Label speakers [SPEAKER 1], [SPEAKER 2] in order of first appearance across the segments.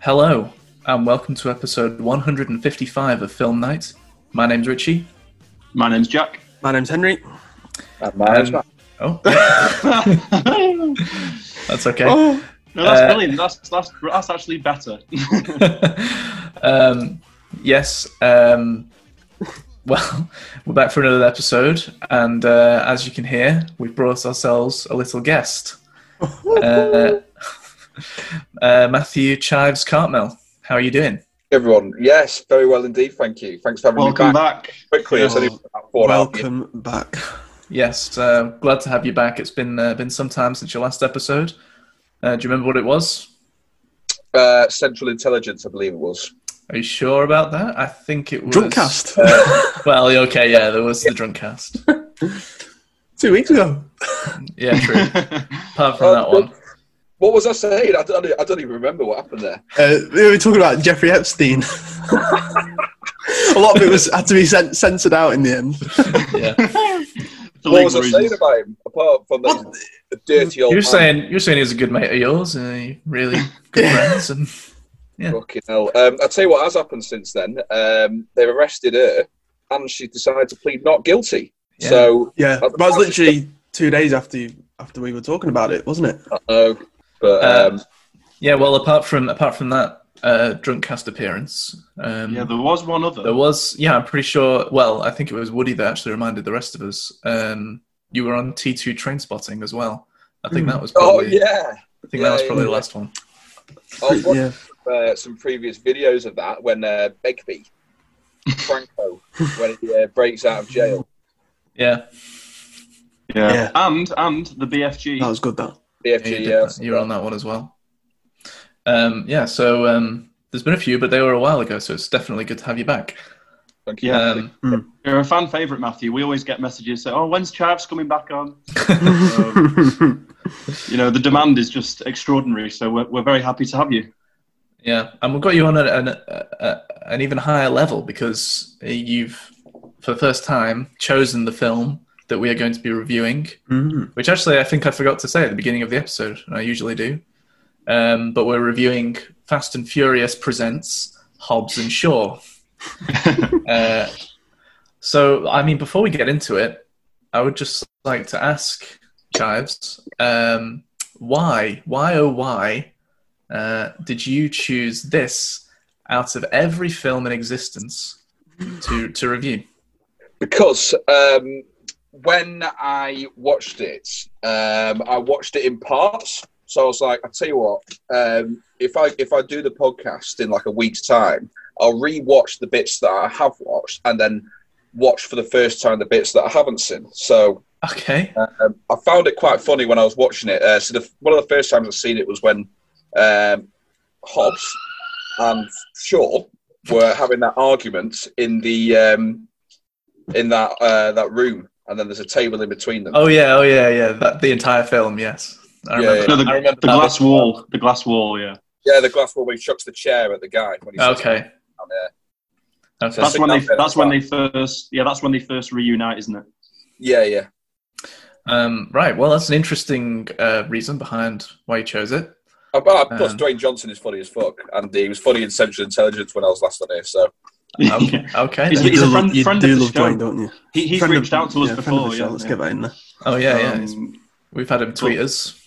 [SPEAKER 1] Hello, and welcome to episode 155 of Film Night. My name's Richie.
[SPEAKER 2] My name's Jack.
[SPEAKER 3] My name's Henry.
[SPEAKER 4] And my name's
[SPEAKER 1] Um,
[SPEAKER 4] Matt.
[SPEAKER 1] Oh, yeah,
[SPEAKER 2] no,
[SPEAKER 1] that's okay.
[SPEAKER 3] Oh,
[SPEAKER 2] that's
[SPEAKER 1] Uh,
[SPEAKER 2] brilliant. That's, that's that's actually better.
[SPEAKER 1] um, yes. Um, well, we're back for another episode, and uh, as you can hear, we've brought ourselves a little guest, uh, uh, Matthew Chives Cartmel. How are you doing?
[SPEAKER 4] Everyone, yes, very well indeed. Thank you. Thanks for having me
[SPEAKER 2] Welcome
[SPEAKER 4] back.
[SPEAKER 2] back.
[SPEAKER 4] Quickly, it's only about four hours.
[SPEAKER 3] welcome back.
[SPEAKER 1] Yes, uh, glad to have you back. It's been uh, been some time since your last episode. Uh, do you remember what it was?
[SPEAKER 4] Uh, Central Intelligence, I believe it was.
[SPEAKER 1] Are you sure about that? I think it was
[SPEAKER 3] Drunkcast.
[SPEAKER 2] Uh,
[SPEAKER 1] Well, okay, yeah, there was the drunk cast.
[SPEAKER 3] Two weeks ago.
[SPEAKER 1] Yeah, true. Apart from
[SPEAKER 4] Uh,
[SPEAKER 1] that one.
[SPEAKER 4] What was I saying? I don't, I don't even remember what happened there.
[SPEAKER 3] Uh, we were talking about Jeffrey Epstein. a lot of it was had to be cen- censored out in the end.
[SPEAKER 1] Yeah.
[SPEAKER 2] For
[SPEAKER 4] what
[SPEAKER 2] legal
[SPEAKER 4] was I
[SPEAKER 2] reasons.
[SPEAKER 4] saying about him? Apart from that, he's a dirty old
[SPEAKER 1] You're
[SPEAKER 4] man.
[SPEAKER 1] saying you're saying he's a good mate of yours and you really good friends and
[SPEAKER 4] Fucking hell. Um, I'll tell you what has happened since then. Um, they've arrested her and she decided to plead not guilty.
[SPEAKER 1] Yeah.
[SPEAKER 4] So,
[SPEAKER 3] Yeah, that was literally two days after you, after we were talking about it, wasn't it?
[SPEAKER 4] I don't know. uh, But
[SPEAKER 1] Uh,
[SPEAKER 4] um,
[SPEAKER 1] yeah, well apart from apart from that uh drunk cast appearance, um
[SPEAKER 2] Yeah, there was one other.
[SPEAKER 1] there was yeah, I'm pretty sure well, I think it was Woody that actually reminded the rest of us. Um you were on T two train spotting as well. I think
[SPEAKER 3] Mm.
[SPEAKER 1] that was
[SPEAKER 4] oh,
[SPEAKER 1] probably
[SPEAKER 4] yeah.
[SPEAKER 1] I think that was
[SPEAKER 4] yeah,
[SPEAKER 1] probably
[SPEAKER 4] yeah.
[SPEAKER 1] the last one.
[SPEAKER 4] I was watching
[SPEAKER 3] yeah.
[SPEAKER 4] uh, some previous videos of that when uh, Begbie, Franco, when he uh, breaks out of jail.
[SPEAKER 1] Yeah.
[SPEAKER 2] yeah.
[SPEAKER 3] Yeah.
[SPEAKER 2] and and the BFG.
[SPEAKER 3] That was good. That
[SPEAKER 1] Yeah,
[SPEAKER 4] BFG,
[SPEAKER 1] you,
[SPEAKER 4] yeah.
[SPEAKER 1] are on that one as well. Um, yeah, so um, there's been a few, but they were a while ago, so it's definitely good to have you back.
[SPEAKER 4] Thank you.
[SPEAKER 2] Yeah.
[SPEAKER 1] Um,
[SPEAKER 2] You're a fan favorite, Matthew. We always get messages saying, "Oh, when's Chives coming back on?" You know, the demand is just extraordinary. So we're, we're very happy to have you.
[SPEAKER 1] yeah, and we've got you on an, an, uh, an even higher level because uh, you've, for the first time, chosen the film that we are going to be reviewing,
[SPEAKER 3] Mm.
[SPEAKER 1] which actually I think I forgot to say at the beginning of the episode, and I usually do. Um, but we're reviewing Fast and Furious Presents Hobbs and Shaw. Uh, so, I mean, before we get into it, I would just like to ask Chives, um, why, why, oh, why uh, did you choose this out of every film in existence to, to review?
[SPEAKER 4] Because um, when I watched it, um, I watched it in parts. So I was like, I tell you what, um, if I if I do the podcast in like a week's time, I'll re-watch the bits that I have watched and then watch for the first time the bits that I haven't seen. So
[SPEAKER 1] Okay.
[SPEAKER 4] Um, I found it quite funny when I was watching it. Uh, so the, one of the first times I've seen it was when um, Hobbs and Shaw were having that argument in the um, in that uh, that room, and then there's a table in between them.
[SPEAKER 1] Oh, yeah, oh, yeah, yeah. That, the entire film, yes. I
[SPEAKER 4] Yeah,
[SPEAKER 1] remember.
[SPEAKER 4] yeah.
[SPEAKER 2] No, the,
[SPEAKER 1] I remember
[SPEAKER 2] the
[SPEAKER 1] that
[SPEAKER 2] glass wall. The glass wall. Yeah,
[SPEAKER 4] Yeah, the glass wall where he chucks the chair at the guy. When he's
[SPEAKER 1] Okay.
[SPEAKER 4] down there.
[SPEAKER 1] Okay.
[SPEAKER 2] that's
[SPEAKER 4] That's
[SPEAKER 2] when they.
[SPEAKER 4] enough then,
[SPEAKER 2] That's
[SPEAKER 4] as
[SPEAKER 2] when
[SPEAKER 4] well.
[SPEAKER 2] they first. Yeah, that's when they first reunite, isn't it?
[SPEAKER 4] Yeah, yeah.
[SPEAKER 1] Um, right. Well, that's an interesting uh, reason behind why you chose it.
[SPEAKER 4] Uh, but, uh, plus,
[SPEAKER 1] Um,
[SPEAKER 4] Dwayne Johnson is funny as fuck, and he was funny in Central Intelligence when I was last on here. So
[SPEAKER 1] Okay. Oh, okay
[SPEAKER 2] He's-
[SPEAKER 1] then.
[SPEAKER 3] You
[SPEAKER 2] a
[SPEAKER 3] do love-
[SPEAKER 2] friend-
[SPEAKER 3] you
[SPEAKER 2] friend
[SPEAKER 3] do
[SPEAKER 2] of the
[SPEAKER 3] love
[SPEAKER 2] show.
[SPEAKER 3] Dwayne, don't you?
[SPEAKER 2] He, he's
[SPEAKER 3] Friend of-
[SPEAKER 2] reached out to us
[SPEAKER 3] yeah, friend of
[SPEAKER 2] before.
[SPEAKER 3] the show.
[SPEAKER 2] yeah,
[SPEAKER 3] Let's
[SPEAKER 2] yeah.
[SPEAKER 3] get that in there.
[SPEAKER 1] Oh yeah, yeah.
[SPEAKER 2] Um,
[SPEAKER 1] it's- We've had him tweet us.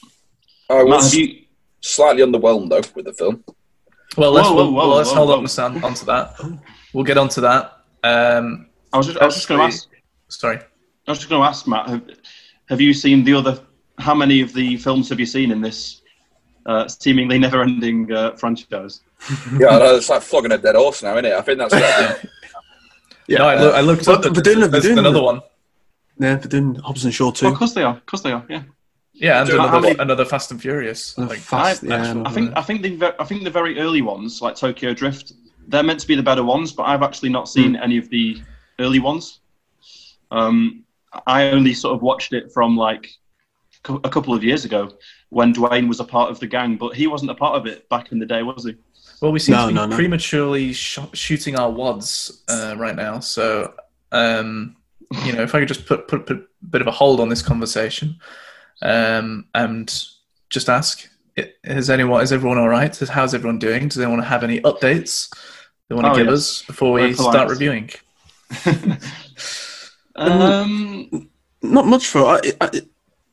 [SPEAKER 4] I
[SPEAKER 2] Matt,
[SPEAKER 4] was
[SPEAKER 2] have you,
[SPEAKER 4] slightly underwhelmed though with the film.
[SPEAKER 1] Well, let's
[SPEAKER 2] Whoa,
[SPEAKER 1] well,
[SPEAKER 2] whoa, whoa,
[SPEAKER 1] well, let's
[SPEAKER 2] whoa,
[SPEAKER 1] hold
[SPEAKER 2] whoa.
[SPEAKER 1] on to stand onto that. We'll get onto that. Um,
[SPEAKER 2] I was just, I was just going to ask.
[SPEAKER 1] sorry.
[SPEAKER 2] I was just going to ask Matt. Have, have you seen the other? How many of the films have you seen in this uh, seemingly never-ending uh, franchise?
[SPEAKER 4] Yeah, I know, it's like flogging a dead horse now, isn't it? I think that's.
[SPEAKER 3] Yeah,
[SPEAKER 1] no, I, loo- I looked
[SPEAKER 3] but-
[SPEAKER 1] up. that
[SPEAKER 3] but doing-
[SPEAKER 1] there's
[SPEAKER 3] but doing-
[SPEAKER 1] another one.
[SPEAKER 3] yeah, for doing Hobson Shaw
[SPEAKER 2] Well,
[SPEAKER 3] too.
[SPEAKER 2] of course they are. Of course they are. Yeah.
[SPEAKER 1] Yeah, and
[SPEAKER 4] Doing
[SPEAKER 1] another,
[SPEAKER 2] how many-
[SPEAKER 1] another Fast and Furious. I
[SPEAKER 3] The
[SPEAKER 1] think.
[SPEAKER 3] fast,
[SPEAKER 2] I-
[SPEAKER 3] yeah,
[SPEAKER 1] actually,
[SPEAKER 3] no.
[SPEAKER 2] I think I think the ve- I think the very early ones like Tokyo Drift they're meant to be the better ones, but I've actually not seen any of the early ones. Um, I only sort of watched it from like cou- a couple of years ago when Dwayne was a part of the gang, but he wasn't a part of it back in the day, was he?
[SPEAKER 1] Well, we seem
[SPEAKER 3] No,
[SPEAKER 1] to be
[SPEAKER 3] no, no.
[SPEAKER 1] prematurely sho shooting our wads uh, right now. So, um, you know, if I could just put, put put a bit of a hold on this conversation, um, and just ask it- Is anyone? Is everyone all right? Is- How's everyone doing? Do they want to have any updates they want to
[SPEAKER 2] Oh,
[SPEAKER 1] give
[SPEAKER 2] yes.
[SPEAKER 1] us before we
[SPEAKER 2] We're polite.
[SPEAKER 1] start reviewing?
[SPEAKER 2] um,
[SPEAKER 3] Not much for I, I,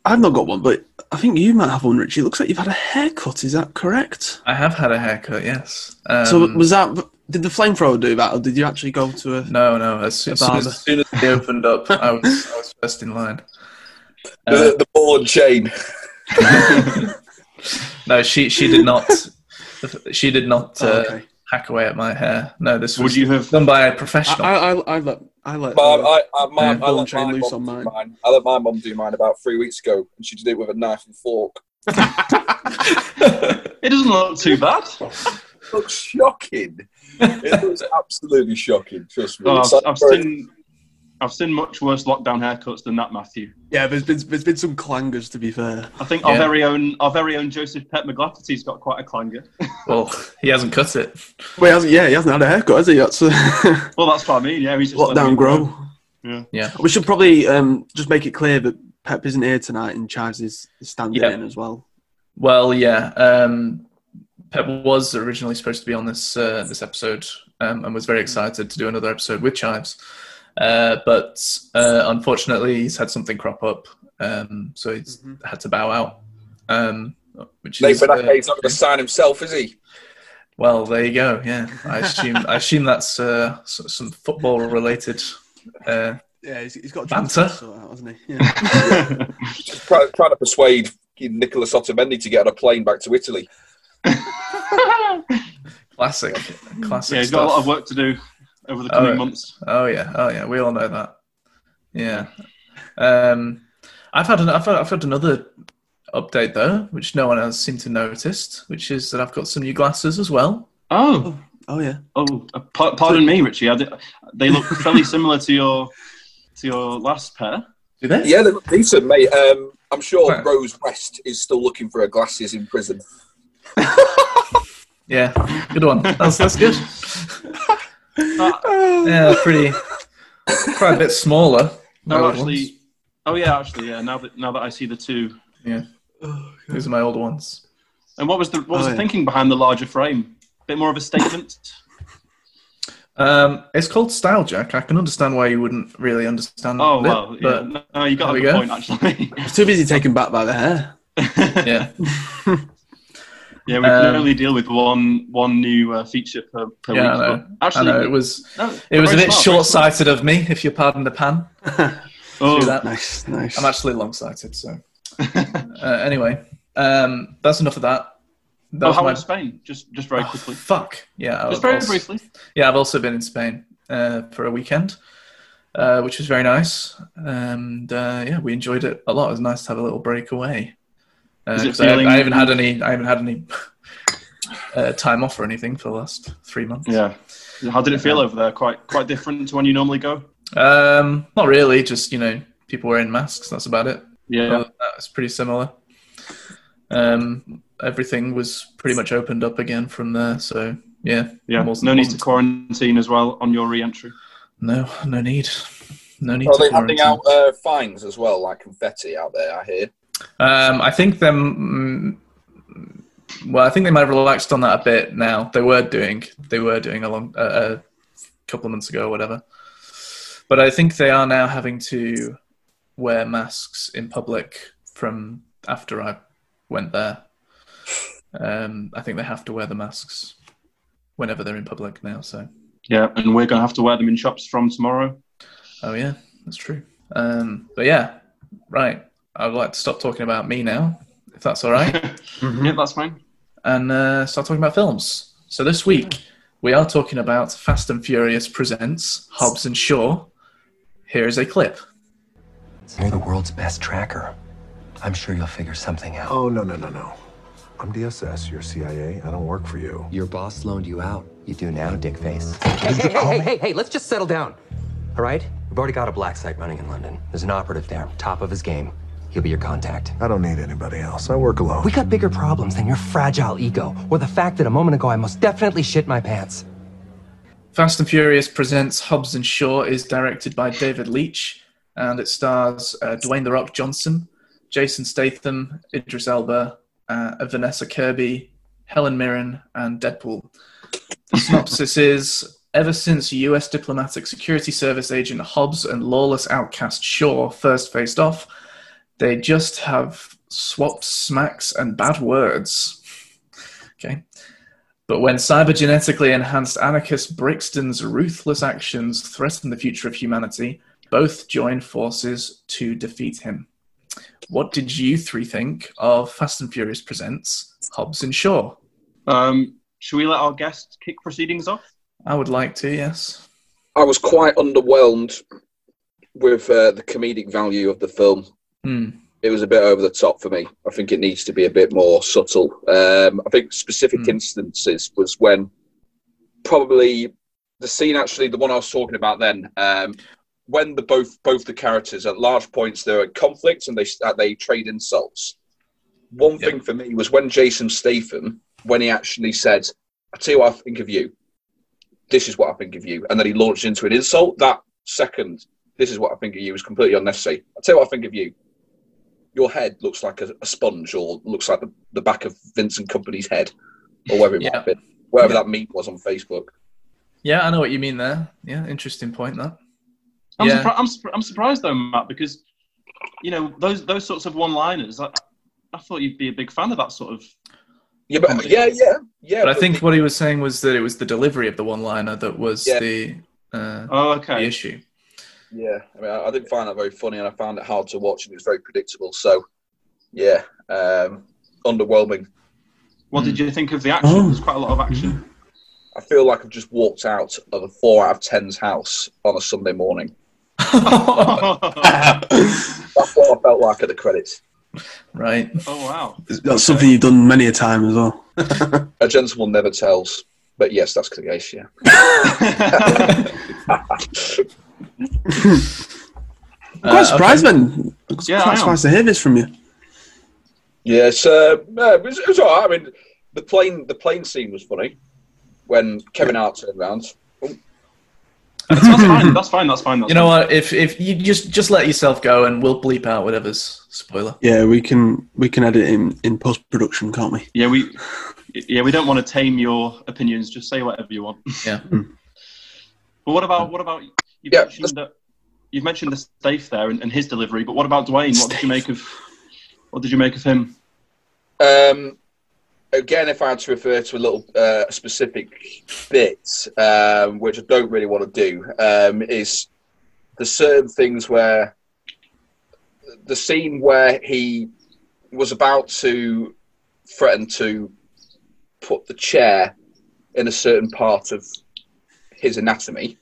[SPEAKER 3] I've not got one, but I think you might have one, Richie. It looks like you've had a haircut. Is that correct?
[SPEAKER 1] I have had a haircut. Yes. Um,
[SPEAKER 3] so was that? Did the flamethrower do that, or did you actually go to a?
[SPEAKER 1] no, no. As soon,
[SPEAKER 3] A
[SPEAKER 1] as, soon as-
[SPEAKER 3] barber.
[SPEAKER 1] as soon as they opened up, I was, I was first in line. Uh,
[SPEAKER 4] the, the ball and chain.
[SPEAKER 1] no, she she did not. She did not
[SPEAKER 3] Oh,
[SPEAKER 1] uh,
[SPEAKER 3] okay.
[SPEAKER 1] hack away at my hair. No, this was
[SPEAKER 2] would you have?
[SPEAKER 1] done by a
[SPEAKER 3] I,
[SPEAKER 1] professional.
[SPEAKER 3] I, I, I let I let.
[SPEAKER 4] My,
[SPEAKER 3] uh,
[SPEAKER 4] I, I, my,
[SPEAKER 1] Yeah,
[SPEAKER 4] I
[SPEAKER 3] ball and
[SPEAKER 4] let
[SPEAKER 3] chain
[SPEAKER 4] my
[SPEAKER 3] loose
[SPEAKER 4] mum
[SPEAKER 3] on mine.
[SPEAKER 4] do mine. I let my mum do mine about three weeks ago, and she did it with a knife and fork.
[SPEAKER 2] It doesn't look too bad.
[SPEAKER 4] It looks shocking. it looks absolutely shocking. Trust me.
[SPEAKER 2] No,
[SPEAKER 4] It's
[SPEAKER 2] I've,
[SPEAKER 4] like
[SPEAKER 2] Oh, I've
[SPEAKER 4] very-
[SPEAKER 2] seen I've seen much worse lockdown haircuts than that, Matthew.
[SPEAKER 3] Yeah, there's been there's been some clangers to be fair.
[SPEAKER 2] I think our
[SPEAKER 1] Yeah.
[SPEAKER 2] very own our very own Joseph Pet McGlafferty's got quite a clanger.
[SPEAKER 1] well, he hasn't cut it.
[SPEAKER 3] Wait, he hasn't, yeah, he hasn't had a haircut, has he? That's a
[SPEAKER 2] Well, that's what I mean. Yeah, he's just letting
[SPEAKER 3] lockdown
[SPEAKER 2] it
[SPEAKER 3] grow.
[SPEAKER 2] Yeah.
[SPEAKER 1] Yeah.
[SPEAKER 3] We should probably um, just make it clear that Pep isn't here tonight, and Chives is is standing
[SPEAKER 1] Yeah.
[SPEAKER 3] in as well.
[SPEAKER 1] Well, yeah. Um, Pep was originally supposed to be on this uh, this episode, um, and was very excited to do another episode with Chives, uh, but uh, unfortunately, he's had something crop up, um, so he's
[SPEAKER 2] Mm-hmm.
[SPEAKER 1] had to bow out. Um, which is
[SPEAKER 4] Nathan
[SPEAKER 1] uh,
[SPEAKER 4] Ake's not going to sign himself, is he?
[SPEAKER 1] well, there you go. Yeah, I assume I assume that's uh, s- some football related. Uh,
[SPEAKER 3] Yeah, he's, he's got a
[SPEAKER 1] transfer Banter.
[SPEAKER 3] out, hasn't he? Yeah.
[SPEAKER 4] Just try, trying to persuade Nicolas Otamendi to get on a plane back to Italy.
[SPEAKER 1] classic, classic.
[SPEAKER 2] yeah, he's got a
[SPEAKER 1] stuff.
[SPEAKER 2] lot of work to do over the
[SPEAKER 1] Oh,
[SPEAKER 2] coming
[SPEAKER 1] yeah.
[SPEAKER 2] months.
[SPEAKER 1] Oh yeah, oh yeah, we all know that. Yeah, um, I've had an, I've had, I've had another update though, which no one else seemed to notice, which is that I've got some new glasses as well.
[SPEAKER 2] Oh,
[SPEAKER 3] oh yeah.
[SPEAKER 2] oh, uh, par- pardon me, Richie. I did- they look fairly similar to your to your last pair.
[SPEAKER 1] Do they?
[SPEAKER 4] Yeah, they look decent, mate. Um, I'm sure
[SPEAKER 1] Right.
[SPEAKER 4] Rose West is still looking for her glasses in prison.
[SPEAKER 1] yeah, good one. That's that's good.
[SPEAKER 2] That,
[SPEAKER 3] Oh,
[SPEAKER 1] Yeah, pretty, quite a bit smaller. my
[SPEAKER 2] no,
[SPEAKER 1] old
[SPEAKER 2] actually. Oh yeah, actually, yeah. Now that now that I see the two,
[SPEAKER 3] Oh,
[SPEAKER 1] ones. these are my old ones.
[SPEAKER 2] and what was the what was
[SPEAKER 3] Oh,
[SPEAKER 2] the
[SPEAKER 3] yeah.
[SPEAKER 2] thinking behind the larger frame? Bit more of a statement.
[SPEAKER 1] Um, it's called Style Jack. I can understand why you wouldn't really understand.
[SPEAKER 2] Oh
[SPEAKER 1] it,
[SPEAKER 2] well, yeah.
[SPEAKER 1] but
[SPEAKER 2] no, no, you got a
[SPEAKER 1] there
[SPEAKER 2] good
[SPEAKER 1] we
[SPEAKER 2] point actually.
[SPEAKER 3] I was too busy taken back by the hair.
[SPEAKER 1] yeah.
[SPEAKER 2] yeah, we can
[SPEAKER 1] Um,
[SPEAKER 2] only deal with one one new uh, feature per, per
[SPEAKER 1] Yeah, I
[SPEAKER 2] week.
[SPEAKER 1] know.
[SPEAKER 2] but
[SPEAKER 1] I
[SPEAKER 2] Actually,
[SPEAKER 1] know it was
[SPEAKER 2] no,
[SPEAKER 1] it was a
[SPEAKER 2] very
[SPEAKER 1] bit
[SPEAKER 2] smart, very
[SPEAKER 1] short sighted of me, if you pardon the pan.
[SPEAKER 2] smart.
[SPEAKER 1] Do
[SPEAKER 2] Oh,
[SPEAKER 1] that.
[SPEAKER 3] Nice, nice.
[SPEAKER 1] I'm actually long sighted, so. uh, anyway, um, that's enough of that. That
[SPEAKER 2] oh,
[SPEAKER 1] was
[SPEAKER 2] how
[SPEAKER 1] my- Oh,
[SPEAKER 2] was Spain? Just just very quickly.
[SPEAKER 1] Fuck. Yeah. I-
[SPEAKER 2] Just very
[SPEAKER 1] I'll-
[SPEAKER 2] briefly.
[SPEAKER 1] Yeah, I've also been in Spain uh, for a weekend, uh, which was very nice. And uh, yeah, we enjoyed it a lot. It was nice to have a little break away. Uh,
[SPEAKER 2] Is it
[SPEAKER 1] 'cause I,
[SPEAKER 2] feeling-
[SPEAKER 1] I haven't had any. I haven't had any uh, time off or anything for the last three months.
[SPEAKER 2] Yeah. How did it feel over there? Quite quite different to when you normally go.
[SPEAKER 1] Um, not really. Just you know, people wearing masks. That's about it.
[SPEAKER 2] Yeah.
[SPEAKER 1] Other than that, it's pretty similar. Um, everything was pretty much opened up again from there. So yeah,
[SPEAKER 2] yeah.
[SPEAKER 1] wasn't-
[SPEAKER 2] No need to
[SPEAKER 1] wasn't-
[SPEAKER 2] quarantine as well on your re-entry.
[SPEAKER 1] No, no need. No need.
[SPEAKER 4] Are
[SPEAKER 1] to
[SPEAKER 4] they handing out
[SPEAKER 1] quarantine.
[SPEAKER 4] uh, fines as well, like confetti out there? I hear.
[SPEAKER 1] Um, I think them. mm, Well, I think they might have relaxed on that a bit now. They were doing. They were doing a long, uh, a couple of months ago or whatever. But I think they are now having to wear masks in public from after I went there. Um, I think they have to wear the masks whenever they're in public now. So,
[SPEAKER 2] Yeah, and we're gonna have to wear them in shops from tomorrow.
[SPEAKER 1] oh yeah, that's true. Um, but yeah, right. I'd like to stop talking about me now, if that's all right. Mm-hmm.
[SPEAKER 2] Yeah, that's fine.
[SPEAKER 1] and uh, start talking about films. So this week we are talking about Fast and Furious presents Hobbs and Shaw. Here is a clip.
[SPEAKER 5] You're the world's best tracker. I'm sure you'll figure something out.
[SPEAKER 6] Oh, no, no, no, no. I'm DSS, you're CIA. I don't work for you.
[SPEAKER 5] Your boss loaned you out. You do now, dickface.
[SPEAKER 7] Hey, hey, hey, hey, hey, hey, let's just settle down.
[SPEAKER 5] All right? We've already got a black site running in London. There's an operative there, top of his game. He'll be your contact.
[SPEAKER 6] I don't need anybody else. I work alone.
[SPEAKER 5] We got bigger problems than your fragile ego, or the fact that a moment ago I most definitely shit my pants.
[SPEAKER 1] Fast and Furious presents Hobbs and Shaw is directed by David Leitch, and it stars uh, Dwayne the Rock Johnson, Jason Statham, Idris Elba, uh, of Vanessa Kirby, Helen Mirren, and Deadpool. The synopsis is Ever since US diplomatic security service agent Hobbs and lawless outcast Shaw first faced off, they just have swapped smacks and bad words. Okay. But when cybergenetically enhanced anarchist Brixton's ruthless actions threaten the future of humanity, both join forces to defeat him. What did you three think of Fast and Furious Presents Hobbs and Shaw?
[SPEAKER 2] Um, should we let our guest kick proceedings off?
[SPEAKER 1] I would like to, yes.
[SPEAKER 4] I was quite underwhelmed with uh, the comedic value of the film.
[SPEAKER 1] Hmm.
[SPEAKER 4] It was a bit over the top for me. I think it needs to be a bit more subtle. Um, I think specific
[SPEAKER 1] Hmm.
[SPEAKER 4] instances was when probably the scene actually the one I was talking about then um, when the both both the characters at large points they're at conflict and they uh, they trade insults. One
[SPEAKER 1] Yeah.
[SPEAKER 4] thing for me was when Jason Statham when he actually said, "I tell you what I think of you. This is what I think of you," and then he launched into an insult. That second, "This is what I think of you," was completely unnecessary. I tell you what I think of you. Your head looks like a, a sponge, or looks like the, the back of Vincent Company's head, or whatever it might
[SPEAKER 1] Yeah.
[SPEAKER 4] have been, whatever that meme was on Facebook.
[SPEAKER 1] Yeah, I know what you mean there. Yeah, interesting point that.
[SPEAKER 2] I'm,
[SPEAKER 1] Yeah.
[SPEAKER 2] surpri- I'm, surpri- I'm surprised though, Matt, because you know those those sorts of one-liners. I, I thought you'd be a big fan of that sort of.
[SPEAKER 4] Yeah, but,
[SPEAKER 1] Comedy.
[SPEAKER 4] yeah, yeah, yeah.
[SPEAKER 1] But I think what he was saying was that it was the delivery of the one liner that was
[SPEAKER 4] Yeah.
[SPEAKER 1] the, uh,
[SPEAKER 2] Oh,
[SPEAKER 1] the
[SPEAKER 2] okay.
[SPEAKER 1] issue.
[SPEAKER 4] yeah, I mean, I, I didn't find that very funny, and I found it hard to watch, and it was very predictable. So, yeah, um, underwhelming.
[SPEAKER 2] What did you think of the action?
[SPEAKER 3] Oh.
[SPEAKER 2] There's quite a lot of action.
[SPEAKER 4] I feel like I've just walked out of a four out of ten's house on a Sunday morning.
[SPEAKER 1] right.
[SPEAKER 4] That's what I felt like at the credits.
[SPEAKER 2] oh wow.
[SPEAKER 3] That's something you've done many a time as well.
[SPEAKER 4] A gentleman never tells, but yes, that's the case. Yeah.
[SPEAKER 3] I'm quite
[SPEAKER 1] Uh,
[SPEAKER 3] surprised, man. I'm
[SPEAKER 2] Yeah, I
[SPEAKER 3] quite
[SPEAKER 2] am.
[SPEAKER 3] surprised to hear this from you.
[SPEAKER 4] Yeah, so uh, it, was, it was all right. I mean, the plane the plane scene was funny when Kevin Hart turned around.
[SPEAKER 2] That's, that's fine. That's fine. That's fine. That's
[SPEAKER 1] You know
[SPEAKER 2] fine.
[SPEAKER 1] what? If if you just just let yourself go and we'll bleep out whatever's spoiler.
[SPEAKER 3] Yeah, we can we can edit in in post production, can't we?
[SPEAKER 2] Yeah, we. Yeah, we don't want to tame your opinions. Just say whatever you want.
[SPEAKER 1] Yeah.
[SPEAKER 2] But what about what about you've
[SPEAKER 4] Yeah,
[SPEAKER 2] mentioned that you've mentioned the safe there and, and his delivery. But what about Dwayne? What did you make of what did you make of him?
[SPEAKER 4] Um, again, if I had to refer to a little uh, specific bit, um, which I don't really want to do, um, is there's certain things where the scene where he was about to threaten to put the chair in a certain part of his anatomy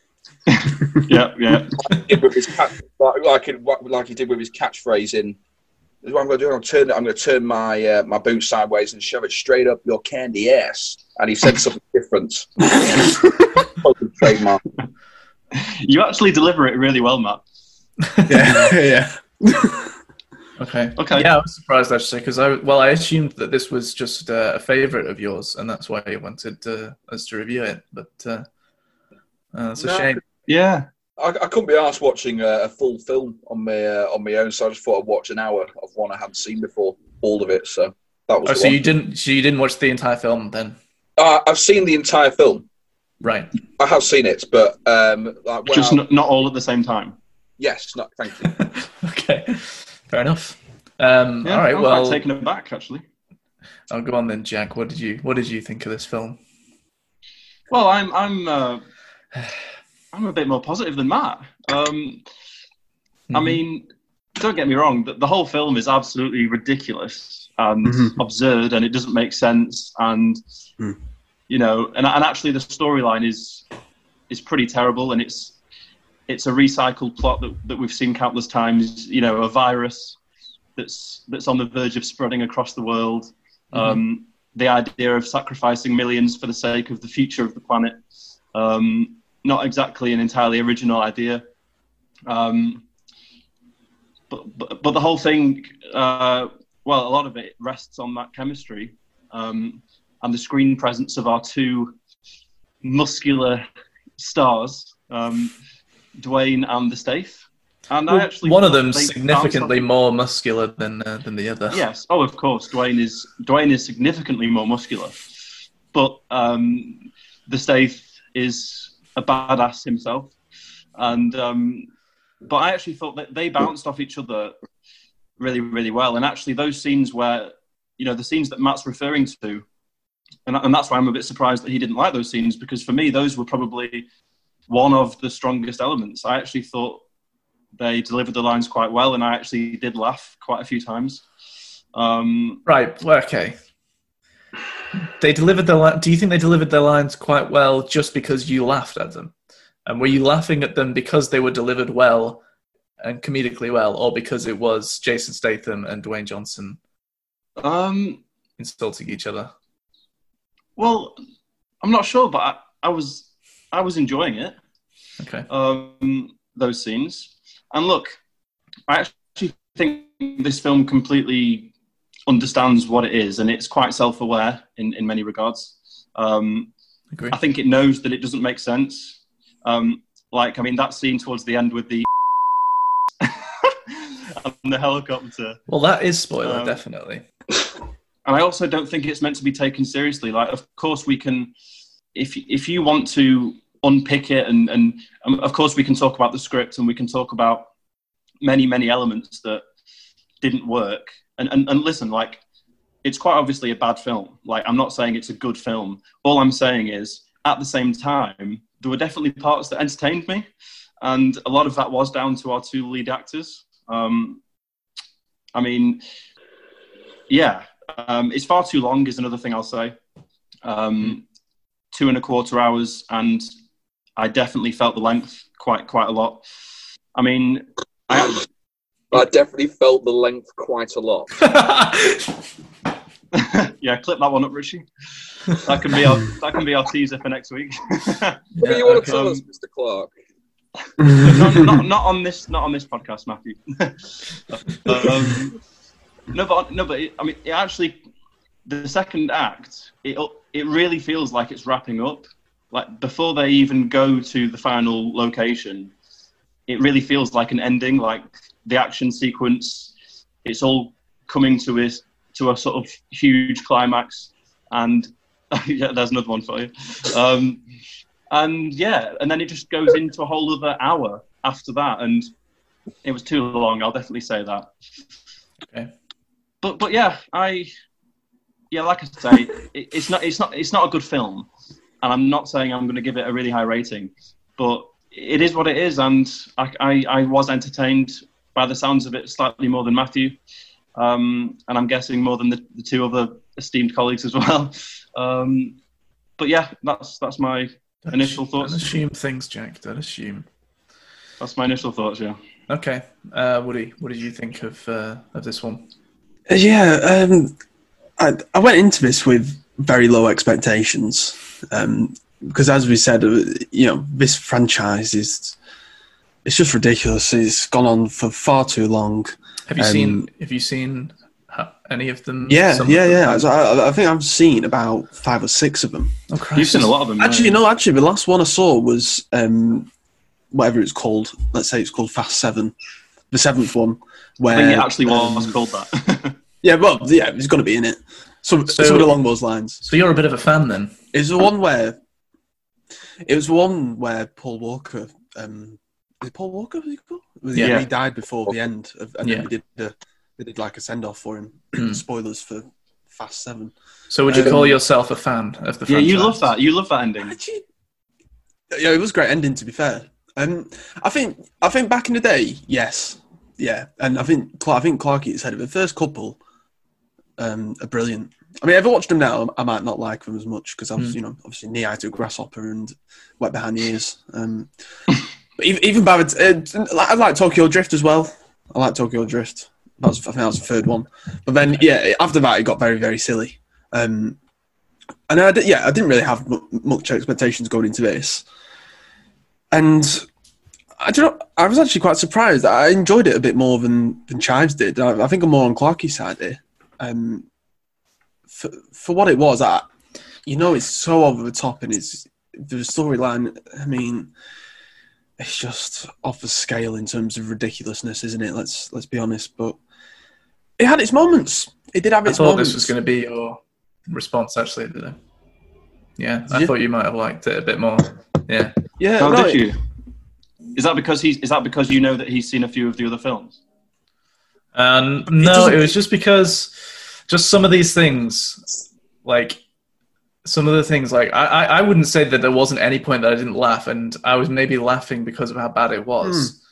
[SPEAKER 2] Yeah, yeah.
[SPEAKER 4] did with his catch, like, like, in- like he did with his catchphrase in. "This is What I'm going to do, I'm going to turn, I'm going to turn my uh, my boot sideways and shove it straight up your candy ass. And he said something different. Fucking trademark.
[SPEAKER 2] You actually deliver it really well, Matt.
[SPEAKER 3] Yeah, yeah.
[SPEAKER 1] Okay.
[SPEAKER 2] Okay.
[SPEAKER 1] Yeah, I was surprised actually because I well I assumed that this was just uh, a favorite of yours and that's why you wanted uh, us to review it. But uh, uh, it's a
[SPEAKER 4] No.
[SPEAKER 1] shame.
[SPEAKER 2] Yeah.
[SPEAKER 4] I, I couldn't be asked watching uh, a full film on my uh, on my own, so I just thought I'd watch an hour of one I hadn't seen before, all of it. So that was.
[SPEAKER 1] Oh,
[SPEAKER 4] the
[SPEAKER 1] so
[SPEAKER 4] one.
[SPEAKER 1] you didn't so you didn't watch the entire film then?
[SPEAKER 4] Uh, I've seen the entire film.
[SPEAKER 1] Right.
[SPEAKER 4] I have seen it, but um, like, when
[SPEAKER 2] Just
[SPEAKER 4] I-
[SPEAKER 2] not, not all at the same time.
[SPEAKER 4] yes, no, thank you.
[SPEAKER 1] okay. Fair enough. Um,
[SPEAKER 2] Yeah,
[SPEAKER 1] all right.
[SPEAKER 2] I'm
[SPEAKER 1] well,
[SPEAKER 2] quite taken aback actually.
[SPEAKER 1] I'll go on then, Jack. What did you What did you think of this film?
[SPEAKER 2] Well, I'm I'm uh, I'm a bit more positive than Matt. Um, I
[SPEAKER 1] Mhm.
[SPEAKER 2] mean, don't get me wrong. The, the whole film is absolutely ridiculous and
[SPEAKER 3] Mhm.
[SPEAKER 2] absurd, and it doesn't make sense. And
[SPEAKER 3] Mm.
[SPEAKER 2] you know, and, and actually, the storyline is is pretty terrible, and it's it's a recycled plot that, that we've seen countless times. You know, a virus that's that's on the verge of spreading across the world. Um, the idea of sacrificing millions for the sake of the future of the planet. Um, not exactly an entirely original idea. Um, but, but, but the whole thing, uh, well, a lot of it rests on that chemistry um, and the screen presence of our two muscular stars, um, Dwayne and the Stafe. And I actually
[SPEAKER 1] One of
[SPEAKER 2] thought
[SPEAKER 1] them's
[SPEAKER 2] they
[SPEAKER 1] significantly
[SPEAKER 2] bounced
[SPEAKER 1] more muscular than uh, than the other.
[SPEAKER 2] off- Yes. Oh, of course. Dwayne is Dwayne is significantly more muscular, but um, the safe is a badass himself, and um, but I actually thought that they bounced off each other really, really well. And actually, those scenes where you know the scenes that Matt's referring to, and, and that's why I'm a bit surprised that he didn't like those scenes because for me those were probably one of the strongest elements. I actually thought they delivered the lines quite well, and I actually did laugh quite a few times. Um,
[SPEAKER 1] Right. well, Okay. They delivered their. Li- Do you think they delivered their lines quite well just because you laughed at them? And were you laughing at them because they were delivered well and comedically well, or because it was Jason Statham and Dwayne Johnson
[SPEAKER 2] um,
[SPEAKER 1] insulting each other?
[SPEAKER 2] well, I'm not sure, but I, I was I was enjoying it.
[SPEAKER 1] Okay.
[SPEAKER 2] um, those scenes. And look, I actually think this film completely understands what it is, and it's quite self-aware in, in many regards. Um,
[SPEAKER 1] Agree.
[SPEAKER 2] I think it knows that it doesn't make sense. Um, like, I mean, that scene towards the end with the and the helicopter.
[SPEAKER 1] Well, that is spoiler,
[SPEAKER 2] Um,
[SPEAKER 1] definitely.
[SPEAKER 2] and I also don't think it's meant to be taken seriously. Like, of course, we can, if if you want to unpick it, and and um, of course we can talk about the script and we can talk about many many elements that didn't work. And and, and listen, like, it's quite obviously a bad film. Like, I'm not saying it's a good film. All I'm saying is, at the same time, there were definitely parts that entertained me, and a lot of that was down to our two lead actors. Um, I mean, yeah, um, it's far too long is another thing I'll say. Um, Two and a quarter hours, and I definitely felt the length quite quite a lot. I mean, I,
[SPEAKER 4] I definitely felt the length quite a lot.
[SPEAKER 2] yeah, clip that one up, Richie. That can be our that can be our teaser for next week.
[SPEAKER 4] what do you want
[SPEAKER 2] okay.
[SPEAKER 4] to tell us,
[SPEAKER 2] Um,
[SPEAKER 4] Mr. Clark?
[SPEAKER 2] not, not, not on this not on this podcast, Matthew. um, no, but no, but it, I mean, it actually the second act it it really feels like it's wrapping up. Like before they even go to the final location, it really feels like an ending. Like the action sequence, it's all coming to a to a sort of huge climax, and yeah, there's another one for you. Um, and yeah, and then it just goes into a whole other hour after that, and it was too long. I'll definitely say that.
[SPEAKER 1] Okay.
[SPEAKER 2] But but yeah, I yeah, like I say, it, it's not it's not it's not a good film, and I'm not saying I'm going to give it a really high rating, but it is what it is, and I I, I was entertained by the sounds of it slightly more than Matthew, um, and I'm guessing more than the, the two other esteemed colleagues as well. Um, but yeah, that's that's my Initial thoughts?
[SPEAKER 1] Don't assume things, Jack. Don't assume.
[SPEAKER 2] That's my initial thoughts, yeah.
[SPEAKER 1] Okay, uh, Woody, what did you think of uh, of this one?
[SPEAKER 3] Uh, Yeah, um, I, I went into this with very low expectations um, because, as we said, uh, you know, this franchise is it's just ridiculous. It's gone on for far too long.
[SPEAKER 1] Have you
[SPEAKER 3] Um,
[SPEAKER 1] seen Have you seen ha- any of them?
[SPEAKER 3] Yeah,
[SPEAKER 1] Some of
[SPEAKER 3] yeah,
[SPEAKER 1] them?
[SPEAKER 3] yeah. I, I- I think I've seen about five or six of them.
[SPEAKER 1] Oh, Christ.
[SPEAKER 2] You've seen a lot of them.
[SPEAKER 3] Actually, no. Actually, the last one I saw was um, whatever it's called. Let's say it's called Fast Seven, the seventh one. Where
[SPEAKER 2] I think it actually was,
[SPEAKER 3] um,
[SPEAKER 2] called that.
[SPEAKER 3] Yeah, well, yeah, it's going to be in it. Some,
[SPEAKER 1] So-
[SPEAKER 3] something along those lines.
[SPEAKER 1] So you're a bit of a fan then.
[SPEAKER 3] It was the one where it was the one where Paul Walker, um, is it Paul Walker? Was he called? Was he-
[SPEAKER 2] Yeah.
[SPEAKER 3] he died before the end, of, and
[SPEAKER 1] Yeah.
[SPEAKER 3] then we did the, we did like a send off for
[SPEAKER 1] Hmm.
[SPEAKER 3] him. Spoilers for Fast Seven.
[SPEAKER 1] So would you
[SPEAKER 3] Um,
[SPEAKER 1] call yourself a fan of the?
[SPEAKER 2] yeah, you
[SPEAKER 1] franchise?
[SPEAKER 2] love that. You love that ending.
[SPEAKER 3] Actually, yeah, it was a great ending. To be fair, um, I think I think back in the day, yes, yeah, and I think Cla- I think Clarky said it. The first couple um, are brilliant. I mean, if I watched them now, I might not like them as much because I was, you know, obviously knee high to a grasshopper and wet behind the ears. Um, but even, even by the t- uh, I like Tokyo Drift as well. I like Tokyo Drift. That was, I think that was the third one. But then, yeah, after that, it got very, very silly. Um, and I did, yeah, I didn't really have mu- much expectations going into this, and I don't know. I was actually quite surprised. I enjoyed it a bit more than than Chives did. I, I think I'm more on Clarky's side here. Um, for for what it was, I you know, it's so over the top, and it's the storyline. I mean, it's just off the scale in terms of ridiculousness, isn't it? Let's let's be honest. But it had its moments. It did have
[SPEAKER 1] I
[SPEAKER 3] its
[SPEAKER 1] thought
[SPEAKER 3] moments.
[SPEAKER 1] this was going to be your response, actually. Did I? Yeah, I
[SPEAKER 3] Yeah.
[SPEAKER 1] thought you might have liked it a bit more. Yeah,
[SPEAKER 3] yeah,
[SPEAKER 2] How
[SPEAKER 3] no,
[SPEAKER 2] did
[SPEAKER 3] it-
[SPEAKER 2] you? Is that because he's? Is that because you know that he's seen a few of the other films?
[SPEAKER 1] um, no,
[SPEAKER 3] doesn't-
[SPEAKER 1] it was just because just some of these things, like some of the things, like I, I, I wouldn't say that there wasn't any point that I didn't laugh, and I was maybe laughing because of how bad it was.
[SPEAKER 3] Hmm.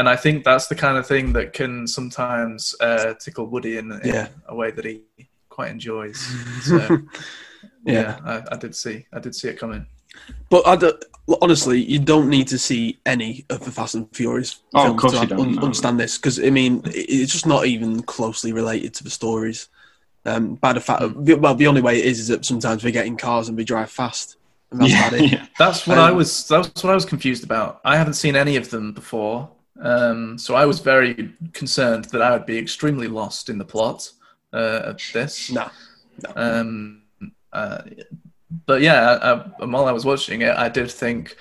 [SPEAKER 1] And I think that's the kind of thing that can sometimes uh, tickle Woody in, in
[SPEAKER 3] Yeah.
[SPEAKER 1] a way that he quite enjoys. So,
[SPEAKER 3] yeah.
[SPEAKER 1] yeah, I, I did see, I did see it coming.
[SPEAKER 3] But I don't- honestly, you don't need to see any of the Fast and Furious
[SPEAKER 2] Oh, of
[SPEAKER 3] films
[SPEAKER 2] course
[SPEAKER 3] to
[SPEAKER 2] you
[SPEAKER 3] have-
[SPEAKER 2] don't,
[SPEAKER 3] un-
[SPEAKER 2] no.
[SPEAKER 3] understand this because I mean it- it's just not even closely related to the stories. Um, by the fact, well, the only way it is is that sometimes we get in cars and we drive fast, and that's about it.
[SPEAKER 2] yeah.
[SPEAKER 1] That's what
[SPEAKER 3] Um,
[SPEAKER 1] I was. That's what I was confused about. I haven't seen any of them before, um, so I was very concerned that I would be extremely lost in the plot uh, of this.
[SPEAKER 3] No,
[SPEAKER 1] Um, uh, but yeah, I, I, while I was watching it, I did think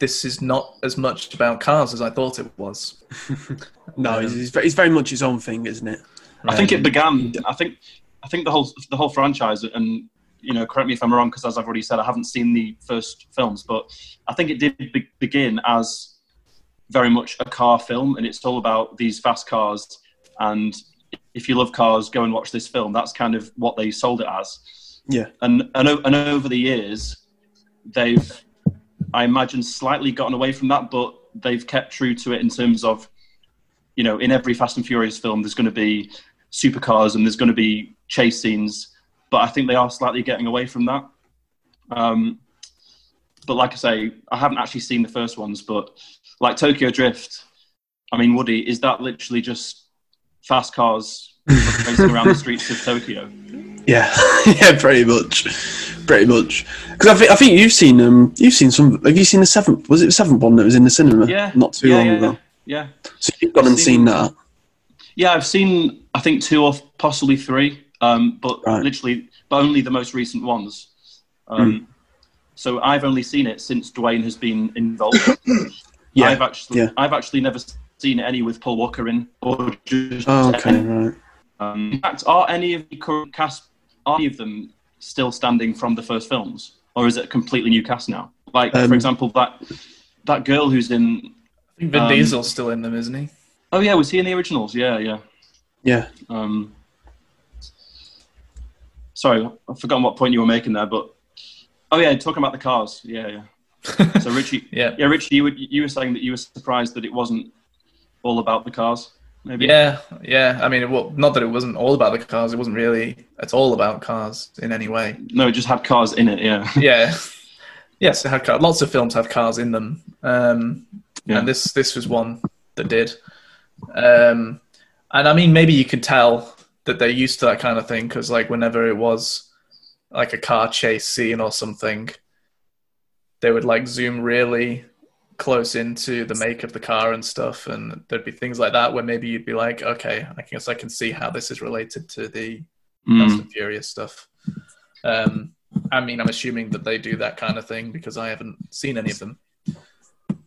[SPEAKER 1] this is not as much about cars as I thought it was.
[SPEAKER 3] no, it's, it's, very, it's very much its own thing, isn't it?
[SPEAKER 2] I think it began. I think, I think the whole the whole franchise, and you know, correct me if I'm wrong, because as I've already said, I haven't seen the first films, but I think it did be- begin as very much a car film, and it's all about these fast cars. And if you love cars, go and watch this film. That's kind of what they sold it as.
[SPEAKER 3] Yeah.
[SPEAKER 2] And and, o- and over the years, they've, I imagine, slightly gotten away from that, but they've kept true to it in terms of you know, in every Fast and Furious film, there's going to be supercars and there's going to be chase scenes, but I think they are slightly getting away from that. Um, but like I say, I haven't actually seen the first ones, but like Tokyo Drift, I mean, Woody, is that literally just fast cars racing around the streets of Tokyo?
[SPEAKER 3] Yeah, yeah, pretty much, pretty much. Because I think I think you've seen um you've seen some. Have you seen the seventh? Was it the seventh one that was in the cinema?
[SPEAKER 2] Yeah,
[SPEAKER 3] not too
[SPEAKER 2] yeah,
[SPEAKER 3] long
[SPEAKER 2] yeah,
[SPEAKER 3] ago.
[SPEAKER 2] Yeah,
[SPEAKER 3] So you've gone and
[SPEAKER 2] Seen-
[SPEAKER 3] seen that.
[SPEAKER 2] yeah, I've seen I think two or possibly three, um, but
[SPEAKER 3] Right.
[SPEAKER 2] literally, but only the most recent ones. Um,
[SPEAKER 3] Hmm.
[SPEAKER 2] So I've only seen it since Dwayne has been involved.
[SPEAKER 3] Yeah,
[SPEAKER 2] I've actually
[SPEAKER 3] yeah.
[SPEAKER 2] I've actually never seen any with Paul Walker in or just
[SPEAKER 3] Oh, okay,
[SPEAKER 2] any-
[SPEAKER 3] right.
[SPEAKER 2] um, in fact, are any of the current cast are any of them still standing from the first films, or is it a completely new cast now? Like
[SPEAKER 3] Um,
[SPEAKER 2] for example, that that girl who's in
[SPEAKER 1] I think Vin
[SPEAKER 2] Um,
[SPEAKER 1] Diesel's still in them, isn't he?
[SPEAKER 2] oh yeah was he in the originals? Yeah, yeah.
[SPEAKER 3] Yeah.
[SPEAKER 2] Um, sorry, I've forgotten what point you were making there, but oh yeah, talking about the cars. Yeah, yeah. So Richie,
[SPEAKER 1] Yeah.
[SPEAKER 2] yeah, Richie, you were you were saying that you were surprised that it wasn't all about the cars. Maybe.
[SPEAKER 1] Yeah, yeah. I mean, it, well, not that it wasn't all about the cars. It wasn't really at all about cars in any way.
[SPEAKER 2] No, it just had cars in it. Yeah.
[SPEAKER 1] yeah yes it had car- lots of films have cars in them um
[SPEAKER 2] Yeah.
[SPEAKER 1] and this this was one that did um and i mean maybe you could tell that they're used to that kind of thing because like whenever it was like a car chase scene or something they would like zoom really close into the make of the car and stuff and there'd be things like that where maybe you'd be like okay i guess i can see how this is related to the Fast
[SPEAKER 2] Mm.
[SPEAKER 1] and Furious stuff. Um, I mean, I'm assuming that they do that kind of thing because I haven't seen any of them.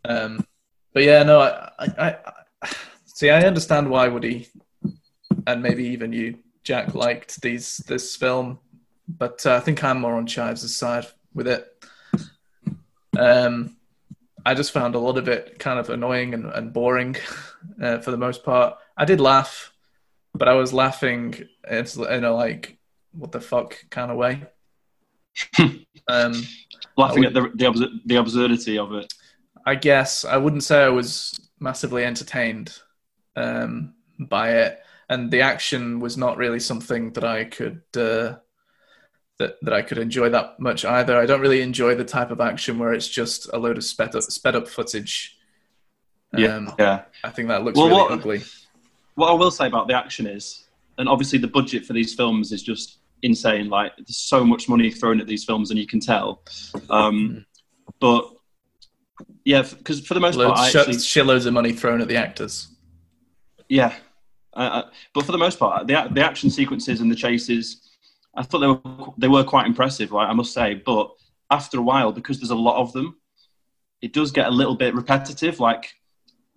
[SPEAKER 1] Um, but yeah, no, I, I, I see. I understand why Woody and maybe even you, Jack, liked these this film, but uh, I think I'm more on Chives' side with it. Um, I just found a lot of it kind of annoying and, and boring uh, for the most part. I did laugh but I was laughing it's in a like what the fuck kind of way. um,
[SPEAKER 2] Laughing
[SPEAKER 1] I
[SPEAKER 2] at the the, absur- the absurdity of it.
[SPEAKER 1] I guess I wouldn't say I was massively entertained um, by it, and the action was not really something that I could uh, that that I could enjoy that much either. I don't really enjoy the type of action where it's just a load of sped up sped up footage.
[SPEAKER 2] Yeah.
[SPEAKER 1] Um,
[SPEAKER 2] yeah.
[SPEAKER 1] I think that looks
[SPEAKER 2] Well,
[SPEAKER 1] really
[SPEAKER 2] what-
[SPEAKER 1] ugly.
[SPEAKER 2] what I will say about the action is, and obviously the budget for these films is just insane. Like there's so much money thrown at these films, and you can tell.
[SPEAKER 1] Mm-hmm.
[SPEAKER 2] Um, but yeah, because for the most part, I
[SPEAKER 1] Loads, sh-
[SPEAKER 2] actually,
[SPEAKER 1] shitloads of money thrown at the actors.
[SPEAKER 2] yeah. Uh, uh, but for the most part, the ac- the action sequences and the chases, I thought they were qu- they were quite impressive. Like I must say, but after a while, because there's a lot of them, it does get a little bit repetitive. Like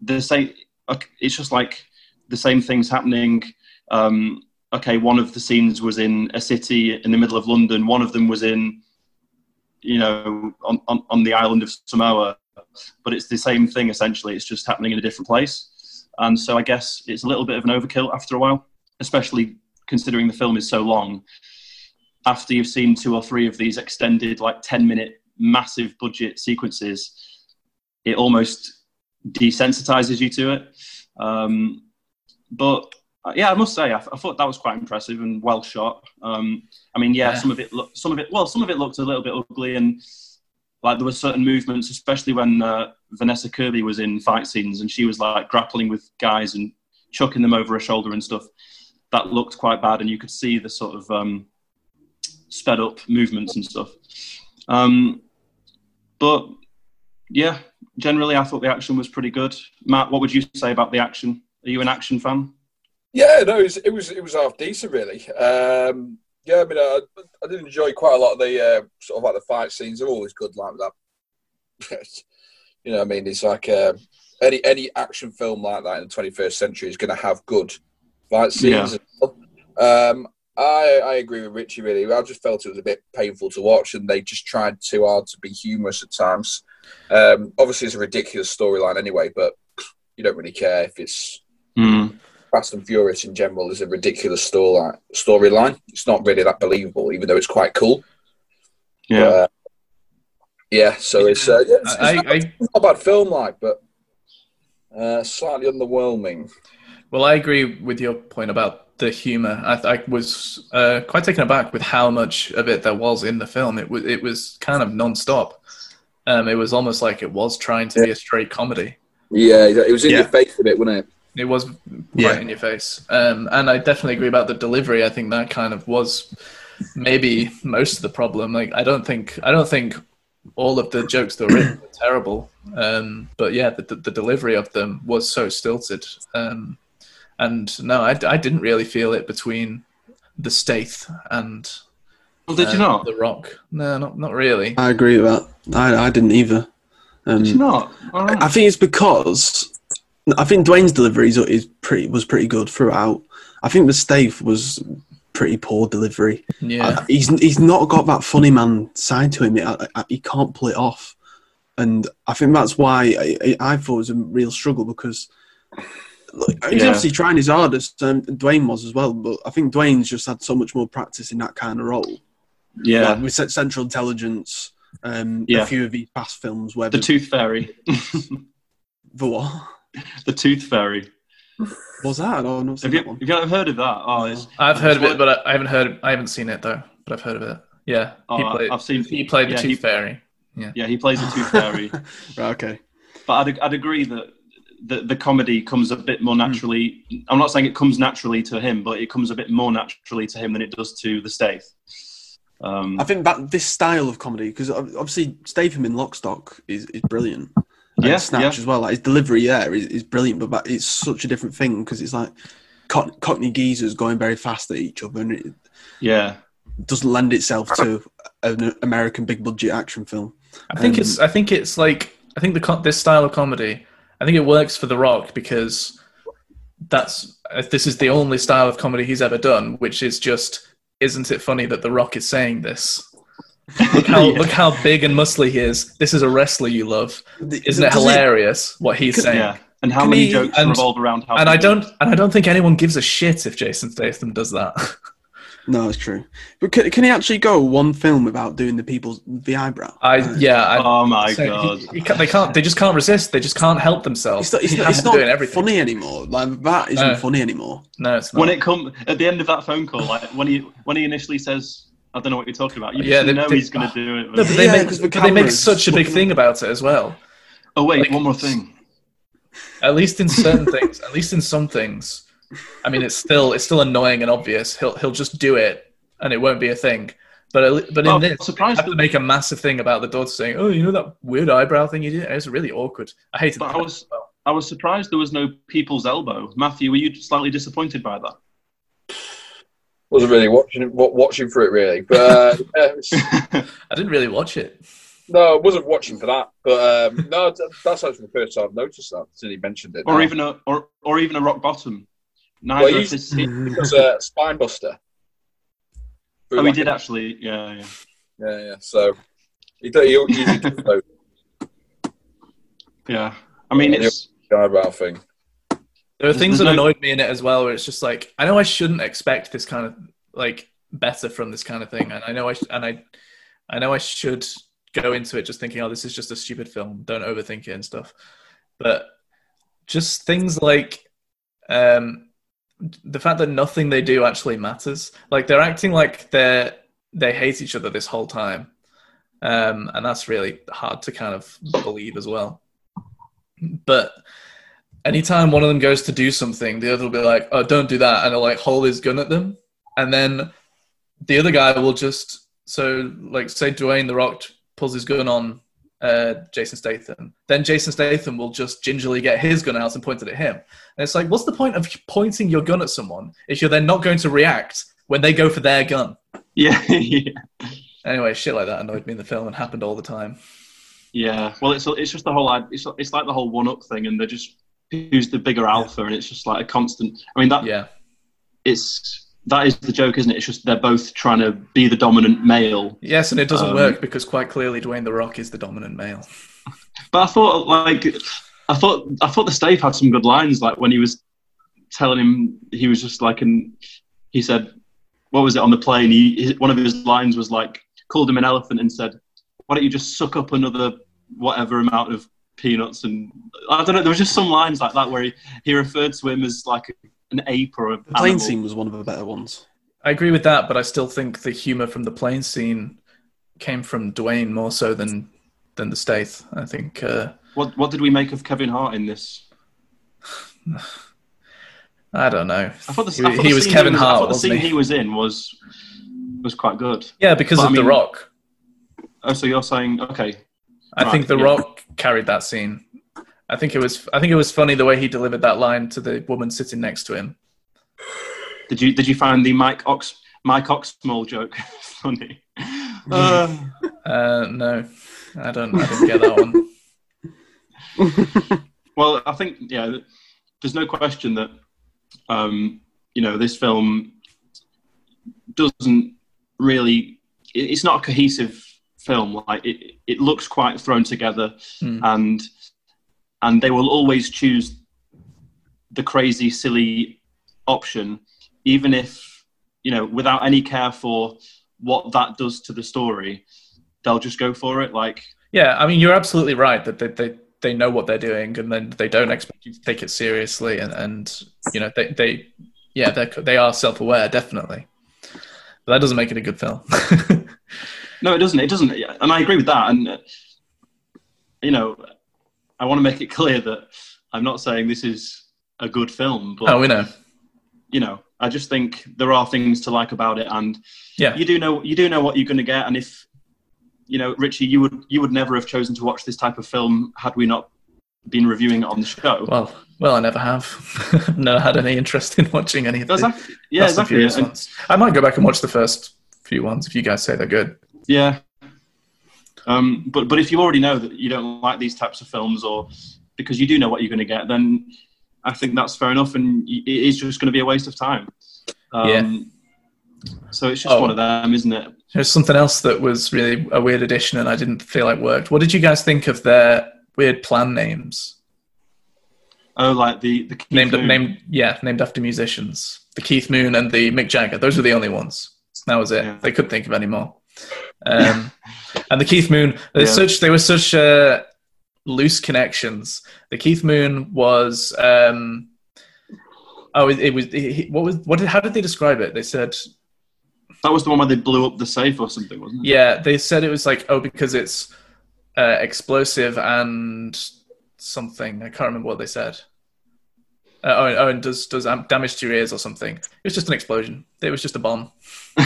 [SPEAKER 2] the same, ok- it's just like the same things happening. Um, okay, one of the scenes was in a city in the middle of London. One of them was in, you know, on on, on the island of Samoa. But it's the same thing essentially. It's just happening in a different place. And so I guess it's a little bit of an overkill after a while, especially considering the film is so long. After you've seen two or three of these extended, like ten-minute, massive budget sequences, it almost desensitizes you to it. Um, but uh, yeah, I must say, I, I thought that was quite impressive and well shot. Um, I mean, yeah,
[SPEAKER 1] Yeah.
[SPEAKER 2] some of it, look, some of it, well, some of it looked a little bit ugly, and like there were certain movements, especially when uh, Vanessa Kirby was in fight scenes and she was like grappling with guys and chucking them over her shoulder and stuff. That looked quite bad, and you could see the sort of um, sped up movements and stuff. Um, but yeah, generally, I thought the action was pretty good. Matt, what would you say about the action? Are you an action fan?
[SPEAKER 4] Yeah, no, it was it was, it was half decent really. Um, yeah, I mean, I, I did enjoy quite a lot of the uh, sort of like the fight scenes. They're always good like that. you know, what I mean, it's like um any any action film like that in the 21st century is going to have good fight scenes. Um, I I agree with Richie really. I just felt it was a bit painful to watch, and they just tried too hard to be humorous at times. Um, obviously, it's a ridiculous storyline anyway, but you don't really care if it's
[SPEAKER 2] Hmm,
[SPEAKER 4] Fast and Furious in general is a ridiculous story- storyline. It's not really that believable, even though it's quite cool.
[SPEAKER 2] Yeah.
[SPEAKER 4] Uh, yeah, so it's, uh, yeah, it's, it's
[SPEAKER 1] I,
[SPEAKER 4] not,
[SPEAKER 1] I
[SPEAKER 4] not a bad film, like, but uh, slightly underwhelming.
[SPEAKER 1] Well, I agree with your point about the humor. I, I was uh, quite taken aback with how much of it there was in the film. It was it was kind of non-stop. Um, it was almost like it was trying to be a straight comedy.
[SPEAKER 4] Yeah, it was in
[SPEAKER 3] Yeah.
[SPEAKER 4] your face a bit, wasn't it?
[SPEAKER 1] It was right
[SPEAKER 3] Yeah.
[SPEAKER 1] in your face. Um, and I definitely agree about the delivery. I think that kind of was maybe most of the problem. Like I don't think I don't think all of the jokes that were written were terrible. Um, but yeah, the, the delivery of them was so stilted. Um, and no, I, I didn't really feel it between the Staith and
[SPEAKER 2] Well, did you
[SPEAKER 1] uh,
[SPEAKER 2] not?
[SPEAKER 1] the Rock. No, not not really.
[SPEAKER 3] I agree with that. I, I didn't either. Um,
[SPEAKER 2] Did you not? All right.
[SPEAKER 3] I think it's because I think Dwayne's delivery is, is pretty was pretty good throughout. I think the Stave was pretty poor delivery.
[SPEAKER 1] Yeah,
[SPEAKER 3] I- he's he's not got that funny man side to him. I, I, he can't pull it off, and I think that's why I, I I thought it was a real struggle because look, he's
[SPEAKER 2] Yeah.
[SPEAKER 3] obviously trying his hardest. Um, Dwayne was as well, but I think Dwayne's just had so much more practice in that kind of role.
[SPEAKER 2] yeah.
[SPEAKER 3] Like with Cent- Central Intelligence, um,
[SPEAKER 2] Yeah.
[SPEAKER 3] a few of his past films where
[SPEAKER 2] the
[SPEAKER 3] the,
[SPEAKER 2] Tooth Fairy.
[SPEAKER 3] the what
[SPEAKER 2] the Tooth Fairy.
[SPEAKER 3] was that? Oh, I've not seen
[SPEAKER 2] Have you,
[SPEAKER 3] that one.
[SPEAKER 2] have you ever heard of that? Oh, it's,
[SPEAKER 1] I've heard of
[SPEAKER 2] it's
[SPEAKER 1] it, but I, I haven't heard. I haven't seen it though. But I've heard of it. Yeah, he
[SPEAKER 2] Oh,
[SPEAKER 1] played.
[SPEAKER 2] I've seen-
[SPEAKER 1] He played the
[SPEAKER 2] yeah,
[SPEAKER 1] Tooth
[SPEAKER 2] he-
[SPEAKER 1] Fairy.
[SPEAKER 2] yeah, he plays the Tooth Fairy.
[SPEAKER 3] Right, okay.
[SPEAKER 2] but I'd, I'd agree that the, the comedy comes a bit more naturally.
[SPEAKER 1] Hmm.
[SPEAKER 2] I'm not saying it comes naturally to him, but it comes a bit more naturally to him than it does to the Staith. Um,
[SPEAKER 3] I think that this style of comedy, because obviously Statham in Lockstock is, is brilliant. And
[SPEAKER 2] Yeah,
[SPEAKER 3] Snatch
[SPEAKER 2] yeah.
[SPEAKER 3] as well. Like his delivery there is, is brilliant, but that, it's such a different thing because it's like co- Cockney geezers going very fast at each other, and it
[SPEAKER 2] yeah.
[SPEAKER 3] doesn't lend itself to an American big budget action film.
[SPEAKER 1] I think
[SPEAKER 3] Um,
[SPEAKER 1] it's. I think it's like. I think the co- this style of comedy. I think it works for The Rock because that's. uh, This is the only style of comedy he's ever done, which is just. Isn't it funny that The Rock is saying this? Look how
[SPEAKER 2] Yeah.
[SPEAKER 1] look how big and muscly he is. This is a wrestler you love. Isn't it
[SPEAKER 3] Does
[SPEAKER 1] hilarious what he's saying?
[SPEAKER 2] Yeah. And how
[SPEAKER 3] Can
[SPEAKER 2] many
[SPEAKER 3] he-
[SPEAKER 2] jokes
[SPEAKER 1] and-
[SPEAKER 2] revolve around how
[SPEAKER 1] And I
[SPEAKER 2] people-
[SPEAKER 1] don't and I don't think anyone gives a shit if Jason Statham does that.
[SPEAKER 3] No, it's true. But can, can he actually go one film without doing the people's the eyebrow?
[SPEAKER 1] I yeah. I,
[SPEAKER 2] Oh my
[SPEAKER 1] so he-
[SPEAKER 2] god.
[SPEAKER 1] he ca- they can't. They just can't resist. They just can't help themselves.
[SPEAKER 3] It's not, it's
[SPEAKER 1] He
[SPEAKER 3] not,
[SPEAKER 1] has
[SPEAKER 3] it's
[SPEAKER 1] to do it in
[SPEAKER 3] not
[SPEAKER 1] everything.
[SPEAKER 3] funny anymore. Like that isn't
[SPEAKER 1] No.
[SPEAKER 3] funny anymore.
[SPEAKER 1] No, it's not.
[SPEAKER 2] when it come at the end of that phone call, like when he when he initially says, "I don't know what you're talking about," you
[SPEAKER 1] Yeah,
[SPEAKER 2] just
[SPEAKER 1] they-
[SPEAKER 2] know
[SPEAKER 1] they-
[SPEAKER 2] he's going to do it.
[SPEAKER 1] No, but they,
[SPEAKER 3] Yeah,
[SPEAKER 1] make,
[SPEAKER 3] 'cause the
[SPEAKER 1] but they make
[SPEAKER 3] cameras
[SPEAKER 1] such a big
[SPEAKER 3] looking-
[SPEAKER 1] thing about it as well.
[SPEAKER 2] oh wait,
[SPEAKER 1] like-
[SPEAKER 2] one more thing.
[SPEAKER 1] At least in certain things, at least in some things. I mean, it's still it's still annoying and obvious. He'll he'll just do it, and it won't be a thing. But at, le- but in
[SPEAKER 2] Oh,
[SPEAKER 1] this,
[SPEAKER 2] surprised-
[SPEAKER 1] they have to make a massive thing about the daughter saying, "Oh, you know that weird eyebrow thing you did? It was really awkward. I hated
[SPEAKER 2] But
[SPEAKER 1] that."
[SPEAKER 2] I was I was surprised there was no people's elbow. Matthew, were you slightly disappointed by that?
[SPEAKER 4] Wasn't really watching it, wa- watching for it really, but uh, yeah, it's-
[SPEAKER 1] I didn't really watch it.
[SPEAKER 4] No, I wasn't watching for that, but um, no, th- that's actually the first time I've noticed that since he mentioned it.
[SPEAKER 2] or
[SPEAKER 4] now.
[SPEAKER 2] even a or, or even a rock bottom. Neither
[SPEAKER 4] Well,
[SPEAKER 2] of
[SPEAKER 4] he's-
[SPEAKER 2] this. He,
[SPEAKER 4] Because, uh, Spinebuster.
[SPEAKER 2] oh, he did actually. Yeah, yeah.
[SPEAKER 4] Yeah, yeah. So he don't he usually does those
[SPEAKER 2] yeah. I mean, it's
[SPEAKER 4] eyebrow thing.
[SPEAKER 1] There are
[SPEAKER 2] There's-
[SPEAKER 1] things
[SPEAKER 2] there's
[SPEAKER 1] that
[SPEAKER 2] no-
[SPEAKER 1] annoyed me in it as well, where it's just like I know I shouldn't expect this kind of like better from this kind of thing, and I know I sh- and I I know I should go into it just thinking, oh, this is just a stupid film. Don't overthink it and stuff. But just things like um, the fact that nothing they do actually matters. Like they're acting like they're they hate each other this whole time, um, and that's really hard to kind of believe as well. But anytime one of them goes to do something, the other will be like, "Oh, don't do that," and he'll like hold his gun at them, and then the other guy will just so like say Dwayne the Rock pulls his gun on uh, Jason Statham, then Jason Statham will just gingerly get his gun out and point it at him, and it's like, what's the point of pointing your gun at someone if you're then not going to react when they go for their gun?
[SPEAKER 2] yeah, yeah,
[SPEAKER 1] Anyway, shit like that annoyed me in the film and happened all the time.
[SPEAKER 2] yeah. Well, it's it's just the whole ad- it's it's like the whole one up thing, and they're just who's the bigger alpha, and it's just like a constant. I mean, that
[SPEAKER 1] Yeah,
[SPEAKER 2] it's that is the joke, isn't it? It's just they're both trying to be the dominant male,
[SPEAKER 1] yes, and it doesn't
[SPEAKER 2] Um,
[SPEAKER 1] work because quite clearly Dwayne the Rock is the dominant male.
[SPEAKER 2] But I thought like I thought I thought the Stave had some good lines, like when he was telling him he was just like and he said what was it on the plane? He his, one of his lines was like called him an elephant and said, Why don't you just suck up another whatever amount of peanuts and I don't know, there was just some lines like that where he, he referred to him as like an ape or a
[SPEAKER 3] The plane
[SPEAKER 2] animal.
[SPEAKER 3] scene was one of the better ones.
[SPEAKER 1] I agree with that, but I still think the humor from the plane scene came from Dwayne more so than than the Stath. I think uh,
[SPEAKER 2] What what did we make of Kevin Hart in this?
[SPEAKER 1] I don't know.
[SPEAKER 2] I thought the,
[SPEAKER 1] He-
[SPEAKER 2] I thought
[SPEAKER 1] he
[SPEAKER 2] the
[SPEAKER 1] was
[SPEAKER 2] scene
[SPEAKER 1] Kevin
[SPEAKER 2] I
[SPEAKER 1] Hart,
[SPEAKER 2] thought the
[SPEAKER 1] wasn't
[SPEAKER 2] scene
[SPEAKER 1] he?
[SPEAKER 2] he was in was was quite good.
[SPEAKER 1] Yeah, because
[SPEAKER 2] But,
[SPEAKER 1] of
[SPEAKER 2] I mean-
[SPEAKER 1] The Rock.
[SPEAKER 2] Oh, so you're saying okay,
[SPEAKER 1] I
[SPEAKER 2] Right,
[SPEAKER 1] think The
[SPEAKER 2] yeah.
[SPEAKER 1] Rock carried that scene. I think it was I think it was funny the way he delivered that line to the woman sitting next to him.
[SPEAKER 2] Did you did you find the Mike Ox Mike Oxmall joke funny? Uh,
[SPEAKER 1] Uh, no, I don't. I didn't get that one.
[SPEAKER 2] well, I think yeah, there's no question that um, you know this film doesn't really. it- It's not a cohesive film. Like it, it looks quite thrown together,
[SPEAKER 1] Hmm.
[SPEAKER 2] and and they will always choose the crazy, silly option, even if you know without any care for what that does to the story. They'll just go for it. Like
[SPEAKER 1] Yeah, I mean you're absolutely right that they, they they know what they're doing and then they don't expect you to take it seriously and and you know they they yeah they they are self aware definitely, but that doesn't make it a good film.
[SPEAKER 2] No, it doesn't. It doesn't. yeah, And I agree with that. And, uh, you know, I want to make it clear that I'm not saying this is a good film, but,
[SPEAKER 1] oh, we know.
[SPEAKER 2] you know, I just think there are things to like about it. And
[SPEAKER 1] Yeah.
[SPEAKER 2] you do know, you do know what you're going to get. And if, you know, Richie, you would, you would never have chosen to watch this type of film had we not been reviewing it on the show.
[SPEAKER 1] Well, well, I never have. never had any interest in watching any of
[SPEAKER 2] That's
[SPEAKER 1] those.
[SPEAKER 2] ac- yeah, exactly. And-
[SPEAKER 1] I might go back and watch the first few ones if you guys say they're good.
[SPEAKER 2] Yeah. Um, but but if you already know that you don't like these types of films, or because you do know what you're going to get, then I think that's fair enough, and y- it is just going to be a waste of time. Um, So it's just
[SPEAKER 1] Oh.
[SPEAKER 2] one of them, isn't it?
[SPEAKER 1] There's something else that was really a weird addition and I didn't feel like worked. What did you guys think of their weird plan names?
[SPEAKER 2] Oh, like the the Keith
[SPEAKER 1] named
[SPEAKER 2] Moon.
[SPEAKER 1] named yeah named after musicians the keith moon and the mick jagger those were the only ones that was it
[SPEAKER 2] Yeah.
[SPEAKER 1] they could think of any more um, and the keith moon they
[SPEAKER 2] Yeah.
[SPEAKER 1] such they were such uh, loose connections the keith moon was um, oh it, it was he, he- what was what did, how did they describe it they said
[SPEAKER 2] That was the one where they blew up the safe or something, wasn't it?
[SPEAKER 1] yeah they said it was like oh because it's uh, explosive and something i can't remember what they said uh, oh, and- oh and does does am- damage to your ears or something it was just an explosion it was just a bomb
[SPEAKER 2] Yeah.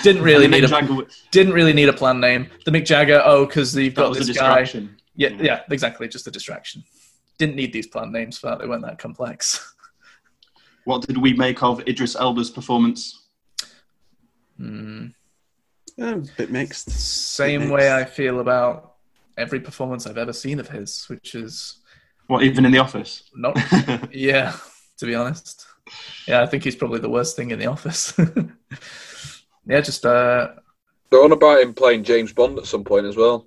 [SPEAKER 1] Didn't really need a-
[SPEAKER 2] Jagger, w-
[SPEAKER 1] didn't really need a plan name the mick jagger oh because you've
[SPEAKER 2] that
[SPEAKER 1] got
[SPEAKER 2] was a
[SPEAKER 1] this guy
[SPEAKER 2] distraction.
[SPEAKER 1] yeah yeah exactly just a distraction didn't need these plan names for that they weren't that complex
[SPEAKER 2] What did we make of Idris Elba's performance?
[SPEAKER 1] Hmm.
[SPEAKER 3] Yeah, a bit mixed.
[SPEAKER 1] Same
[SPEAKER 3] Mixed.
[SPEAKER 1] way I feel about every performance I've ever seen of his, which is
[SPEAKER 2] What, even in the office?
[SPEAKER 1] not. yeah, to be honest. Yeah, I think he's probably the worst thing in the office. yeah, just uh,
[SPEAKER 4] They're on about him playing James Bond at some point as well.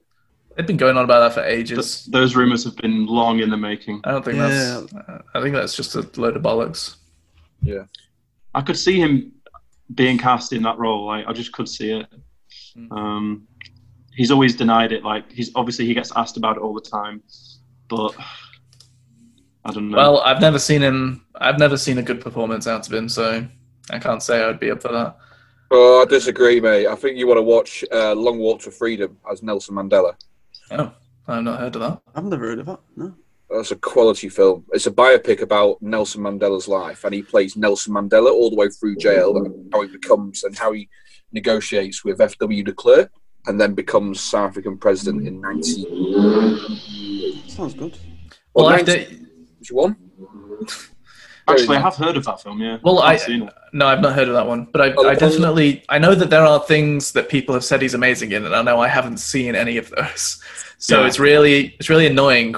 [SPEAKER 1] they've been going on about that for
[SPEAKER 2] Th-
[SPEAKER 1] ages.
[SPEAKER 2] those rumors have been long in the making.
[SPEAKER 1] I don't think that's. uh, I think that's just a load of bollocks.
[SPEAKER 4] Yeah.
[SPEAKER 2] I could see him being cast in that role. Like, I just could see it.
[SPEAKER 1] Hmm.
[SPEAKER 2] Um, he's always denied it. Like, he's obviously he gets asked about it all the time, but I don't know.
[SPEAKER 1] Well, I've never seen him. I've never seen a good performance out of him, so I can't say I'd be up for that.
[SPEAKER 4] Oh, I disagree, mate. I think you want to watch uh, Long Walk to Freedom as Nelson Mandela.
[SPEAKER 1] Oh, I've not heard of that.
[SPEAKER 3] I've never heard of that. No.
[SPEAKER 4] That's a quality film. It's a biopic about Nelson Mandela's life, and he plays Nelson Mandela all the way through jail and how he becomes and how he negotiates with F.W. de Klerk and then becomes South African president in 19.
[SPEAKER 3] Sounds good.
[SPEAKER 1] Well,
[SPEAKER 4] Well,
[SPEAKER 1] I
[SPEAKER 4] thanks.
[SPEAKER 1] did-
[SPEAKER 4] Which one?
[SPEAKER 2] actually, I have heard of that film. Yeah.
[SPEAKER 1] Well,
[SPEAKER 2] I've
[SPEAKER 1] I-
[SPEAKER 2] seen it.
[SPEAKER 1] no, I've not heard of that one, but I,
[SPEAKER 4] Oh,
[SPEAKER 1] I
[SPEAKER 4] the-
[SPEAKER 1] definitely I know that there are things that people have said he's amazing in, and I know I haven't seen any of those. So
[SPEAKER 2] Yeah.
[SPEAKER 1] it's really it's really annoying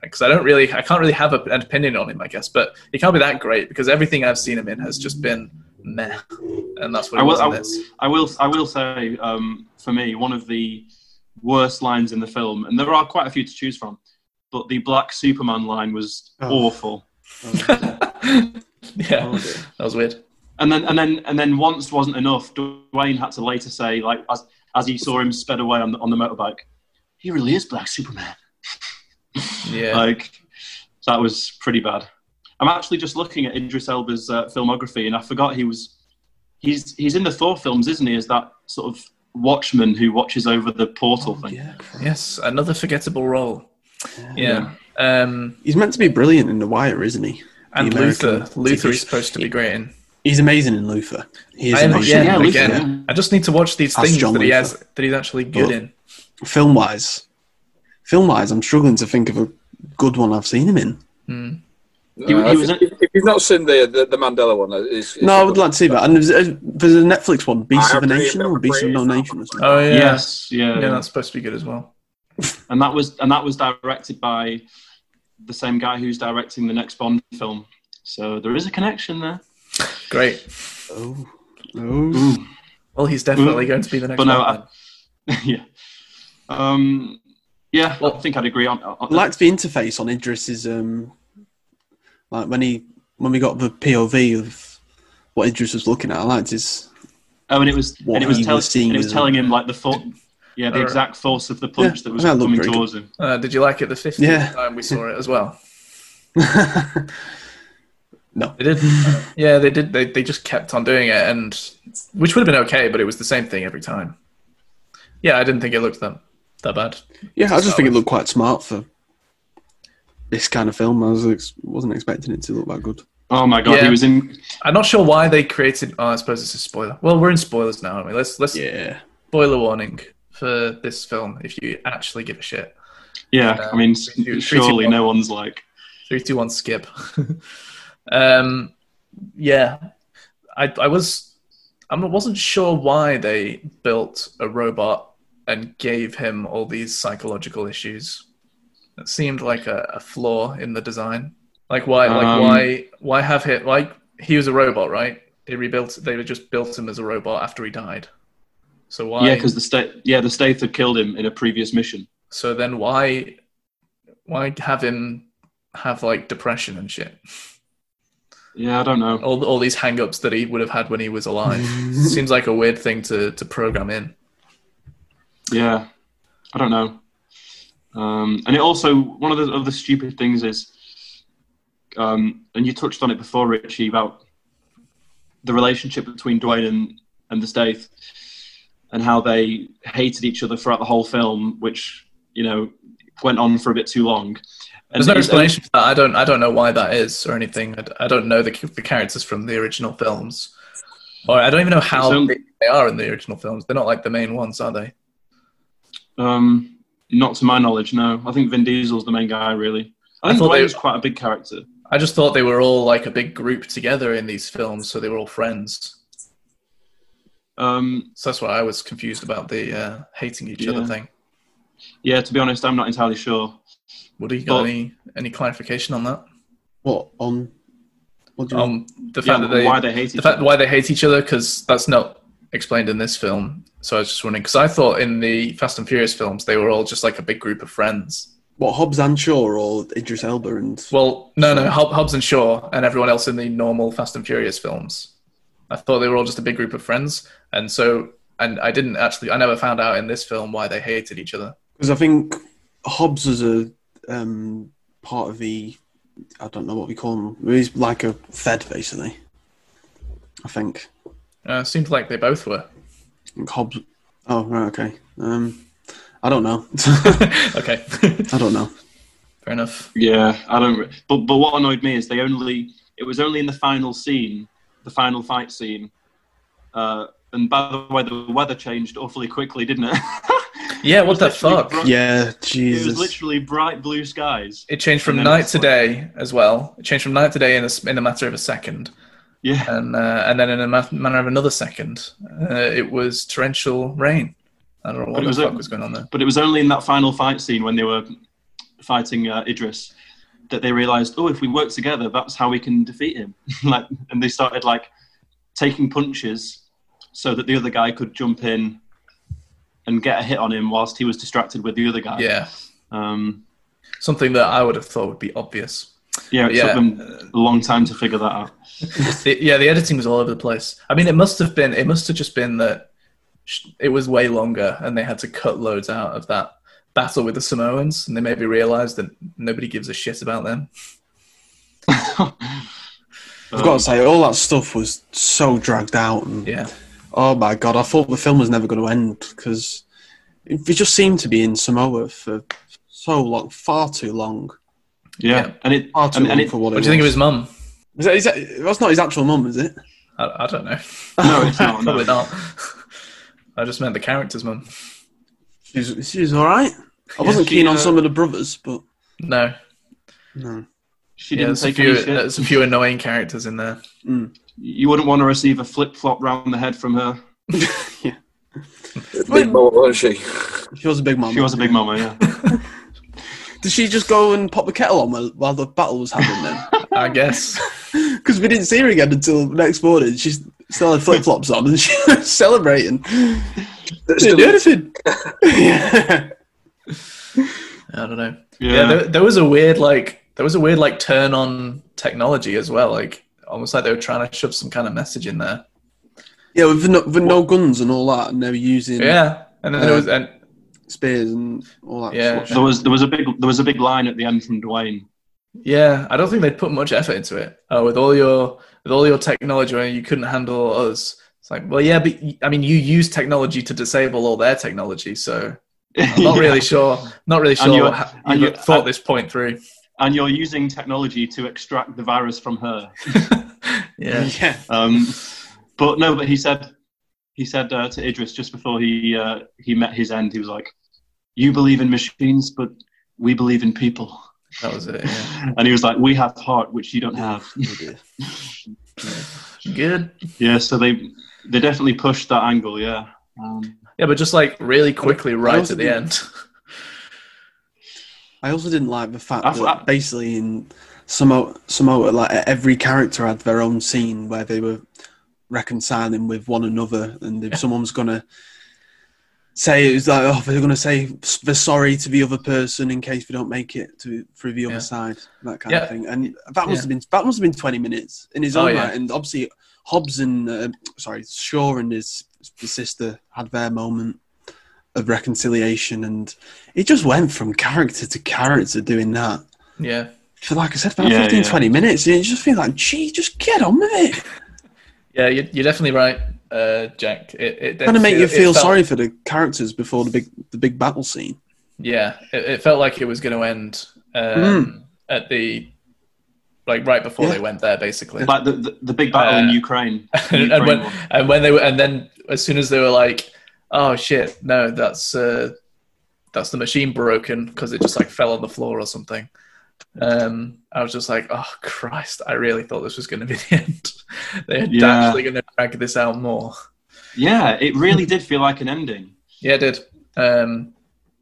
[SPEAKER 1] because I don't really I can't really have a, an opinion on him, I guess. But he can't be that great because everything I've seen him in has just been meh, and that's what he
[SPEAKER 2] I will-
[SPEAKER 1] was in
[SPEAKER 2] I-
[SPEAKER 1] this.
[SPEAKER 2] I will. I will say, um, for me, one of the worst lines in the film, and there are quite a few to choose from, but the Black Superman line was
[SPEAKER 3] Oh.
[SPEAKER 2] awful.
[SPEAKER 1] yeah,
[SPEAKER 3] Oh, dear.
[SPEAKER 1] that was weird.
[SPEAKER 2] And then, and then, and then, once wasn't enough. Dwayne had to later say, like, as as he saw him sped away on the, on the motorbike, he really is Black Superman.
[SPEAKER 1] Yeah.
[SPEAKER 2] Like, that was pretty bad. I'm actually just looking at Idris Elba's uh, filmography, and I forgot he was. He's he's in the Thor films, isn't he? As that sort of watchman who watches over the portal thing.
[SPEAKER 3] Yeah.
[SPEAKER 1] Yes, another forgettable role. Yeah. Um,
[SPEAKER 3] He's meant to be brilliant in The Wire, isn't he?
[SPEAKER 1] and
[SPEAKER 3] The American
[SPEAKER 1] Luther. Luther
[SPEAKER 3] TV
[SPEAKER 1] is supposed to be great in.
[SPEAKER 3] He's amazing in Luther. He is
[SPEAKER 1] I am,
[SPEAKER 3] amazing.
[SPEAKER 1] yeah,
[SPEAKER 2] Yeah,
[SPEAKER 3] in Luther.
[SPEAKER 2] Luther,
[SPEAKER 1] again,
[SPEAKER 2] yeah.
[SPEAKER 1] I just need to watch these
[SPEAKER 3] That's
[SPEAKER 1] things
[SPEAKER 3] John
[SPEAKER 1] that he
[SPEAKER 3] Luther.
[SPEAKER 1] has that he's actually good
[SPEAKER 3] Well-
[SPEAKER 1] in.
[SPEAKER 3] Film wise, film wise, I'm struggling to think of a good one I've seen him in.
[SPEAKER 2] He-
[SPEAKER 4] Uh,
[SPEAKER 2] he was
[SPEAKER 4] if, if you've not seen the the, the Mandela one, uh, it's, it's
[SPEAKER 3] No, I would like to see that. And there's a, there's a Netflix one, Beast of a Nation or Beast of No Nation or something.
[SPEAKER 1] Oh yeah.
[SPEAKER 2] Yes, yeah,
[SPEAKER 1] Yeah, that's supposed to be good as well.
[SPEAKER 2] and that was and that was directed by the same guy who's directing the next Bond film. So there is a connection there.
[SPEAKER 1] Great.
[SPEAKER 3] Oh.
[SPEAKER 1] Well, he's definitely going to be the next
[SPEAKER 2] But no,
[SPEAKER 1] one.
[SPEAKER 2] I, yeah, um, yeah.
[SPEAKER 1] Well-
[SPEAKER 2] I think I'd agree on. on
[SPEAKER 3] I liked the interface on Idris's um like when he when we got the POV of what Idris was looking at, I liked his
[SPEAKER 2] oh, and it was
[SPEAKER 3] what
[SPEAKER 2] and it was,
[SPEAKER 3] he
[SPEAKER 2] tell,
[SPEAKER 3] was seeing
[SPEAKER 2] and it was
[SPEAKER 3] was-
[SPEAKER 2] telling him like the thought. Yeah, the
[SPEAKER 1] Alright.
[SPEAKER 2] exact force of the punch
[SPEAKER 3] Yeah,
[SPEAKER 2] that was
[SPEAKER 3] that looked
[SPEAKER 2] coming
[SPEAKER 3] pretty
[SPEAKER 2] towards him.
[SPEAKER 1] uh, did you like it the 50th
[SPEAKER 3] Yeah.
[SPEAKER 1] time we saw it as well?
[SPEAKER 3] No.
[SPEAKER 1] They did. yeah, they did. They, they just kept on doing it, and which would have been okay, but it was the same thing every time. Yeah, I didn't think it looked that that bad.
[SPEAKER 3] Yeah, I just think it looked quite smart for this kind of film. I was ex- wasn't expecting it to look that good.
[SPEAKER 2] Oh my god,
[SPEAKER 1] Yeah.
[SPEAKER 2] he was in.
[SPEAKER 1] I'm not sure why they created. Oh, I suppose it's a spoiler. Well, we're in spoilers now, aren't we? Let's let's
[SPEAKER 3] Yeah.
[SPEAKER 1] spoiler warning for this film if you actually give a shit.
[SPEAKER 2] Yeah, I mean,
[SPEAKER 1] three, two,
[SPEAKER 2] surely
[SPEAKER 1] one.
[SPEAKER 2] no one's like.
[SPEAKER 1] Three, two, one, skip. um, yeah, I I was I wasn't sure why they built a robot and gave him all these psychological issues. It seemed like a, a flaw in the design. Like why like
[SPEAKER 2] Um,
[SPEAKER 1] why why have him like he was a robot, right? They rebuilt they just built him as a robot after he died. So why
[SPEAKER 2] Yeah, because the state. Yeah, the state had killed him in a previous mission.
[SPEAKER 1] So then why why have him have like depression and shit?
[SPEAKER 2] Yeah, I don't know.
[SPEAKER 1] All all these hang-ups that he would have had when he was alive. Seems like a weird thing to to program in.
[SPEAKER 2] Yeah, I don't know. Um, and it also one of the other stupid things is, um, and you touched on it before, Richie, about the relationship between Dwayne and and the Staith, and how they hated each other throughout the whole film, which you know went on for a bit too long. And uh,
[SPEAKER 1] There's no
[SPEAKER 2] it's-
[SPEAKER 1] explanation for that. I don't I don't know why that is or anything. I, d- I don't know the c- the characters from the original films. Or I don't even know how
[SPEAKER 2] So-
[SPEAKER 1] big they are in the original films. They're not like the main ones, are they?
[SPEAKER 2] Um, not to my knowledge, no. I think Vin Diesel's the main guy, really. I think
[SPEAKER 1] thought
[SPEAKER 2] Dwayne
[SPEAKER 1] they-
[SPEAKER 2] was quite a big character.
[SPEAKER 1] I just thought they were all like a big group together in these films, so they were all friends.
[SPEAKER 2] Um,
[SPEAKER 1] So that's why I was confused about the uh, hating each other
[SPEAKER 2] Yeah.
[SPEAKER 1] thing.
[SPEAKER 2] yeah, to be honest, I'm not entirely sure.
[SPEAKER 1] Woody, you got
[SPEAKER 2] Well-
[SPEAKER 1] any any clarification on that?
[SPEAKER 3] What on? What do you mean?
[SPEAKER 1] On the fact
[SPEAKER 2] yeah,
[SPEAKER 1] that they
[SPEAKER 2] why they hate
[SPEAKER 1] the
[SPEAKER 2] each
[SPEAKER 1] fact
[SPEAKER 2] other.
[SPEAKER 1] why they hate each other because that's not explained in this film. So I was just wondering because I thought in the Fast and Furious films they were all just like a big group of friends.
[SPEAKER 3] What Hobbs and Shaw or Idris Elba and?
[SPEAKER 1] Well, no, no, Hob- Hobbs and Shaw and everyone else in the normal Fast and Furious films. I thought they were all just a big group of friends, and so and I didn't actually I never found out in this film why they hated each other.
[SPEAKER 3] Because I think Hobbs is a um, part of the. I don't know what we call him. He's like a Fed basically. I think.
[SPEAKER 1] Uh, seemed like they both were.
[SPEAKER 3] I think Hobbs. Oh right, okay. Um, I don't know.
[SPEAKER 1] okay,
[SPEAKER 3] I don't know.
[SPEAKER 1] fair enough.
[SPEAKER 2] Yeah, I don't. re- But but what annoyed me is they only. It was only in the final scene, the final fight scene. Uh, and by the way, the weather changed awfully quickly, didn't it?
[SPEAKER 1] Yeah,
[SPEAKER 2] It
[SPEAKER 1] what
[SPEAKER 2] was
[SPEAKER 1] the
[SPEAKER 2] literally
[SPEAKER 1] fuck?
[SPEAKER 2] bright-
[SPEAKER 3] Yeah,
[SPEAKER 2] It was
[SPEAKER 3] Jesus.
[SPEAKER 2] literally bright blue skies.
[SPEAKER 1] It changed from
[SPEAKER 2] And then
[SPEAKER 1] night
[SPEAKER 2] it's
[SPEAKER 1] to
[SPEAKER 2] like-
[SPEAKER 1] day as well. It changed from night to day in a, s- in a matter of a second,
[SPEAKER 2] Yeah,
[SPEAKER 1] and uh, and then in a ma- matter of another second, uh, it was torrential rain. I don't know what
[SPEAKER 2] But it
[SPEAKER 1] the
[SPEAKER 2] was a-
[SPEAKER 1] fuck was going on there.
[SPEAKER 2] but it was only in that final fight scene when they were fighting uh, Idris that they realized, oh, if we work together, that's how we can defeat him. like, and they started like taking punches so that the other guy could jump in and get a hit on him whilst he was distracted with the other guy.
[SPEAKER 1] Yeah,
[SPEAKER 2] Um,
[SPEAKER 1] something that I would have thought would be obvious.
[SPEAKER 2] yeah, it
[SPEAKER 1] Yeah.
[SPEAKER 2] took them a long time to figure that out.
[SPEAKER 1] The- yeah, the editing was all over the place. I mean, it must have been. It must have just been that sh- it was way longer, and they had to cut loads out of that battle with the Samoans, and they maybe realized that nobody gives a shit about them.
[SPEAKER 3] I've got to say, all that stuff was so dragged out and
[SPEAKER 1] Yeah.
[SPEAKER 3] Oh my god! I thought the film was never going to end because it it just seemed to be in Samoa for so long, far too long,
[SPEAKER 2] yeah.
[SPEAKER 1] Yeah.
[SPEAKER 2] and it
[SPEAKER 3] far too
[SPEAKER 2] and,
[SPEAKER 3] long
[SPEAKER 2] and it,
[SPEAKER 3] for what,
[SPEAKER 1] What
[SPEAKER 3] it
[SPEAKER 1] do you think of
[SPEAKER 3] was.
[SPEAKER 1] his mum?
[SPEAKER 3] Is that, is that, that's not his actual mum, is it?
[SPEAKER 1] I, I don't know.
[SPEAKER 2] no, it's not.
[SPEAKER 1] Probably
[SPEAKER 2] No.
[SPEAKER 1] not. I just meant the characters, mum.
[SPEAKER 3] She's she's all right. I wasn't
[SPEAKER 2] she,
[SPEAKER 3] keen on
[SPEAKER 2] uh,
[SPEAKER 3] some of the brothers, but
[SPEAKER 1] No,
[SPEAKER 3] no.
[SPEAKER 2] She
[SPEAKER 1] yeah,
[SPEAKER 2] didn't
[SPEAKER 1] there's a
[SPEAKER 2] take
[SPEAKER 1] few.
[SPEAKER 2] any shit.
[SPEAKER 1] There's a few annoying characters in there.
[SPEAKER 2] you wouldn't want to receive a flip flop round the head from her.
[SPEAKER 4] Big Mo, wasn't she?
[SPEAKER 3] She was a big mum.
[SPEAKER 2] She was a big mama, yeah.
[SPEAKER 3] Did she just go and pop the kettle on while, while the battle was happening then?
[SPEAKER 1] I guess.
[SPEAKER 3] Because we didn't see her again until the next morning. She still had flip flops on and she was celebrating. Didn't do anything. yeah.
[SPEAKER 1] I don't know.
[SPEAKER 2] Yeah.
[SPEAKER 1] Yeah, there, there was a weird like there was a weird like turn on technology as well. Like almost like they were trying to shove some kind of message in there.
[SPEAKER 3] Yeah, with no, with no guns and all that, and they were using
[SPEAKER 1] Yeah, and then it was and
[SPEAKER 3] spears and all that.
[SPEAKER 1] Yeah.
[SPEAKER 3] sort of
[SPEAKER 2] There was there was a big there was a big line at the end from Dwayne.
[SPEAKER 1] yeah, I don't think they'd put much effort into it. Oh, with all your with all your technology, you couldn't handle us. It's like, well, yeah, but y- I mean, you use technology to disable all their technology, so I'm not
[SPEAKER 2] Yeah.
[SPEAKER 1] really sure. Not really
[SPEAKER 2] And
[SPEAKER 1] sure.
[SPEAKER 2] you-
[SPEAKER 1] how
[SPEAKER 2] and
[SPEAKER 1] you
[SPEAKER 2] you-
[SPEAKER 1] thought this point through.
[SPEAKER 2] And you're using technology to extract the virus from her.
[SPEAKER 1] Yeah.
[SPEAKER 3] shit. yeah.
[SPEAKER 2] Um, but no, but he said he said uh, to Idris just before he uh, he met his end, he was like, "You believe in machines, but we believe in people."
[SPEAKER 1] That was it. Yeah.
[SPEAKER 2] And he was like, "We have heart, which you don't have."
[SPEAKER 1] Good.
[SPEAKER 2] yeah, so they they definitely pushed that angle. Yeah. Um,
[SPEAKER 1] Yeah, but just like really quickly, right
[SPEAKER 3] also
[SPEAKER 1] at the
[SPEAKER 3] didn't-
[SPEAKER 1] end.
[SPEAKER 3] I also didn't like the fact
[SPEAKER 2] I've-
[SPEAKER 3] that
[SPEAKER 2] I've-
[SPEAKER 3] basically in Samoa, Samoa, like every character had their own scene where they were reconciling with one another, and if someone's gonna say it was like, oh, they're gonna say they're sorry to the other person in case we don't make it to through the other
[SPEAKER 1] Yeah.
[SPEAKER 3] side, that kind
[SPEAKER 1] Yeah.
[SPEAKER 3] of thing. And that must
[SPEAKER 1] Yeah.
[SPEAKER 3] have been that must have been twenty minutes in his
[SPEAKER 1] Oh,
[SPEAKER 3] own
[SPEAKER 1] yeah.
[SPEAKER 3] right, and obviously Hobbs and uh, sorry Shaw and his, his sister had their moment of reconciliation, and it just went from character to character doing that
[SPEAKER 1] Yeah.
[SPEAKER 3] for like I said, about
[SPEAKER 2] Yeah,
[SPEAKER 3] 15,
[SPEAKER 2] yeah.
[SPEAKER 3] 20 minutes. And you just feel like, gee, just get on with it.
[SPEAKER 1] Yeah, you're, you're definitely right, uh, Jack. It, it
[SPEAKER 3] Trying to make you
[SPEAKER 1] it
[SPEAKER 3] feel
[SPEAKER 1] felt-
[SPEAKER 3] sorry for the characters before the big the big battle scene.
[SPEAKER 1] Yeah, it, it felt like it was going to end um, at the like right before
[SPEAKER 3] Hmm. Yeah.
[SPEAKER 1] they went there, basically.
[SPEAKER 2] like the, the, the big battle in
[SPEAKER 1] Uh,
[SPEAKER 2] Ukraine. the
[SPEAKER 1] and, and
[SPEAKER 2] Ukraine
[SPEAKER 1] when
[SPEAKER 2] one.
[SPEAKER 1] and when they were, and then as soon as they were like, "Oh shit, no, that's uh, that's the machine broken because it just like fell on the floor or something." Um, I was just like, "Oh Christ!" I really thought this was going to be the end. They're
[SPEAKER 2] Yeah.
[SPEAKER 1] actually going to drag this out more.
[SPEAKER 2] Yeah, it really did feel like an ending.
[SPEAKER 1] Yeah, it did. Um,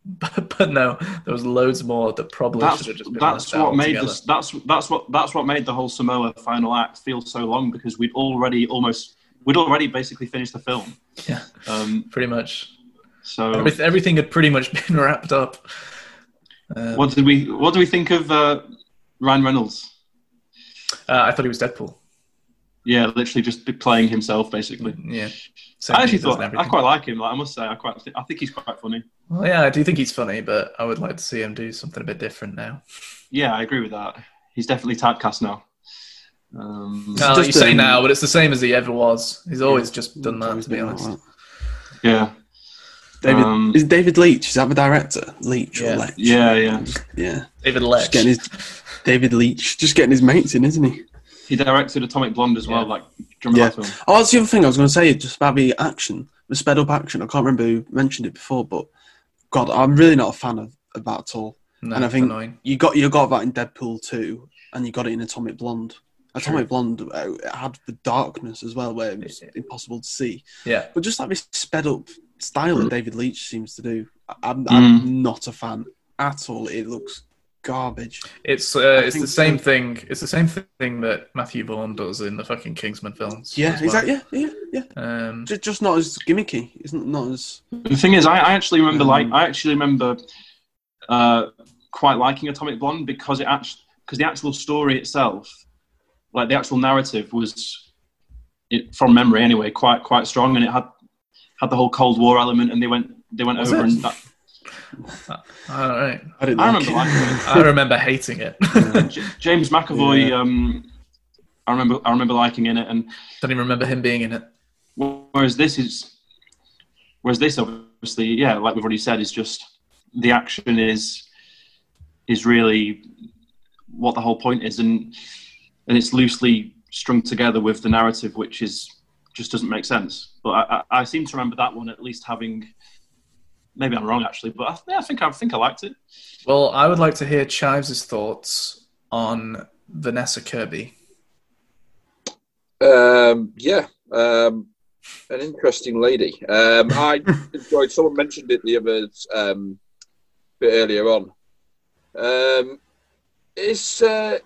[SPEAKER 1] but, but no, there was loads more that probably
[SPEAKER 2] That's,
[SPEAKER 1] should have just been
[SPEAKER 2] that's
[SPEAKER 1] left out
[SPEAKER 2] what made
[SPEAKER 1] altogether.
[SPEAKER 2] this, that's that's what that's what made the whole Samoa final act feel so long because we'd already almost we'd already basically finished the film.
[SPEAKER 1] Yeah.
[SPEAKER 2] Um,
[SPEAKER 1] pretty much.
[SPEAKER 2] so
[SPEAKER 1] Everyth- everything had pretty much been wrapped up. Um,
[SPEAKER 2] what did we what do we think of uh, Ryan Reynolds?
[SPEAKER 1] uh, I thought he was Deadpool.
[SPEAKER 2] Yeah, literally just be playing himself basically.
[SPEAKER 1] Yeah. Same
[SPEAKER 2] I actually
[SPEAKER 1] Jesus and
[SPEAKER 2] thought I
[SPEAKER 1] everything.
[SPEAKER 2] quite like him. Like, I must say, I quite I think he's quite funny.
[SPEAKER 1] Well, yeah, I do think he's funny, but I would like to see him do something a bit different now.
[SPEAKER 2] Yeah, I agree with that. He's definitely typecast now. Um,
[SPEAKER 1] No,
[SPEAKER 3] just
[SPEAKER 1] you say
[SPEAKER 3] a-
[SPEAKER 1] now, but it's the same as he ever was. He's always just done that, to be honest.
[SPEAKER 2] yeah,
[SPEAKER 3] David
[SPEAKER 2] Um,
[SPEAKER 3] is David Leach. Is that the director? Leach
[SPEAKER 1] Yeah.
[SPEAKER 3] or Leach?
[SPEAKER 2] yeah, yeah.
[SPEAKER 3] yeah.
[SPEAKER 1] David Leitch.
[SPEAKER 3] Just getting his David Leach. Just getting his mates in, isn't he?
[SPEAKER 2] He directed Atomic Blonde as well.
[SPEAKER 1] Yeah.
[SPEAKER 2] Like, do you remember
[SPEAKER 3] Yeah.
[SPEAKER 2] that film?
[SPEAKER 3] Oh, that's the other thing I was going to say. Just about the action, the sped up action. I can't remember who mentioned it before, but God, I'm really not a fan of, of that at all.
[SPEAKER 1] No,
[SPEAKER 3] and I
[SPEAKER 1] it's
[SPEAKER 3] think
[SPEAKER 1] annoying.
[SPEAKER 3] you got you got that in Deadpool too, and you got it in Atomic Blonde. Atomic Blonde uh, it had the darkness as well, where it was impossible to see.
[SPEAKER 1] Yeah.
[SPEAKER 3] But just like this sped up style
[SPEAKER 2] Mm.
[SPEAKER 3] that David Leach seems to do, I- I'm, I'm not a fan at all. It looks garbage.
[SPEAKER 1] It's uh, it's
[SPEAKER 3] think
[SPEAKER 1] the same
[SPEAKER 3] so.
[SPEAKER 1] thing. It's the same thing that Matthew Bourne does in the fucking Kingsman films.
[SPEAKER 3] Yeah,
[SPEAKER 1] as well.
[SPEAKER 3] exactly. Yeah, yeah, yeah.
[SPEAKER 1] Um,
[SPEAKER 3] Just, just not as gimmicky. Isn't not as
[SPEAKER 2] The thing is, I, I actually remember like
[SPEAKER 3] Um,
[SPEAKER 2] I actually remember uh, quite liking Atomic Blonde because it actually because the actual story itself, like the actual narrative, was it, from memory anyway, quite quite strong, and it had had the whole Cold War element, and they went they went
[SPEAKER 1] Was
[SPEAKER 2] over
[SPEAKER 1] it?
[SPEAKER 2] and that,
[SPEAKER 1] all right.
[SPEAKER 3] I didn't.
[SPEAKER 2] I
[SPEAKER 3] like
[SPEAKER 2] remember
[SPEAKER 3] it.
[SPEAKER 2] liking it.
[SPEAKER 1] I remember hating it. Don't
[SPEAKER 2] J- James McAvoy. Um, I remember. I remember liking in it, and
[SPEAKER 1] even remember him being in it.
[SPEAKER 2] whereas this is, whereas this obviously, yeah, like we've already said, is just the action is is really what the whole point is, and and it's loosely strung together with the narrative, which is just doesn't make sense. But I, I, I seem to remember that one at least having. Maybe I'm wrong actually, but I, yeah, I think I think I liked it.
[SPEAKER 1] Well, I would like to hear Chives' thoughts on Vanessa Kirby.
[SPEAKER 4] Um, yeah, um, an interesting lady. Um, I enjoyed. Someone mentioned it the other um, bit earlier on. Um, it's uh,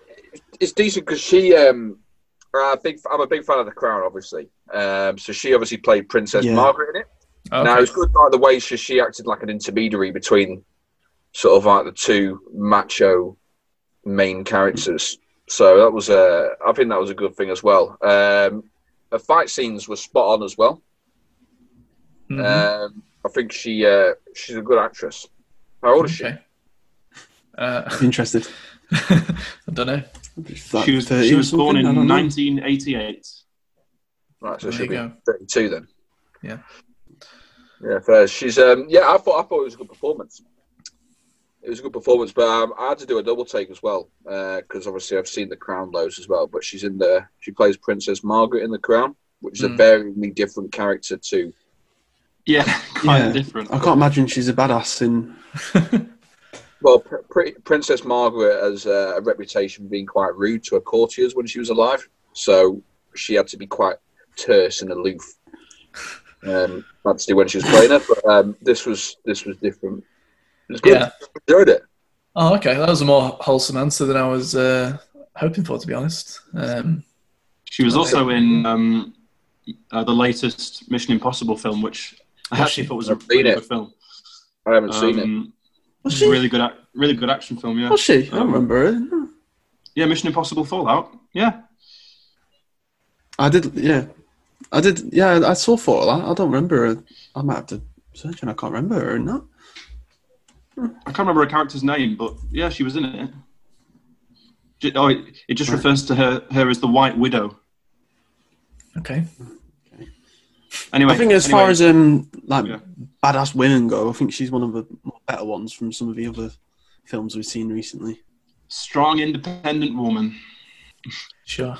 [SPEAKER 4] it's decent because she. Um, uh, big, I'm a big fan of the Crown, obviously. Um, so she obviously played Princess
[SPEAKER 3] Yeah.
[SPEAKER 4] Margaret in it.
[SPEAKER 1] Okay.
[SPEAKER 4] Now it's good by the way she she acted like an intermediary between sort of like the two macho main characters. So that was a I think that was a good thing as well. Um, her fight scenes were spot on as well.
[SPEAKER 1] Mhm.
[SPEAKER 4] Um, I think she uh, she's a good actress. How old is she?
[SPEAKER 1] Mm-hmm. okay. Uh,
[SPEAKER 3] Interested.
[SPEAKER 1] I don't know.
[SPEAKER 3] It's like
[SPEAKER 2] she was
[SPEAKER 3] 30
[SPEAKER 2] she
[SPEAKER 3] or
[SPEAKER 2] was born
[SPEAKER 3] something, I don't
[SPEAKER 2] in
[SPEAKER 3] know.
[SPEAKER 2] 1988.
[SPEAKER 4] Right, so
[SPEAKER 1] There
[SPEAKER 4] she'll
[SPEAKER 1] you
[SPEAKER 4] be
[SPEAKER 1] go.
[SPEAKER 4] thirty-two then.
[SPEAKER 1] Yeah.
[SPEAKER 4] Yeah, fair. She's um, yeah. I thought I thought it was a good performance. It was a good performance, but um, I had to do a double take as well because obviously I've seen the Crown loads as well. But she's in the she plays Princess Margaret in the Crown, which is a
[SPEAKER 1] Mm.
[SPEAKER 4] very different character to
[SPEAKER 2] Yeah, quite
[SPEAKER 3] Yeah.
[SPEAKER 2] different.
[SPEAKER 3] I can't imagine she's a badass in.
[SPEAKER 4] Well, pr- pr- Princess Margaret has uh, a reputation for being quite rude to her courtiers when she was alive, so she had to be quite terse and aloof. Um, obviously, when she was playing it, but um, this was this was different. It was good.
[SPEAKER 1] Yeah.
[SPEAKER 4] Enjoyed it.
[SPEAKER 1] Oh, okay. That was a more wholesome answer than I was uh, hoping for, to be honest. Um,
[SPEAKER 2] She
[SPEAKER 3] Oh,
[SPEAKER 2] was also in um, uh, the latest Mission Impossible film, which I
[SPEAKER 1] Was
[SPEAKER 2] actually
[SPEAKER 1] she?
[SPEAKER 2] thought was a
[SPEAKER 4] I've seen
[SPEAKER 2] really
[SPEAKER 4] it.
[SPEAKER 2] good film.
[SPEAKER 4] I haven't seen it.
[SPEAKER 2] Um,
[SPEAKER 3] Was she?
[SPEAKER 2] Really good, ac- really good action film. Yeah,
[SPEAKER 3] Was she? I don't
[SPEAKER 2] Um,
[SPEAKER 3] remember her. No.
[SPEAKER 2] yeah, Mission Impossible Fallout. Yeah,
[SPEAKER 3] I did. Yeah, I did. Yeah, I saw for that. I don't remember her. I might have to search, and I can't remember her in that.
[SPEAKER 2] I can't remember her character's name, but yeah, she was in it. Ju- Oh, it, it just refers to her her as the White Widow.
[SPEAKER 1] okay.
[SPEAKER 2] Anyway,
[SPEAKER 3] I think as
[SPEAKER 2] anyway,
[SPEAKER 3] far as um like
[SPEAKER 2] Yeah.
[SPEAKER 3] badass women go, I think she's one of the more better ones from some of the other films we've seen recently.
[SPEAKER 2] strong, independent woman,
[SPEAKER 1] Sure.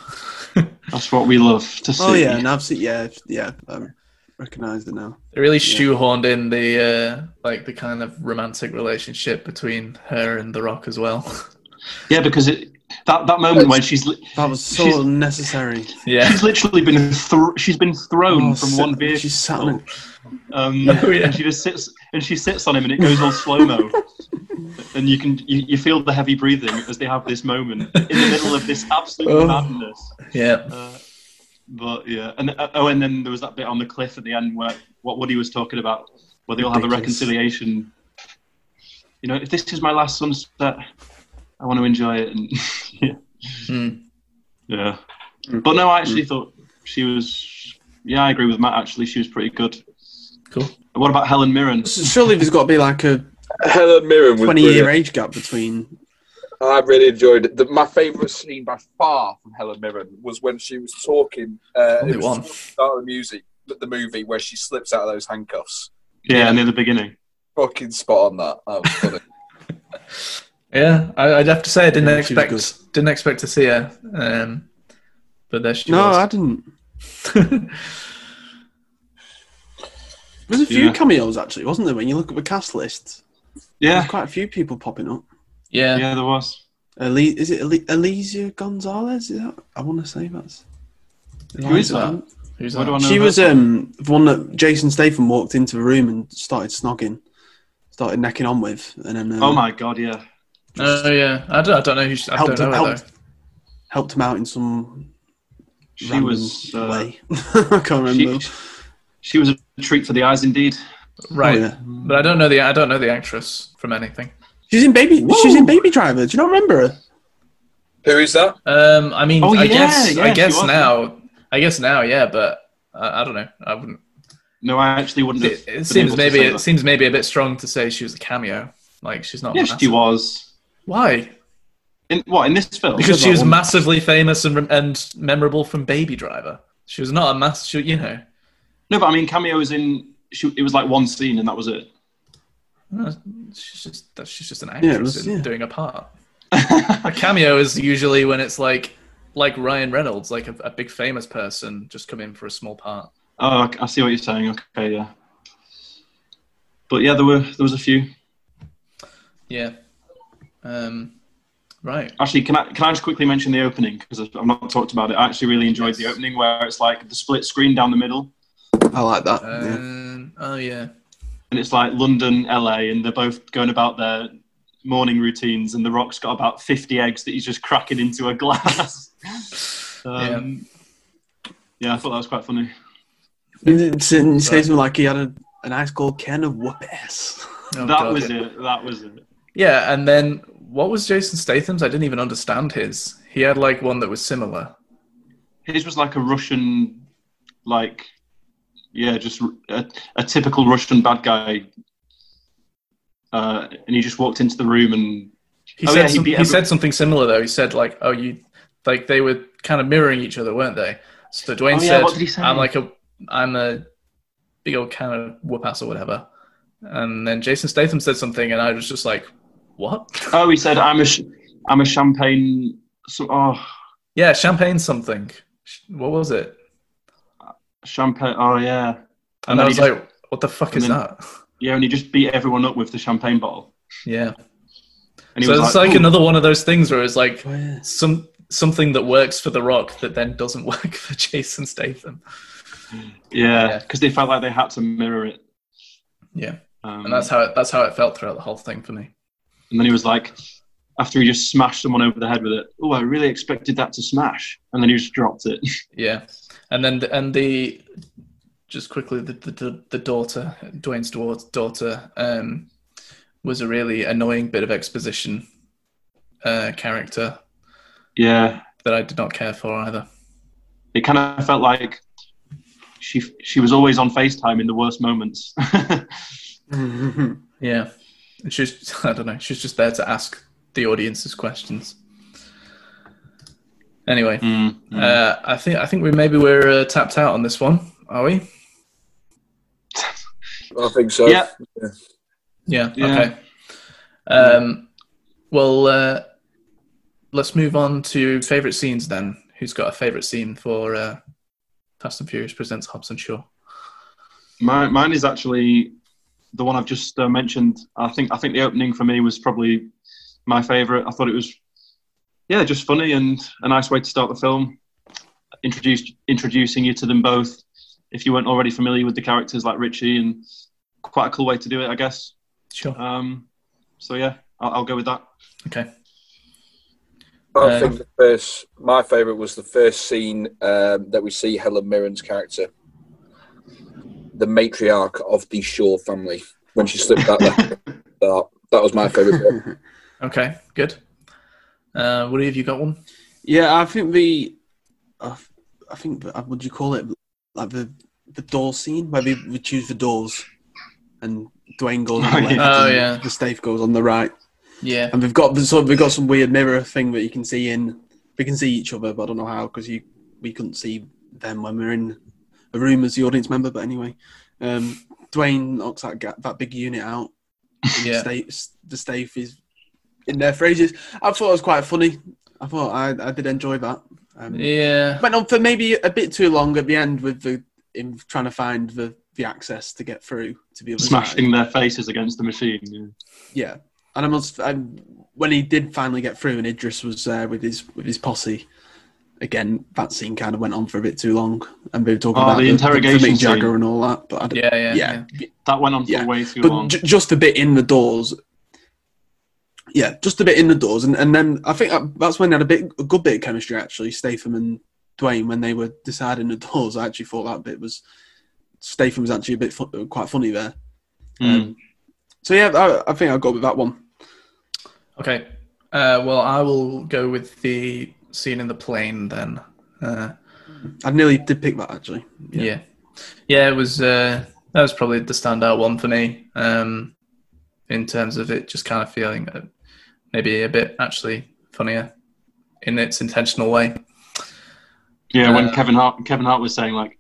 [SPEAKER 2] that's what we love to see.
[SPEAKER 3] Oh yeah, and I've seen yeah yeah um, recognised it now.
[SPEAKER 1] They really shoehorned in the uh, like the kind of romantic relationship between her and The Rock as well.
[SPEAKER 2] Yeah, because it That that moment when she's li-
[SPEAKER 3] That was so
[SPEAKER 2] She's-
[SPEAKER 3] unnecessary.
[SPEAKER 1] Yeah.
[SPEAKER 2] she's literally been thr she's been thrown
[SPEAKER 3] Oh,
[SPEAKER 2] from
[SPEAKER 3] sit-
[SPEAKER 2] one vehicle.
[SPEAKER 3] She sat on it.
[SPEAKER 2] Um,
[SPEAKER 1] Oh, yeah.
[SPEAKER 2] And she just sits and she sits on him, and it goes all slow mo. and you can you, you feel the heavy breathing as they have this moment in the middle of this absolute
[SPEAKER 1] Oh.
[SPEAKER 2] madness.
[SPEAKER 1] Yeah.
[SPEAKER 2] Uh, but yeah, and uh, oh, and then there was that bit on the cliff at the end where what Woody was talking about, where they all have a
[SPEAKER 1] Ridiculous.
[SPEAKER 2] reconciliation. You know, if this is my last sunset, I want to enjoy it. And yeah,
[SPEAKER 1] Mm.
[SPEAKER 2] yeah. But no, I actually thought she was. Yeah, I agree with Matt. Actually, she was pretty good.
[SPEAKER 1] Cool.
[SPEAKER 2] What about Helen Mirren?
[SPEAKER 3] Surely there's got to be like a
[SPEAKER 4] Helen Mirren was
[SPEAKER 3] 20
[SPEAKER 4] brilliant.
[SPEAKER 3] year age gap between.
[SPEAKER 4] I really enjoyed it. The, my favourite scene by far from Helen Mirren was when she was talking. Uh,
[SPEAKER 1] Only
[SPEAKER 4] it was
[SPEAKER 1] one.
[SPEAKER 4] towards the Start of the music, the- the movie where she slips out of those handcuffs.
[SPEAKER 2] Yeah, near the beginning.
[SPEAKER 4] Fucking spot on that. That was funny.
[SPEAKER 1] Yeah. I, I'd have to say I didn't
[SPEAKER 3] Yeah, she was
[SPEAKER 1] expect didn't expect to see her. Um, but there she
[SPEAKER 3] No, I
[SPEAKER 1] was.
[SPEAKER 3] didn't. There's a few
[SPEAKER 2] Yeah.
[SPEAKER 3] cameos actually, wasn't there? When you look at the cast list,
[SPEAKER 2] Yeah,
[SPEAKER 3] there's quite a few people popping up.
[SPEAKER 1] yeah.
[SPEAKER 2] yeah, there was.
[SPEAKER 3] Ele- is it Ele- Alicia Gonzalez? Is that? I want to say that's.
[SPEAKER 2] Who is that?
[SPEAKER 1] Who's
[SPEAKER 2] What do I
[SPEAKER 1] that?
[SPEAKER 2] know
[SPEAKER 3] She
[SPEAKER 2] about
[SPEAKER 3] was
[SPEAKER 2] that?
[SPEAKER 3] um, the one that Jason Statham walked into the room and started snogging, started necking on with, and then um,
[SPEAKER 2] Oh my god, yeah.
[SPEAKER 1] Oh yeah. I don't, I don't know who she, I
[SPEAKER 3] helped
[SPEAKER 1] don't
[SPEAKER 3] him
[SPEAKER 1] know her,
[SPEAKER 3] out,
[SPEAKER 1] though.
[SPEAKER 3] helped him out in some
[SPEAKER 2] She
[SPEAKER 3] random
[SPEAKER 2] was. Uh,
[SPEAKER 3] way. I can't remember.
[SPEAKER 2] she, she was a treat for the eyes, indeed.
[SPEAKER 1] Right.
[SPEAKER 3] Oh, yeah.
[SPEAKER 1] But I don't know the I don't know the actress from anything.
[SPEAKER 3] She's in Baby. She's in Baby Driver. Do you not remember her?
[SPEAKER 4] Who is that?
[SPEAKER 1] Um, I mean,
[SPEAKER 2] Oh,
[SPEAKER 1] I
[SPEAKER 2] yeah,
[SPEAKER 1] guess,
[SPEAKER 2] yeah,
[SPEAKER 1] I
[SPEAKER 2] she
[SPEAKER 1] guess
[SPEAKER 2] was.
[SPEAKER 1] now, I guess now, yeah, but I, I don't know. I wouldn't.
[SPEAKER 2] No, I actually wouldn't. Have
[SPEAKER 1] It,
[SPEAKER 2] been
[SPEAKER 1] it seems
[SPEAKER 2] able to
[SPEAKER 1] maybe
[SPEAKER 2] say
[SPEAKER 1] it
[SPEAKER 2] that.
[SPEAKER 1] seems maybe a bit strong to say she was a cameo. Like she's not.
[SPEAKER 2] Yeah,
[SPEAKER 1] massive.
[SPEAKER 2] she was.
[SPEAKER 1] Why?
[SPEAKER 2] In, what in this film?
[SPEAKER 1] Because she
[SPEAKER 3] that
[SPEAKER 1] was
[SPEAKER 3] one.
[SPEAKER 1] massively famous and rem- and memorable from Baby Driver. She was not a mass. She, you know,
[SPEAKER 2] no, but I mean, cameos in. She, it was like one scene, and that was it.
[SPEAKER 1] no, she's just that she's just an
[SPEAKER 3] it
[SPEAKER 1] actress
[SPEAKER 3] was-
[SPEAKER 1] in-
[SPEAKER 3] yeah.
[SPEAKER 1] doing a part. a cameo is usually when it's like like Ryan Reynolds, like a, a big famous person, just come in for a small part.
[SPEAKER 2] Oh, I- I see what you're saying. Okay, yeah. But yeah, there were there was a few.
[SPEAKER 1] Yeah. Um, right.
[SPEAKER 2] Actually, can I can I just quickly mention the opening because I've not talked about it. I actually really enjoyed the
[SPEAKER 1] Yes.
[SPEAKER 2] opening where it's like the split screen down the middle,
[SPEAKER 3] I like that. yeah.
[SPEAKER 1] Um, Oh yeah.
[SPEAKER 2] and it's like London, LA, and they're both going about their morning routines, and The Rock's got about 50 eggs that he's just cracking into a glass. um, yeah. I thought that was quite funny.
[SPEAKER 3] It says something like he had a, an ice cold can of whoop ass.
[SPEAKER 1] Oh,
[SPEAKER 2] that
[SPEAKER 1] God.
[SPEAKER 2] was it. That was it.
[SPEAKER 1] Yeah, and then what was Jason Statham's? I didn't even understand his. He had like one that was similar.
[SPEAKER 2] His was like a Russian, like, yeah, just r- a, a typical Russian bad guy. Uh, and he just walked into the room and
[SPEAKER 1] He
[SPEAKER 2] Oh,
[SPEAKER 1] said
[SPEAKER 2] yeah, he
[SPEAKER 1] some- he,
[SPEAKER 2] beat every-
[SPEAKER 1] said something similar though. He said like, "Oh, you like they were kind of mirroring each other, weren't they?" So Dwayne
[SPEAKER 2] Oh, yeah,
[SPEAKER 1] said,
[SPEAKER 2] what did he say?
[SPEAKER 1] "I'm like a I'm a big old kind of whoop ass or whatever," and then Jason Statham said something, and I was just like, "What?"
[SPEAKER 2] Oh, he said, "I'm a, sh- I'm a champagne." So, oh,
[SPEAKER 1] yeah, champagne something. Sh- What was it?
[SPEAKER 2] champagne. Oh, yeah,
[SPEAKER 1] And,
[SPEAKER 2] then
[SPEAKER 1] I
[SPEAKER 2] he
[SPEAKER 1] was
[SPEAKER 2] just-
[SPEAKER 1] like, "What the fuck
[SPEAKER 2] and
[SPEAKER 1] is
[SPEAKER 2] then-
[SPEAKER 1] that?"
[SPEAKER 2] yeah, and he just beat everyone up with the champagne bottle.
[SPEAKER 1] Yeah.
[SPEAKER 2] And he
[SPEAKER 1] So
[SPEAKER 2] was
[SPEAKER 1] it's like,
[SPEAKER 2] "Ooh."
[SPEAKER 1] another one of those things where it's like
[SPEAKER 3] Oh, yeah.
[SPEAKER 1] some something that works for The Rock that then doesn't work for Jason Statham.
[SPEAKER 2] yeah,
[SPEAKER 1] Yeah.
[SPEAKER 2] because they felt like they had to mirror it.
[SPEAKER 1] Yeah,
[SPEAKER 2] Um,
[SPEAKER 1] and that's how it, that's how it felt throughout the whole thing for me.
[SPEAKER 2] and then he was like, after he just smashed someone over the head with it. Oh, I really expected that to smash, and then he just dropped it.
[SPEAKER 1] Yeah, and then the, and the just quickly the the- the, the daughter Dwayne's daugh- daughter um, was a really annoying bit of exposition uh, character
[SPEAKER 2] yeah,
[SPEAKER 1] that I did not care for either.
[SPEAKER 2] it kind of felt like she she was always on Facetime in the worst moments.
[SPEAKER 1] Yeah, and she was I don't know she was just there to ask the audience's questions. Anyway,
[SPEAKER 2] Mm, mm.
[SPEAKER 1] uh, I think I think we maybe we're uh, tapped out on this one, are we?
[SPEAKER 4] I think so.
[SPEAKER 2] Yeah.
[SPEAKER 1] Yeah.
[SPEAKER 2] Yeah.
[SPEAKER 1] Okay. Um, well, uh, let's move on to favorite scenes then. Who's got a favorite scene for uh, Fast and Furious presents Hobbs and Shaw?
[SPEAKER 2] My, mine is actually the one I've just uh, mentioned. I think I think the opening for me was probably my favourite. I thought it was yeah, just funny and a nice way to start the film. Introduced introducing you to them both. If you weren't already familiar with the characters like Richie, and quite a cool way to do it, I guess.
[SPEAKER 1] Sure.
[SPEAKER 2] Um, so yeah, I'll, I'll go with that.
[SPEAKER 1] Okay.
[SPEAKER 4] I
[SPEAKER 1] Um,
[SPEAKER 4] think the first, my favourite was the first scene um, that we see Helen Mirren's character, the matriarch of the Shaw family, when she slipped that. left- that, that was my favourite. bit.
[SPEAKER 1] Okay. Good. Uh, Woody, have you got one?
[SPEAKER 3] Yeah, I think the, I, I think the- would you call it like the the door scene where we, we choose the doors, and Dwayne goes on the
[SPEAKER 2] Oh,
[SPEAKER 3] left,
[SPEAKER 1] yeah. Oh,
[SPEAKER 3] and
[SPEAKER 1] yeah.
[SPEAKER 3] the Stave goes on the right,
[SPEAKER 1] Yeah.
[SPEAKER 3] and we've got so we've got some weird mirror thing that you can see in. We can see each other, but I don't know how because you we couldn't see them when we were in a room as the audience member. But anyway, um, Dwayne knocks that ga- that big unit out. and
[SPEAKER 1] Yeah.
[SPEAKER 3] The Stave, the Stave is in their phrases. I thought it was quite funny. I thought I, I did enjoy that. Um,
[SPEAKER 1] Yeah.
[SPEAKER 3] went on for maybe a bit too long at the end with the him trying to find the, the access to get through to the other
[SPEAKER 2] Smashing
[SPEAKER 3] side.
[SPEAKER 2] their faces against the machine. Yeah.
[SPEAKER 3] Yeah, and I must. I, when he did finally get through, and Idris was uh, with his with his posse. Again, that scene kind of went on for a bit too long, and we were talking
[SPEAKER 2] Oh,
[SPEAKER 3] about
[SPEAKER 2] the
[SPEAKER 3] the,
[SPEAKER 2] interrogation
[SPEAKER 3] Mick Jagger
[SPEAKER 2] scene.
[SPEAKER 3] and all that. But I don't-
[SPEAKER 1] Yeah, yeah,
[SPEAKER 2] That went on for
[SPEAKER 3] Yeah,
[SPEAKER 2] way too
[SPEAKER 3] but
[SPEAKER 2] long.
[SPEAKER 3] j- just a bit in the doors. Yeah, just a bit in the doors, and, and then I think that- that's when they had a bit a good bit of chemistry actually. Statham and Dwayne when they were deciding the doors, I actually thought that bit was Statham was actually a bit fu- quite funny there. Um,
[SPEAKER 2] Mm.
[SPEAKER 3] So yeah, I, I think I'll go with that one.
[SPEAKER 1] Okay. Uh, well, I will go with the scene in the plane then. Uh,
[SPEAKER 3] I nearly did pick that actually.
[SPEAKER 1] yeah. yeah, It was uh, that was probably the standout one for me. Um, in terms of it, just kind of feeling uh, maybe a bit actually funnier in its intentional way.
[SPEAKER 2] Yeah, when
[SPEAKER 1] Uh,
[SPEAKER 2] Kevin Hart Kevin Hart was saying like,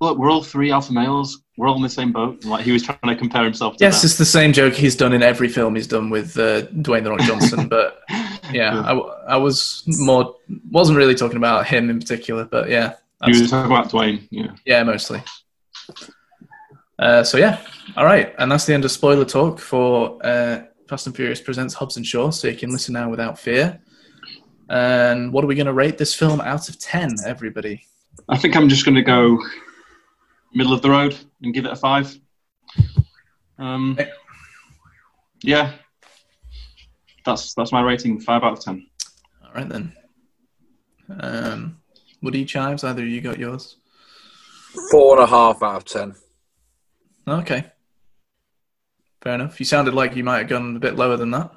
[SPEAKER 2] "Look, we're all three alpha males. We're all in the same boat." And, like he was trying to compare himself to
[SPEAKER 1] Yes,
[SPEAKER 2] that.
[SPEAKER 1] it's the same joke he's done in every film he's done with uh, Dwayne the Rock Johnson, but yeah, I, w- I was more wasn't really talking about him in particular, but yeah,
[SPEAKER 2] he
[SPEAKER 1] that's-
[SPEAKER 2] was talking about Dwayne. Yeah,
[SPEAKER 1] Yeah, mostly. Uh, so yeah, all right, and that's the end of spoiler talk for uh, Fast and Furious presents Hobbs and Shaw. So you can listen now without fear. And what are we going to rate this film out of ten? Everybody,
[SPEAKER 2] I think I'm just going to go middle of the road and give it a five. Um,
[SPEAKER 1] Okay.
[SPEAKER 2] yeah, that's that's my rating. Five out of ten.
[SPEAKER 1] all right then. Um, Woody chimes. Either you got yours.
[SPEAKER 4] Four and a half out of ten.
[SPEAKER 1] Okay, fair enough. You sounded like you might have gone a bit lower than that.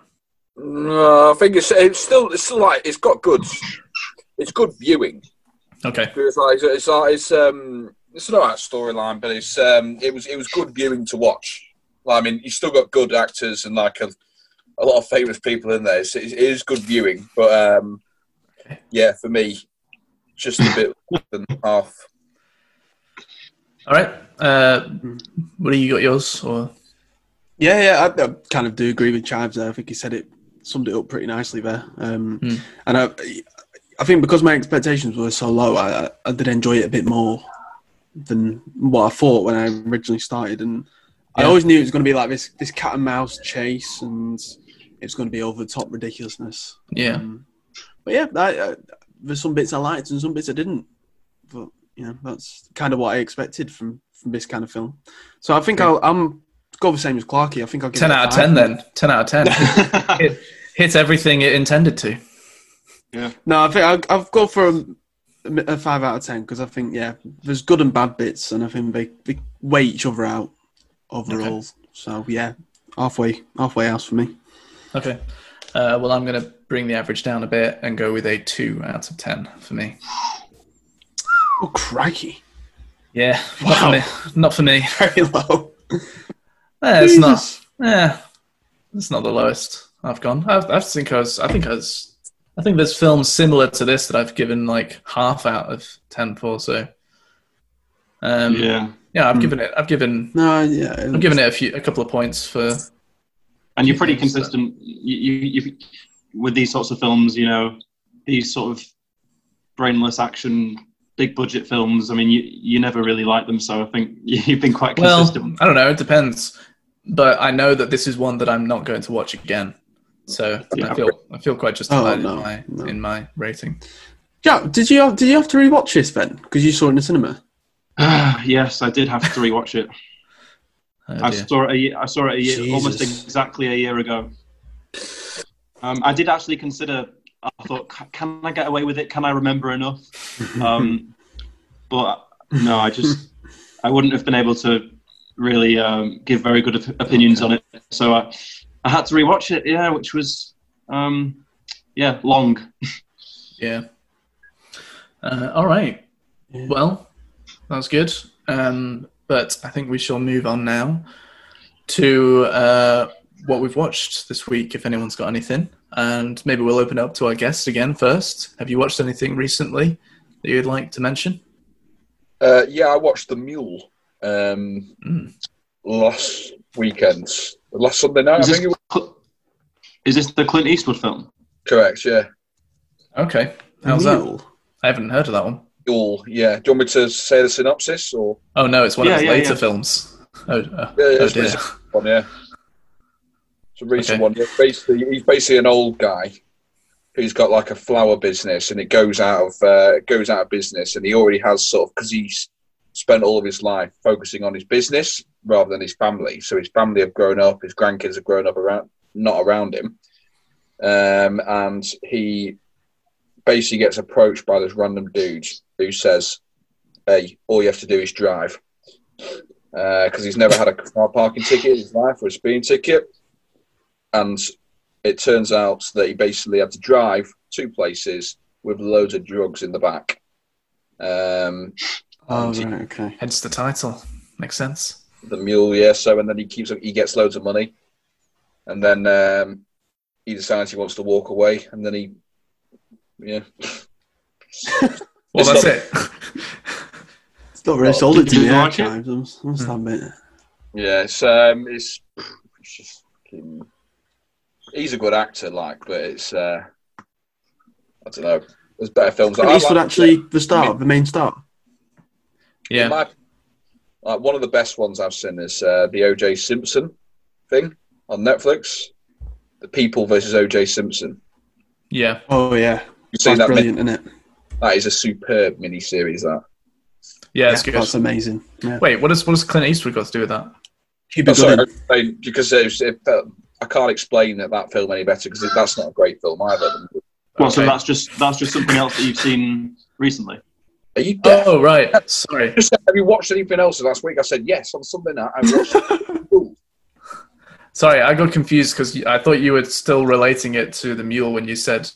[SPEAKER 4] No, I think it's, it's still it's still like it's got good, it's good viewing.
[SPEAKER 1] Okay,
[SPEAKER 4] It's like it's like it's um it's not a storyline, but it's um it was it was good viewing to watch. Like, I mean, you still got good actors and like a, a lot of famous people in there. It's, it is good viewing, but um yeah, for me, just a bit less than half.
[SPEAKER 1] all right. Uh, Woody, you got yours or?
[SPEAKER 3] Yeah, yeah, I, I kind of do agree with Chives there. I think he said it summed it up pretty nicely there. Um,
[SPEAKER 1] Hmm.
[SPEAKER 3] And I, I think because my expectations were so low, I, I did enjoy it a bit more than what I thought when I originally started. And I
[SPEAKER 1] Yeah.
[SPEAKER 3] always knew it was going to be like this this cat and mouse chase, and it's going to be over the top ridiculousness.
[SPEAKER 1] Yeah.
[SPEAKER 3] Um, but yeah, I, I, there's some bits I liked and some bits I didn't. But you know, that's kind of what I expected from from this kind of film. So I think I'll I'm go the same as Clarky. I think I'll give
[SPEAKER 1] Ten
[SPEAKER 3] it a
[SPEAKER 1] out of
[SPEAKER 3] five.
[SPEAKER 1] ten, then. Ten out of ten. it hits everything it intended to.
[SPEAKER 3] No, I think I'll, I'll go for a, a five out of ten because I think yeah, there's good and bad bits, and I think they, they weigh each other out overall. So yeah, halfway halfway house for me.
[SPEAKER 1] Okay. Uh, well, I'm going to bring the average down a bit and go with a two out of ten for me.
[SPEAKER 3] Oh crikey,
[SPEAKER 1] Yeah. Not for me. Not for me.
[SPEAKER 3] very low.
[SPEAKER 1] Eh, it's not. Yeah. It's not the lowest I've gone. I, I think I was. I think I was. I think there's films similar to this that I've given like half out of ten for. So. Um, yeah.
[SPEAKER 2] yeah,
[SPEAKER 3] Hmm.
[SPEAKER 1] I've given it. I've given.
[SPEAKER 3] No, yeah,
[SPEAKER 1] I've given it a few, a couple of points for.
[SPEAKER 2] and you're pretty
[SPEAKER 1] Yeah, so-
[SPEAKER 2] consistent you, you, you, with these sorts of films. You know, these sort of brainless action, big budget films. I mean, you you never really like them, so I think you've been quite
[SPEAKER 1] Well,
[SPEAKER 2] consistent.
[SPEAKER 1] I don't know. It depends. But I know that this is one that I'm not going to watch again. So
[SPEAKER 2] Yeah.
[SPEAKER 1] I feel I feel quite justified
[SPEAKER 3] Oh, no,
[SPEAKER 1] in my
[SPEAKER 3] no.
[SPEAKER 1] in my rating.
[SPEAKER 3] Jack, did you have, did you have to rewatch this then? Because you saw it in the cinema.
[SPEAKER 2] yes, I did have to rewatch it.
[SPEAKER 1] Oh,
[SPEAKER 2] I
[SPEAKER 1] dear.
[SPEAKER 2] saw it. A year, I saw it a year, almost
[SPEAKER 3] Jesus.
[SPEAKER 2] exactly a year ago. Um, I did actually consider. I thought, "C- can I get away with it? Can I remember enough? Um, but no, I just I wouldn't have been able to really um, give very good op- opinions on it. So I, I had to rewatch it. Yeah, which was um, yeah long.
[SPEAKER 1] Yeah. Uh, all right. Well, that's good. Um, but I think we shall move on now to uh, what we've watched this week, if anyone's got anything. And maybe we'll open up to our guests again first. Have you watched anything recently that you'd like to mention?
[SPEAKER 4] Uh, yeah, I watched The Mule um, last weekend, last Sunday night.
[SPEAKER 2] Is
[SPEAKER 4] I
[SPEAKER 2] this,
[SPEAKER 4] think it was
[SPEAKER 2] Cl- is this the Clint Eastwood film?
[SPEAKER 4] correct. Yeah,
[SPEAKER 1] Okay. How's that?
[SPEAKER 3] Mule.
[SPEAKER 1] I haven't heard of that one.
[SPEAKER 4] Mule. Yeah. Do you want me to say the synopsis or?
[SPEAKER 1] Oh, no, it's one
[SPEAKER 2] Yeah,
[SPEAKER 1] of his
[SPEAKER 2] yeah,
[SPEAKER 1] later
[SPEAKER 2] yeah.
[SPEAKER 1] films. Oh, uh,
[SPEAKER 4] Yeah,
[SPEAKER 1] oh
[SPEAKER 4] it's
[SPEAKER 1] dear.
[SPEAKER 4] recent one, yeah. It's a recent
[SPEAKER 1] Okay.
[SPEAKER 4] one. Yeah, basically, he's basically an old guy who's got like a flower business, and it goes out of uh, it goes out of business, and he already has sort of because he's spent all of his life focusing on his business rather than his family. So his family have grown up, his grandkids have grown up around not around him, um, and he basically gets approached by this random dude who says, "Hey, all you have to do is drive." because he's never had a car parking ticket in his life or a speeding ticket. And it turns out that he basically had to drive two places with loads of drugs in the back. Um,
[SPEAKER 3] Oh, right, okay.
[SPEAKER 1] Hence the title. Makes sense.
[SPEAKER 4] the mule, yeah. So and then he keeps he gets loads of money, and then um, he decides he wants to walk away, and then he, yeah,
[SPEAKER 1] Well, that's
[SPEAKER 4] It's
[SPEAKER 1] it.
[SPEAKER 3] It's not really sold it to
[SPEAKER 2] Did
[SPEAKER 3] me.
[SPEAKER 2] you
[SPEAKER 3] yeah,
[SPEAKER 2] watch it?
[SPEAKER 3] Chimes, I must- I must admit.
[SPEAKER 4] yeah. It's um, it's, it's just fucking, he's a good actor, like, but it's uh, I don't know. There's better films.
[SPEAKER 3] Clint
[SPEAKER 4] I
[SPEAKER 3] Eastwood
[SPEAKER 4] like-
[SPEAKER 3] actually the star, the main star.
[SPEAKER 1] yeah.
[SPEAKER 4] My- like, one of the best ones I've seen is uh, the OJ Simpson thing on Netflix. The People versus OJ Simpson.
[SPEAKER 1] Yeah.
[SPEAKER 3] Oh yeah,
[SPEAKER 4] You've seen
[SPEAKER 3] that's
[SPEAKER 4] that?
[SPEAKER 3] brilliant, isn't it?
[SPEAKER 4] mini- that is a superb miniseries. That.
[SPEAKER 1] Yeah, it's good.
[SPEAKER 3] That's amazing. Yeah.
[SPEAKER 1] Wait, what does what does Clint Eastwood got to do with that?
[SPEAKER 3] Cuba
[SPEAKER 4] Oh, sorry,
[SPEAKER 3] Gooding.
[SPEAKER 4] I- I- because it's- it, uh, I can't explain that, that film any better because that's not a great film either.
[SPEAKER 2] Well, so
[SPEAKER 1] Okay.
[SPEAKER 2] that's just that's just something else that you've seen recently.
[SPEAKER 4] Are you deaf?
[SPEAKER 1] Oh right, sorry.
[SPEAKER 4] Just said, Have you watched anything else last week? I said yes on Sunday night. I watched. Ooh.
[SPEAKER 1] Sorry, I got confused because I thought you were still relating it to the mule when you said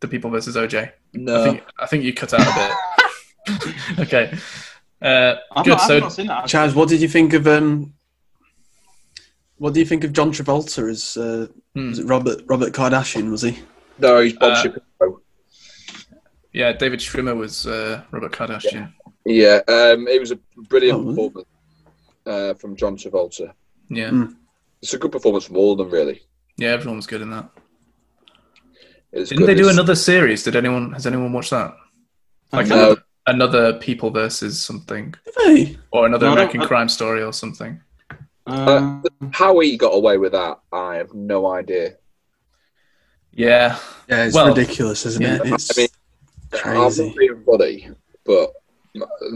[SPEAKER 1] the people versus OJ. I
[SPEAKER 4] no,
[SPEAKER 1] think I think you cut out a bit. okay, uh,
[SPEAKER 2] I've,
[SPEAKER 1] good.
[SPEAKER 2] not, I've
[SPEAKER 1] So
[SPEAKER 2] not seen that. actually.
[SPEAKER 3] Chaz, what did you think of um? What do you think of John Travolta as uh,
[SPEAKER 1] Hmm.
[SPEAKER 3] was it Robert Robert Kardashian? Was he?
[SPEAKER 4] no, he's Bob
[SPEAKER 1] Uh,
[SPEAKER 4] Shapiro.
[SPEAKER 1] yeah, David Schwimmer was uh, Robert Kardashian.
[SPEAKER 4] Yeah, um, it was a brilliant
[SPEAKER 3] Oh, was it?
[SPEAKER 4] performance uh, from John Travolta.
[SPEAKER 1] Yeah, yeah,
[SPEAKER 2] Mm.
[SPEAKER 3] Hmm.
[SPEAKER 4] It's a good performance from all of them, really.
[SPEAKER 1] everyone was good in that.
[SPEAKER 4] It's
[SPEAKER 1] Didn't they
[SPEAKER 4] good.
[SPEAKER 1] do
[SPEAKER 4] It's-
[SPEAKER 1] another series? Did anyone has anyone watched that? Like
[SPEAKER 4] No.
[SPEAKER 1] another, another people versus something,
[SPEAKER 3] Hey,
[SPEAKER 1] or another
[SPEAKER 2] No, I don't-
[SPEAKER 1] American
[SPEAKER 2] I-
[SPEAKER 1] crime story or something.
[SPEAKER 2] Uh,
[SPEAKER 3] Um,
[SPEAKER 4] How he got away with that, I have no idea.
[SPEAKER 1] Yeah,
[SPEAKER 3] yeah, it's
[SPEAKER 1] Well,
[SPEAKER 3] ridiculous, isn't it?
[SPEAKER 1] yeah.
[SPEAKER 3] It's
[SPEAKER 4] I mean,
[SPEAKER 3] Crazy.
[SPEAKER 4] I'm not being funny, but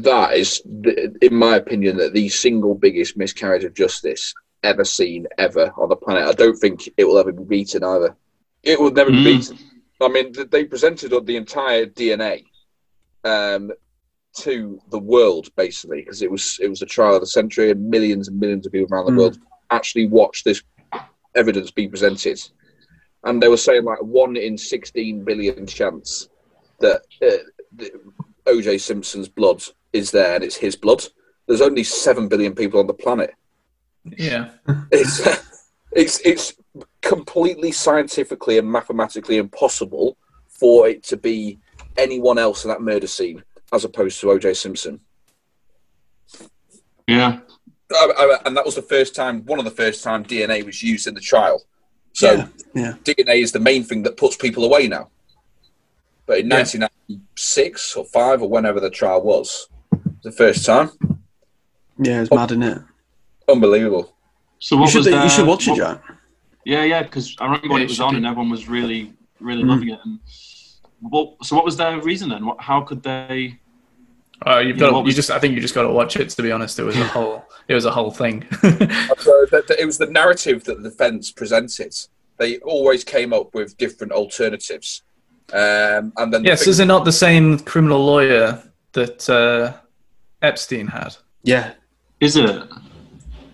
[SPEAKER 4] that is, th- in my opinion, that the single biggest miscarriage of justice ever seen ever on the planet. I don't think it will ever be beaten either. It will never be
[SPEAKER 2] Mm.
[SPEAKER 4] beaten. I mean, th- they presented the entire DNA um, to the world basically because it was it was the trial of the century, and millions and millions of people around the
[SPEAKER 3] Mm.
[SPEAKER 4] world actually watched this evidence be presented, and they were saying like one in sixteen billion chance that uh, the, OJ Simpson's blood is there and it's his blood. There's only seven billion people on the planet.
[SPEAKER 1] yeah.
[SPEAKER 4] It's it's it's completely scientifically and mathematically impossible for it to be anyone else in that murder scene as opposed to OJ Simpson.
[SPEAKER 2] yeah.
[SPEAKER 4] Uh, uh, and that was the first time, one of the first time DNA was used in the trial. So
[SPEAKER 3] Yeah, yeah.
[SPEAKER 4] DNA is the main thing that puts people away now. But in
[SPEAKER 1] Yeah.
[SPEAKER 4] 1996 or five or whenever the trial was, the first time,
[SPEAKER 3] yeah, it's mad, isn't it?
[SPEAKER 4] unbelievable.
[SPEAKER 2] So what
[SPEAKER 3] You should
[SPEAKER 2] was
[SPEAKER 3] you
[SPEAKER 2] their-
[SPEAKER 3] should watch it,
[SPEAKER 2] what-
[SPEAKER 3] Jack.
[SPEAKER 2] Yeah, yeah, because I remember
[SPEAKER 1] Yeah,
[SPEAKER 2] when
[SPEAKER 1] it
[SPEAKER 2] it was
[SPEAKER 1] should
[SPEAKER 2] on
[SPEAKER 1] be.
[SPEAKER 2] and everyone was really, really
[SPEAKER 3] Mm-hmm.
[SPEAKER 2] loving it. And well, so what was their reason then? What, how could they?
[SPEAKER 1] Uh, you've
[SPEAKER 2] Yeah,
[SPEAKER 1] got.
[SPEAKER 2] what
[SPEAKER 1] to you
[SPEAKER 2] was-
[SPEAKER 1] just. I think you just got to watch it. To be honest, it was a whole. It was a whole thing.
[SPEAKER 4] So that, that it was the narrative that the defence presented. They always came up with different alternatives, um, and then the
[SPEAKER 1] yes,
[SPEAKER 4] thing-
[SPEAKER 1] is it not the same criminal lawyer that uh, Epstein had?
[SPEAKER 3] Yeah.
[SPEAKER 2] Is it?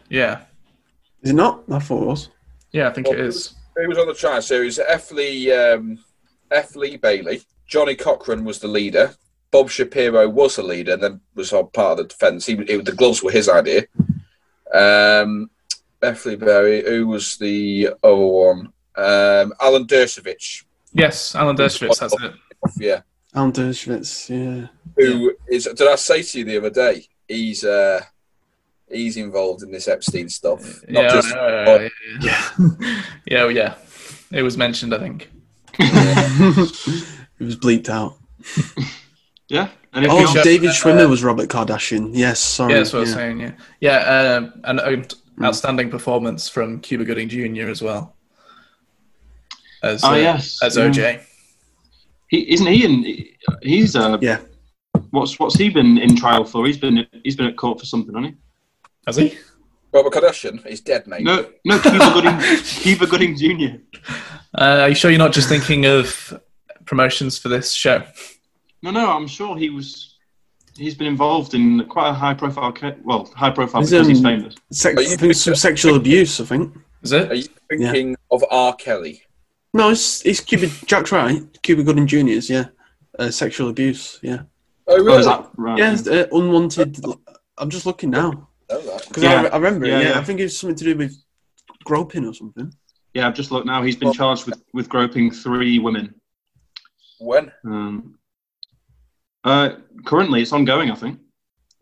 [SPEAKER 1] Yeah,
[SPEAKER 3] Is it not? I thought it was.
[SPEAKER 1] yeah, I think it is.
[SPEAKER 4] Who was on the trial? So it was F. Lee, um, F. Lee Bailey. Johnny Cochran was the leader. Bob Shapiro was the leader, then was all part of the defence. He, he, the gloves were his idea. Um, F. Lee Bailey, who was the other one? Um, Alan Dershowitz,
[SPEAKER 1] Yes, Alan Dershowitz. That's it.
[SPEAKER 4] yeah.
[SPEAKER 3] Alan Dershowitz, yeah.
[SPEAKER 4] Who is? Did I say to you the other day? He's uh, he's involved in this Epstein stuff. Not
[SPEAKER 1] Yeah,
[SPEAKER 4] just,
[SPEAKER 1] I know, yeah, yeah, yeah, yeah. It was mentioned, I think.
[SPEAKER 3] It was bleeped out.
[SPEAKER 2] Yeah. And if
[SPEAKER 3] Oh,
[SPEAKER 2] you don't-
[SPEAKER 3] David Schwimmer was Robert Kardashian. Yes, sorry.
[SPEAKER 1] Yeah, that's what I was
[SPEAKER 3] yeah.
[SPEAKER 1] saying. Yeah, yeah, um, an out-
[SPEAKER 2] Mm.
[SPEAKER 1] outstanding performance from Cuba Gooding Jr. as well. As, uh,
[SPEAKER 2] Ah, yes,
[SPEAKER 1] as
[SPEAKER 2] yeah.
[SPEAKER 1] OJ.
[SPEAKER 2] he isn't he in? He's uh,
[SPEAKER 3] Yeah.
[SPEAKER 2] what's what's he been in trial for? He's been he's been at court for something, hasn't
[SPEAKER 1] Has he?
[SPEAKER 4] Robert Kardashian is dead, mate.
[SPEAKER 2] he? No, no, Cuba Gooding, Cuba Gooding Jr.
[SPEAKER 1] Uh, are you sure you're not just thinking of promotions for this show?
[SPEAKER 2] No, no, I'm sure he was. He's been involved in quite a high profile. Ca- well, high profile
[SPEAKER 3] Is,
[SPEAKER 2] because he's
[SPEAKER 3] um,
[SPEAKER 2] famous.
[SPEAKER 3] Sex,
[SPEAKER 4] Are you-
[SPEAKER 3] I think some sexual abuse, I think.
[SPEAKER 1] Is
[SPEAKER 4] Are
[SPEAKER 1] it?
[SPEAKER 4] you thinking of R. Kelly?
[SPEAKER 3] No, it's, it's Cuba, Jack's right. Cuba Gooding Jr.'s, yeah. Uh, sexual abuse, yeah.
[SPEAKER 4] Oh,
[SPEAKER 2] Oh,
[SPEAKER 4] really?
[SPEAKER 2] is that right?
[SPEAKER 3] Yeah, it's, uh, unwanted. I'm just looking now.
[SPEAKER 4] I know that.
[SPEAKER 3] Because
[SPEAKER 2] Yeah.
[SPEAKER 3] I, I remember
[SPEAKER 2] Yeah,
[SPEAKER 3] it, yeah.
[SPEAKER 2] yeah.
[SPEAKER 3] I think it was something to do with groping or something.
[SPEAKER 2] Yeah, I've just looked now. He's been charged with, with groping three women.
[SPEAKER 4] When?
[SPEAKER 2] Um, uh, currently, it's ongoing, I think.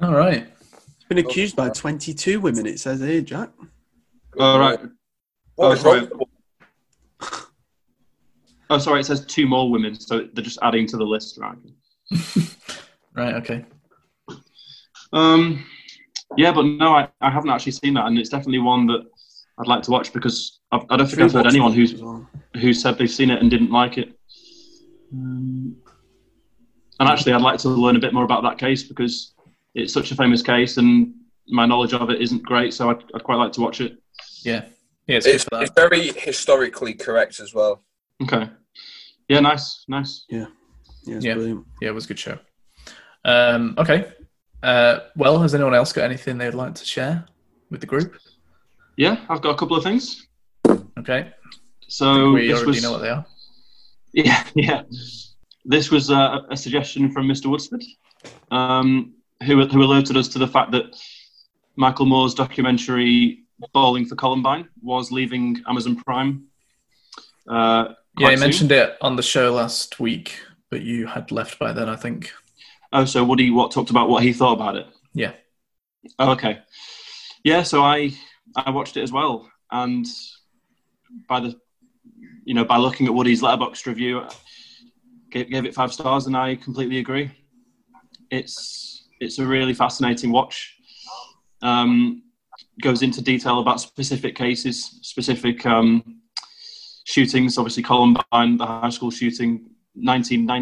[SPEAKER 1] All right.
[SPEAKER 3] He's been accused by 22 women, it says here, Jack.
[SPEAKER 2] Oh, right.
[SPEAKER 4] What
[SPEAKER 2] Oh,
[SPEAKER 4] was
[SPEAKER 2] sorry.
[SPEAKER 4] wrong with the-
[SPEAKER 2] Oh, sorry, it says two more women, so they're just adding to the list, right?
[SPEAKER 1] Right, okay.
[SPEAKER 2] Um, yeah, but no, I, I haven't actually seen that, and it's definitely one that I'd like to watch because I've, I don't think I've heard anyone who's
[SPEAKER 3] As well.
[SPEAKER 2] who said they've seen it and didn't like it. Um, and actually, I'd like to learn a bit more about that case because it's such a famous case, and my knowledge of it isn't great. So I'd, I'd quite like to watch it.
[SPEAKER 1] Yeah. Yeah, it's,
[SPEAKER 4] It's,
[SPEAKER 1] good for that.
[SPEAKER 4] it's very historically correct as well.
[SPEAKER 2] Okay. Yeah, nice, nice.
[SPEAKER 3] Yeah, it's
[SPEAKER 1] Yeah.
[SPEAKER 3] brilliant.
[SPEAKER 1] Yeah, it was a good show. Um, okay. Uh, well, has anyone else got anything they'd like to share with the group?
[SPEAKER 2] Yeah, I've got a couple of things.
[SPEAKER 1] Okay.
[SPEAKER 2] So
[SPEAKER 1] we
[SPEAKER 2] this
[SPEAKER 1] already
[SPEAKER 2] was
[SPEAKER 1] know what they are.
[SPEAKER 2] yeah, yeah. This was uh, a, a suggestion from Mr. Woodford, um, who who alerted us to the fact that Michael Moore's documentary "Bowling for Columbine" was leaving Amazon Prime. Uh,
[SPEAKER 1] Yeah,
[SPEAKER 2] quite
[SPEAKER 1] you
[SPEAKER 2] soon.
[SPEAKER 1] mentioned it on the show last week, but you had left by then, I think.
[SPEAKER 2] Oh, so Woody, what talked about what he thought about it?
[SPEAKER 1] Yeah.
[SPEAKER 2] Oh, okay. Yeah, so I I watched it as well, and by the you know by looking at Woody's letterbox review, I gave, gave it five stars, and I completely agree. It's it's a really fascinating watch. Um, goes into detail about specific cases, specific um, shootings. Obviously, Columbine, the high school shooting,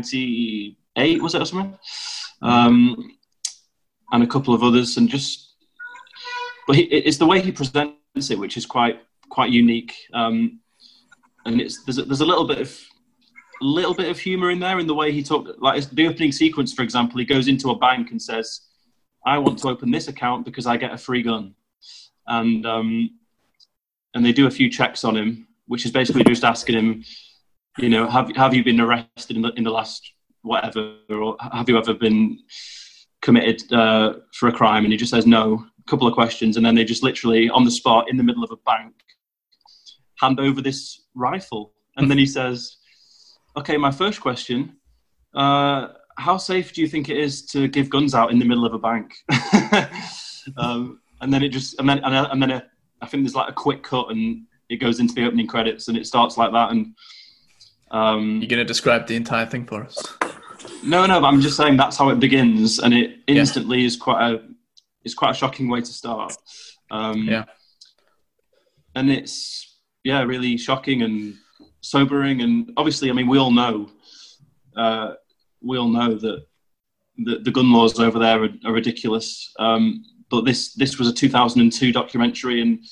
[SPEAKER 2] 1998 was it or something? Um, and a couple of others, and just but he, it's the way he presents it, which is quite quite unique. Um, and it's there's a, there's a little bit of a little bit of humor in there in the way he talked. Like the opening sequence, for example, he goes into a bank and says, "I want to open this account because I get a free gun," and um, and they do a few checks on him, which is basically just asking him, you know, have have you been arrested in the in the last whatever, or have you ever been committed uh, for a crime? And he just says no. A couple of questions, and then they just literally on the spot in the middle of a bank hand over this rifle, and then he says, "Okay, my first question: uh, How safe do you think it is to give guns out in the middle of a bank?" um, and then it just and then and, then- and then a, I think there's like a quick cut, and it goes into the opening credits, and it starts like that, and. Um,
[SPEAKER 1] You're going to describe the entire thing for us.
[SPEAKER 2] no, no, but I'm just saying that's how it begins, and it instantly is quite a it's quite a shocking way to start. Um,
[SPEAKER 1] Yeah.
[SPEAKER 2] and it's yeah, really shocking and sobering. And obviously, I mean, we all know, uh, we all know that the, the gun laws over there are, are ridiculous. Um, but this this was a 2002 documentary, and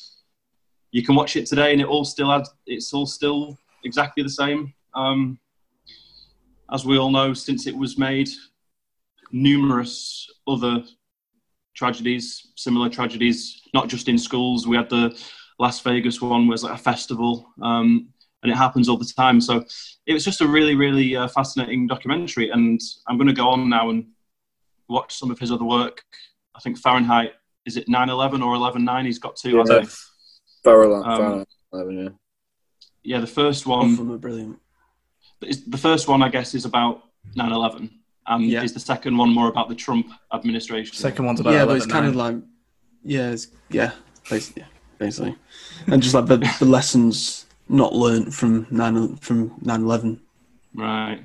[SPEAKER 2] you can watch it today, and it all still had, it's all still exactly the same. Um, as we all know, since it was made, numerous other tragedies, similar tragedies, not just in schools. We had the Las Vegas one was like a festival, um, and it happens all the time. So it was just a really, really uh, fascinating documentary. And I'm going to go on now and watch some of his other work. I think Fahrenheit is it 9/11 or 11/9? He's got two. I
[SPEAKER 4] Yeah.
[SPEAKER 2] think.
[SPEAKER 4] Farrell,
[SPEAKER 2] Um,
[SPEAKER 4] Farrell, yeah.
[SPEAKER 2] Yeah, the first
[SPEAKER 3] Both of
[SPEAKER 2] one.
[SPEAKER 3] them are brilliant.
[SPEAKER 2] is- The first one, I guess, is about 9/11, and
[SPEAKER 3] Yeah.
[SPEAKER 2] is the second one more about the Trump administration?
[SPEAKER 1] Second one's about
[SPEAKER 3] Yeah, but it's
[SPEAKER 1] 11.9.
[SPEAKER 3] kind of like, yeah, it's, yeah, basically, yeah, basically, and just like the, the lessons not learnt from nine from nine eleven
[SPEAKER 2] Right.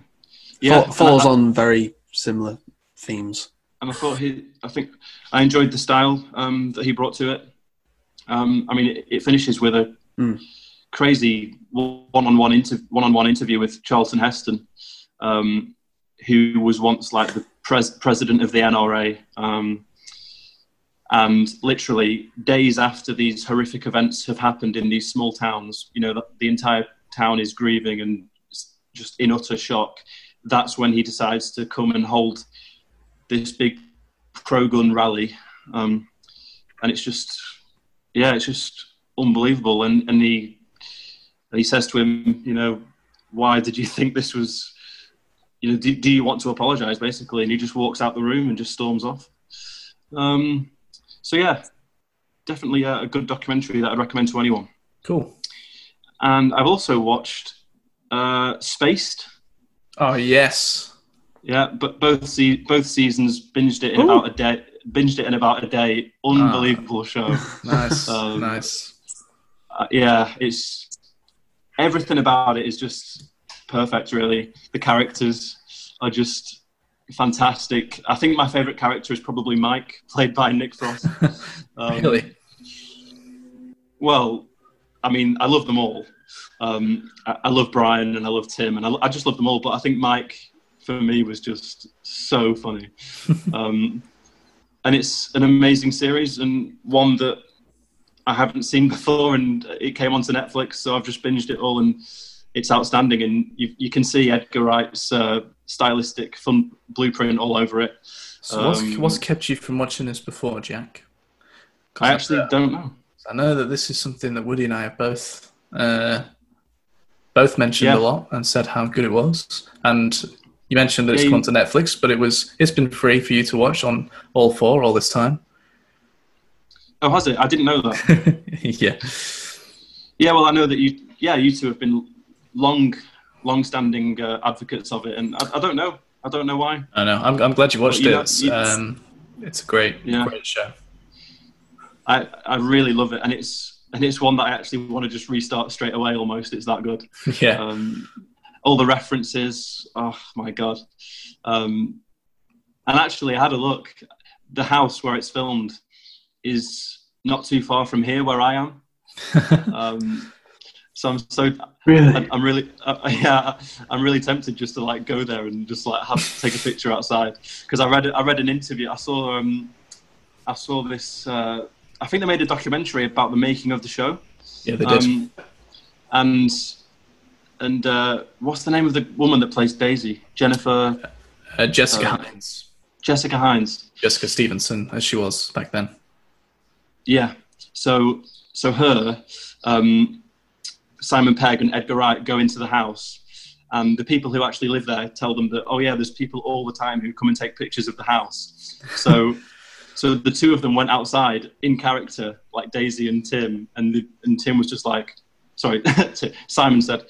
[SPEAKER 3] yeah,
[SPEAKER 2] Yeah,
[SPEAKER 3] falls
[SPEAKER 2] and I-
[SPEAKER 3] on very similar themes.
[SPEAKER 2] and I thought he, I think I enjoyed the style um, that he brought to it. Um, I mean, it, it finishes with a
[SPEAKER 3] Mm.
[SPEAKER 2] crazy one-on-one inter- one-on-one interview with Charlton Heston, um, who was once like the pres- president of the NRA. Um, and literally days after these horrific events have happened in these small towns, you know, the, the entire town is grieving and s- just in utter shock. That's when he decides to come and hold this big pro gun rally, um, and it's just yeah, it's just unbelievable. And and he he says to him, you know, why did you think this was? You know, do, do you want to apologise, basically? And he just walks out the room and just storms off. Um, so yeah, definitely a, a good documentary that I'd recommend to anyone.
[SPEAKER 1] cool.
[SPEAKER 2] And I've also watched uh, Spaced.
[SPEAKER 1] Oh yes,
[SPEAKER 2] Yeah, but both se- both seasons binged it in about a day. Binged it in about a day. Unbelievable show.
[SPEAKER 1] nice,
[SPEAKER 2] Um,
[SPEAKER 1] nice.
[SPEAKER 2] Uh, yeah, it's everything about it is just perfect. Really, the characters are just fantastic. I think my favorite character is probably Mike, played by Nick Frost. Um,
[SPEAKER 1] really,
[SPEAKER 2] Well, I mean, I love them all. Um, I, I love Brian and I love Tim and I, I just love them all. But I think Mike, for me, was just so funny. um, and it's an amazing series and one that I haven't seen before. And it came onto Netflix, so I've just binged it all and it's outstanding. And you, you can see Edgar Wright's uh, stylistic fun blueprint all over it.
[SPEAKER 1] so what's,
[SPEAKER 2] um,
[SPEAKER 1] what's kept you from watching this before, Jack? 'Cause
[SPEAKER 2] I actually
[SPEAKER 1] uh,
[SPEAKER 2] don't know.
[SPEAKER 1] I know that this is something that Woody and I have both uh, both mentioned
[SPEAKER 2] Yeah.
[SPEAKER 1] a lot and said how good it was. And you mentioned that it's
[SPEAKER 2] Yeah, you-
[SPEAKER 1] gone to Netflix, but it was it's been free for you to watch on all four all this time.
[SPEAKER 2] Oh, has it? I didn't know that.
[SPEAKER 1] yeah,
[SPEAKER 2] Yeah, well, I know that you, yeah, you two have been long, long-standing uh, advocates of it, and I, I don't know, I don't know why.
[SPEAKER 1] I know. I'm, I'm glad you watched
[SPEAKER 2] Well, you
[SPEAKER 1] it.
[SPEAKER 2] know,
[SPEAKER 1] It's,
[SPEAKER 2] it's-
[SPEAKER 1] um, it's a great,
[SPEAKER 2] Yeah.
[SPEAKER 1] great show.
[SPEAKER 2] I, I really love it, and it's, and it's one that I actually want to just restart straight away. Almost, it's that good.
[SPEAKER 1] Yeah,
[SPEAKER 2] Um, all the references, oh my god! Um, and actually, I had a look. The house where it's filmed is not too far from here, where I am. Um, so I'm so
[SPEAKER 3] Really?
[SPEAKER 2] I'm, I'm really, uh, yeah, I'm really tempted just to like go there and just like have take a picture outside because I read, I read an interview, I saw, um, I saw this. Uh, I think they made a documentary about the making of the show.
[SPEAKER 1] yeah, they did.
[SPEAKER 2] Um, and and uh, what's the name of the woman that plays Daisy? Jennifer
[SPEAKER 1] uh, Jessica
[SPEAKER 2] uh,
[SPEAKER 1] Hines,
[SPEAKER 2] Jessica Hines.
[SPEAKER 1] Jessica Stevenson, as she was back then.
[SPEAKER 2] Yeah. So so her, um, Simon Pegg and Edgar Wright go into the house, and the people who actually live there tell them that oh yeah, there's people all the time who come and take pictures of the house. So so the two of them went outside in character, like Daisy and Tim, and the, and Tim was just like, sorry, Ti- Simon said.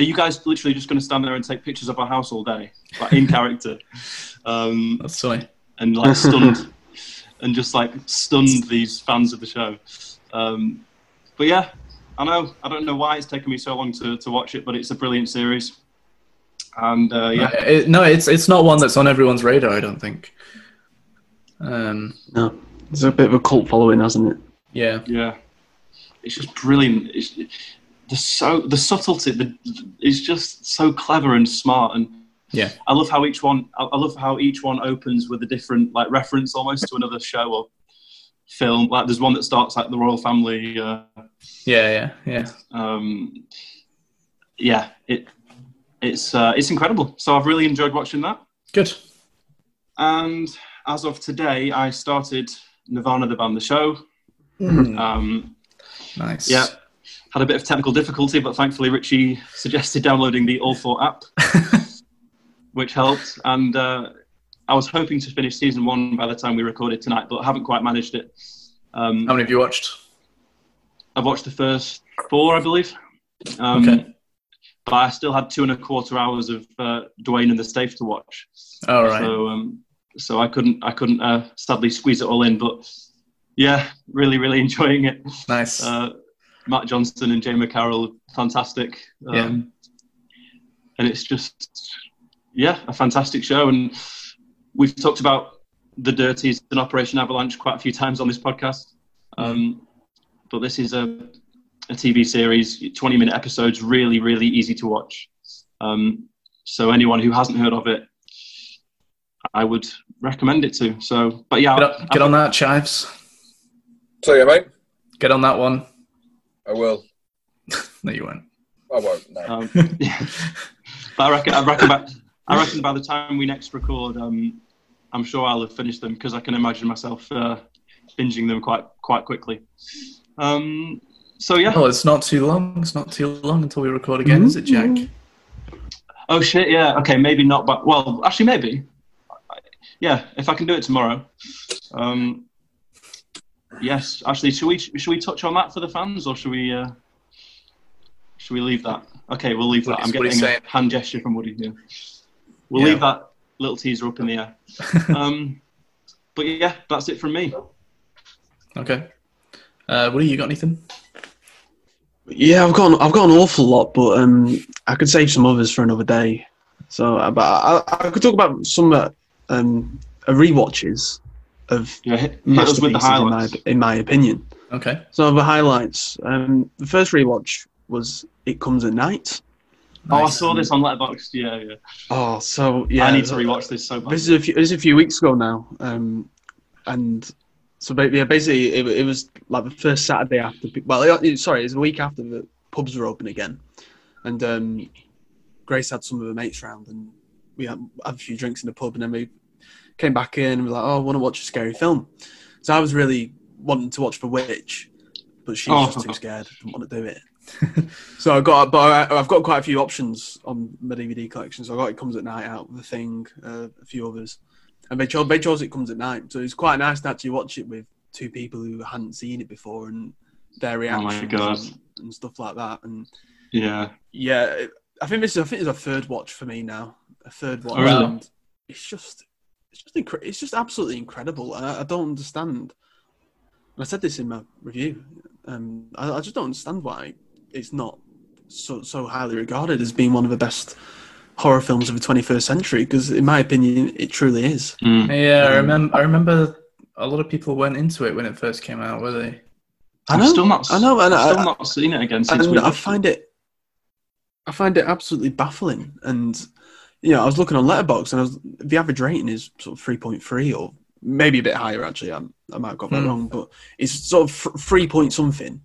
[SPEAKER 2] Are you guys literally just going to stand there and take pictures of our house all day, like in character? Um,
[SPEAKER 1] That's funny.
[SPEAKER 2] and like stunned and just like stunned these fans of the show. Um, but yeah, I know I don't know why it's taken me so long to, to watch it, but it's a brilliant series. And uh, yeah,
[SPEAKER 1] Uh, it- no, it's it's not one that's on everyone's radar. I don't think. Um,
[SPEAKER 3] No, it's a bit of a cult following, hasn't it?
[SPEAKER 1] yeah,
[SPEAKER 2] yeah, it's just brilliant. It's, the so the subtlety, the, is just so clever and smart, and
[SPEAKER 1] Yeah.
[SPEAKER 2] I love how each one. I I love how each one opens with a different like reference, almost to another show or film. Like there's one that starts like the royal family. Uh,
[SPEAKER 1] Yeah, yeah, yeah.
[SPEAKER 2] um, yeah, it it's uh, it's incredible. So I've really enjoyed watching that.
[SPEAKER 1] Good.
[SPEAKER 2] And as of today, I started Nirvana the band, the show. Um,
[SPEAKER 1] Nice.
[SPEAKER 2] yeah, had a bit of technical difficulty, but thankfully Richie suggested downloading the All Four app, which helped. And uh, I was hoping to finish season one by the time we recorded tonight, but haven't quite managed it. Um,
[SPEAKER 1] How many have you watched?
[SPEAKER 2] I've watched the first four, I believe. Um,
[SPEAKER 1] Okay.
[SPEAKER 2] But I still had two and a quarter hours of uh, Dwayne and the Stafe to watch.
[SPEAKER 1] All right.
[SPEAKER 2] So, um, so I couldn't, I couldn't uh, sadly squeeze it all in. But yeah, really, really enjoying it.
[SPEAKER 1] nice.
[SPEAKER 2] Uh, Matt Johnston and Jay McCarroll, fantastic. Um,
[SPEAKER 1] Yeah.
[SPEAKER 2] And it's just, yeah, a fantastic show. And we've talked about the Dirties and Operation Avalanche quite a few times on this podcast. Um, but this is a, a TV series, 20 minute episodes, really, really easy to watch. Um, so anyone who hasn't heard of it, I would recommend it to. So, but yeah,
[SPEAKER 1] get, up, get on that, Chives.
[SPEAKER 4] So yeah, mate.
[SPEAKER 1] Get on that one.
[SPEAKER 4] I will.
[SPEAKER 1] No, you won't.
[SPEAKER 4] I won't. No.
[SPEAKER 2] Um, yeah. But I reckon, I reckon, by, I reckon by the time we next record, um, I'm sure I'll have finished them because I can imagine myself uh, binging them quite quite quickly. Um, so yeah.
[SPEAKER 1] Well, it's not too long. It's not too long until we record again, is it, Jack?
[SPEAKER 2] Mm-hmm. Oh shit. Yeah. Okay. Maybe not. But well, actually, maybe. Yeah. If I can do it tomorrow. Um, yes. Actually, should we should we touch on that for the fans, or should we? Uh, should we leave that? Okay, we'll leave that.
[SPEAKER 1] What
[SPEAKER 2] I'm
[SPEAKER 1] is- what he's
[SPEAKER 2] getting a
[SPEAKER 1] saying.
[SPEAKER 2] hand gesture from Woody here. We'll
[SPEAKER 1] Yeah.
[SPEAKER 2] leave that little teaser up in the air. um, but yeah, that's it from me.
[SPEAKER 1] Okay. Uh, Woody, you got anything?
[SPEAKER 3] Yeah, I've got an, I've got an awful lot, but um, I could save some others for another day. So, uh, but I, I could talk about some uh, um uh, rewatches of
[SPEAKER 2] Yeah, hit, hit us
[SPEAKER 3] masterpieces
[SPEAKER 2] with the highlights.
[SPEAKER 3] in my in my opinion.
[SPEAKER 1] Okay.
[SPEAKER 3] So the highlights. Um, the first rewatch was "It Comes at Night."
[SPEAKER 2] Oh, I
[SPEAKER 1] Nice.
[SPEAKER 2] saw this on Letterboxd. Yeah, yeah.
[SPEAKER 3] Oh, so yeah,
[SPEAKER 2] I need to rewatch this so
[SPEAKER 3] This
[SPEAKER 2] much.
[SPEAKER 3] is a few, this is a few weeks ago now, um, and so ba- yeah, basically it, it was like the first Saturday after. pe- Well, it, it- sorry, it was a week after the pubs were open again, and um, Grace had some of her mates round, and we had, had a few drinks in the pub, and then we came back in and we were like, "Oh, I want to watch a scary film." So I was really wanting to watch The Witch, but she was
[SPEAKER 2] Oh.
[SPEAKER 3] just too scared, didn't want to do it. so I got, but I, I've got quite a few options on my DVD collection. So I got It Comes at Night out, The Thing, uh, a few others, and they chose, they chose It Comes at Night. So it's quite nice to actually watch it with two people who hadn't seen it before and their
[SPEAKER 2] Oh my
[SPEAKER 3] reactions
[SPEAKER 2] God.
[SPEAKER 3] and, and stuff like that. And
[SPEAKER 2] Yeah.
[SPEAKER 3] yeah, it- I think this is I think it's a third watch for me now. A third watch.
[SPEAKER 2] Oh, really?
[SPEAKER 3] And It's just it's just incre- it's just absolutely incredible. And I, I don't understand. And I said this in my review. Um, I, I just don't understand why it's not so so highly regarded as being one of the best horror films of the 21st century. Because in my opinion, it truly is.
[SPEAKER 2] Mm.
[SPEAKER 1] Yeah, I remember. I remember a lot of people went into it when it first came out, were they?
[SPEAKER 3] I
[SPEAKER 2] I've
[SPEAKER 3] know.
[SPEAKER 2] still not.
[SPEAKER 3] I know. And
[SPEAKER 2] I've
[SPEAKER 3] I,
[SPEAKER 2] still not seen it again since
[SPEAKER 3] and
[SPEAKER 2] we.
[SPEAKER 3] I find it, I find it absolutely baffling. And you know, I was looking on Letterbox, and I was, the average rating is sort of three point three, or maybe a bit higher. Actually, I, I might have got that
[SPEAKER 1] Hmm.
[SPEAKER 3] wrong, but it's sort of fr- three point something. And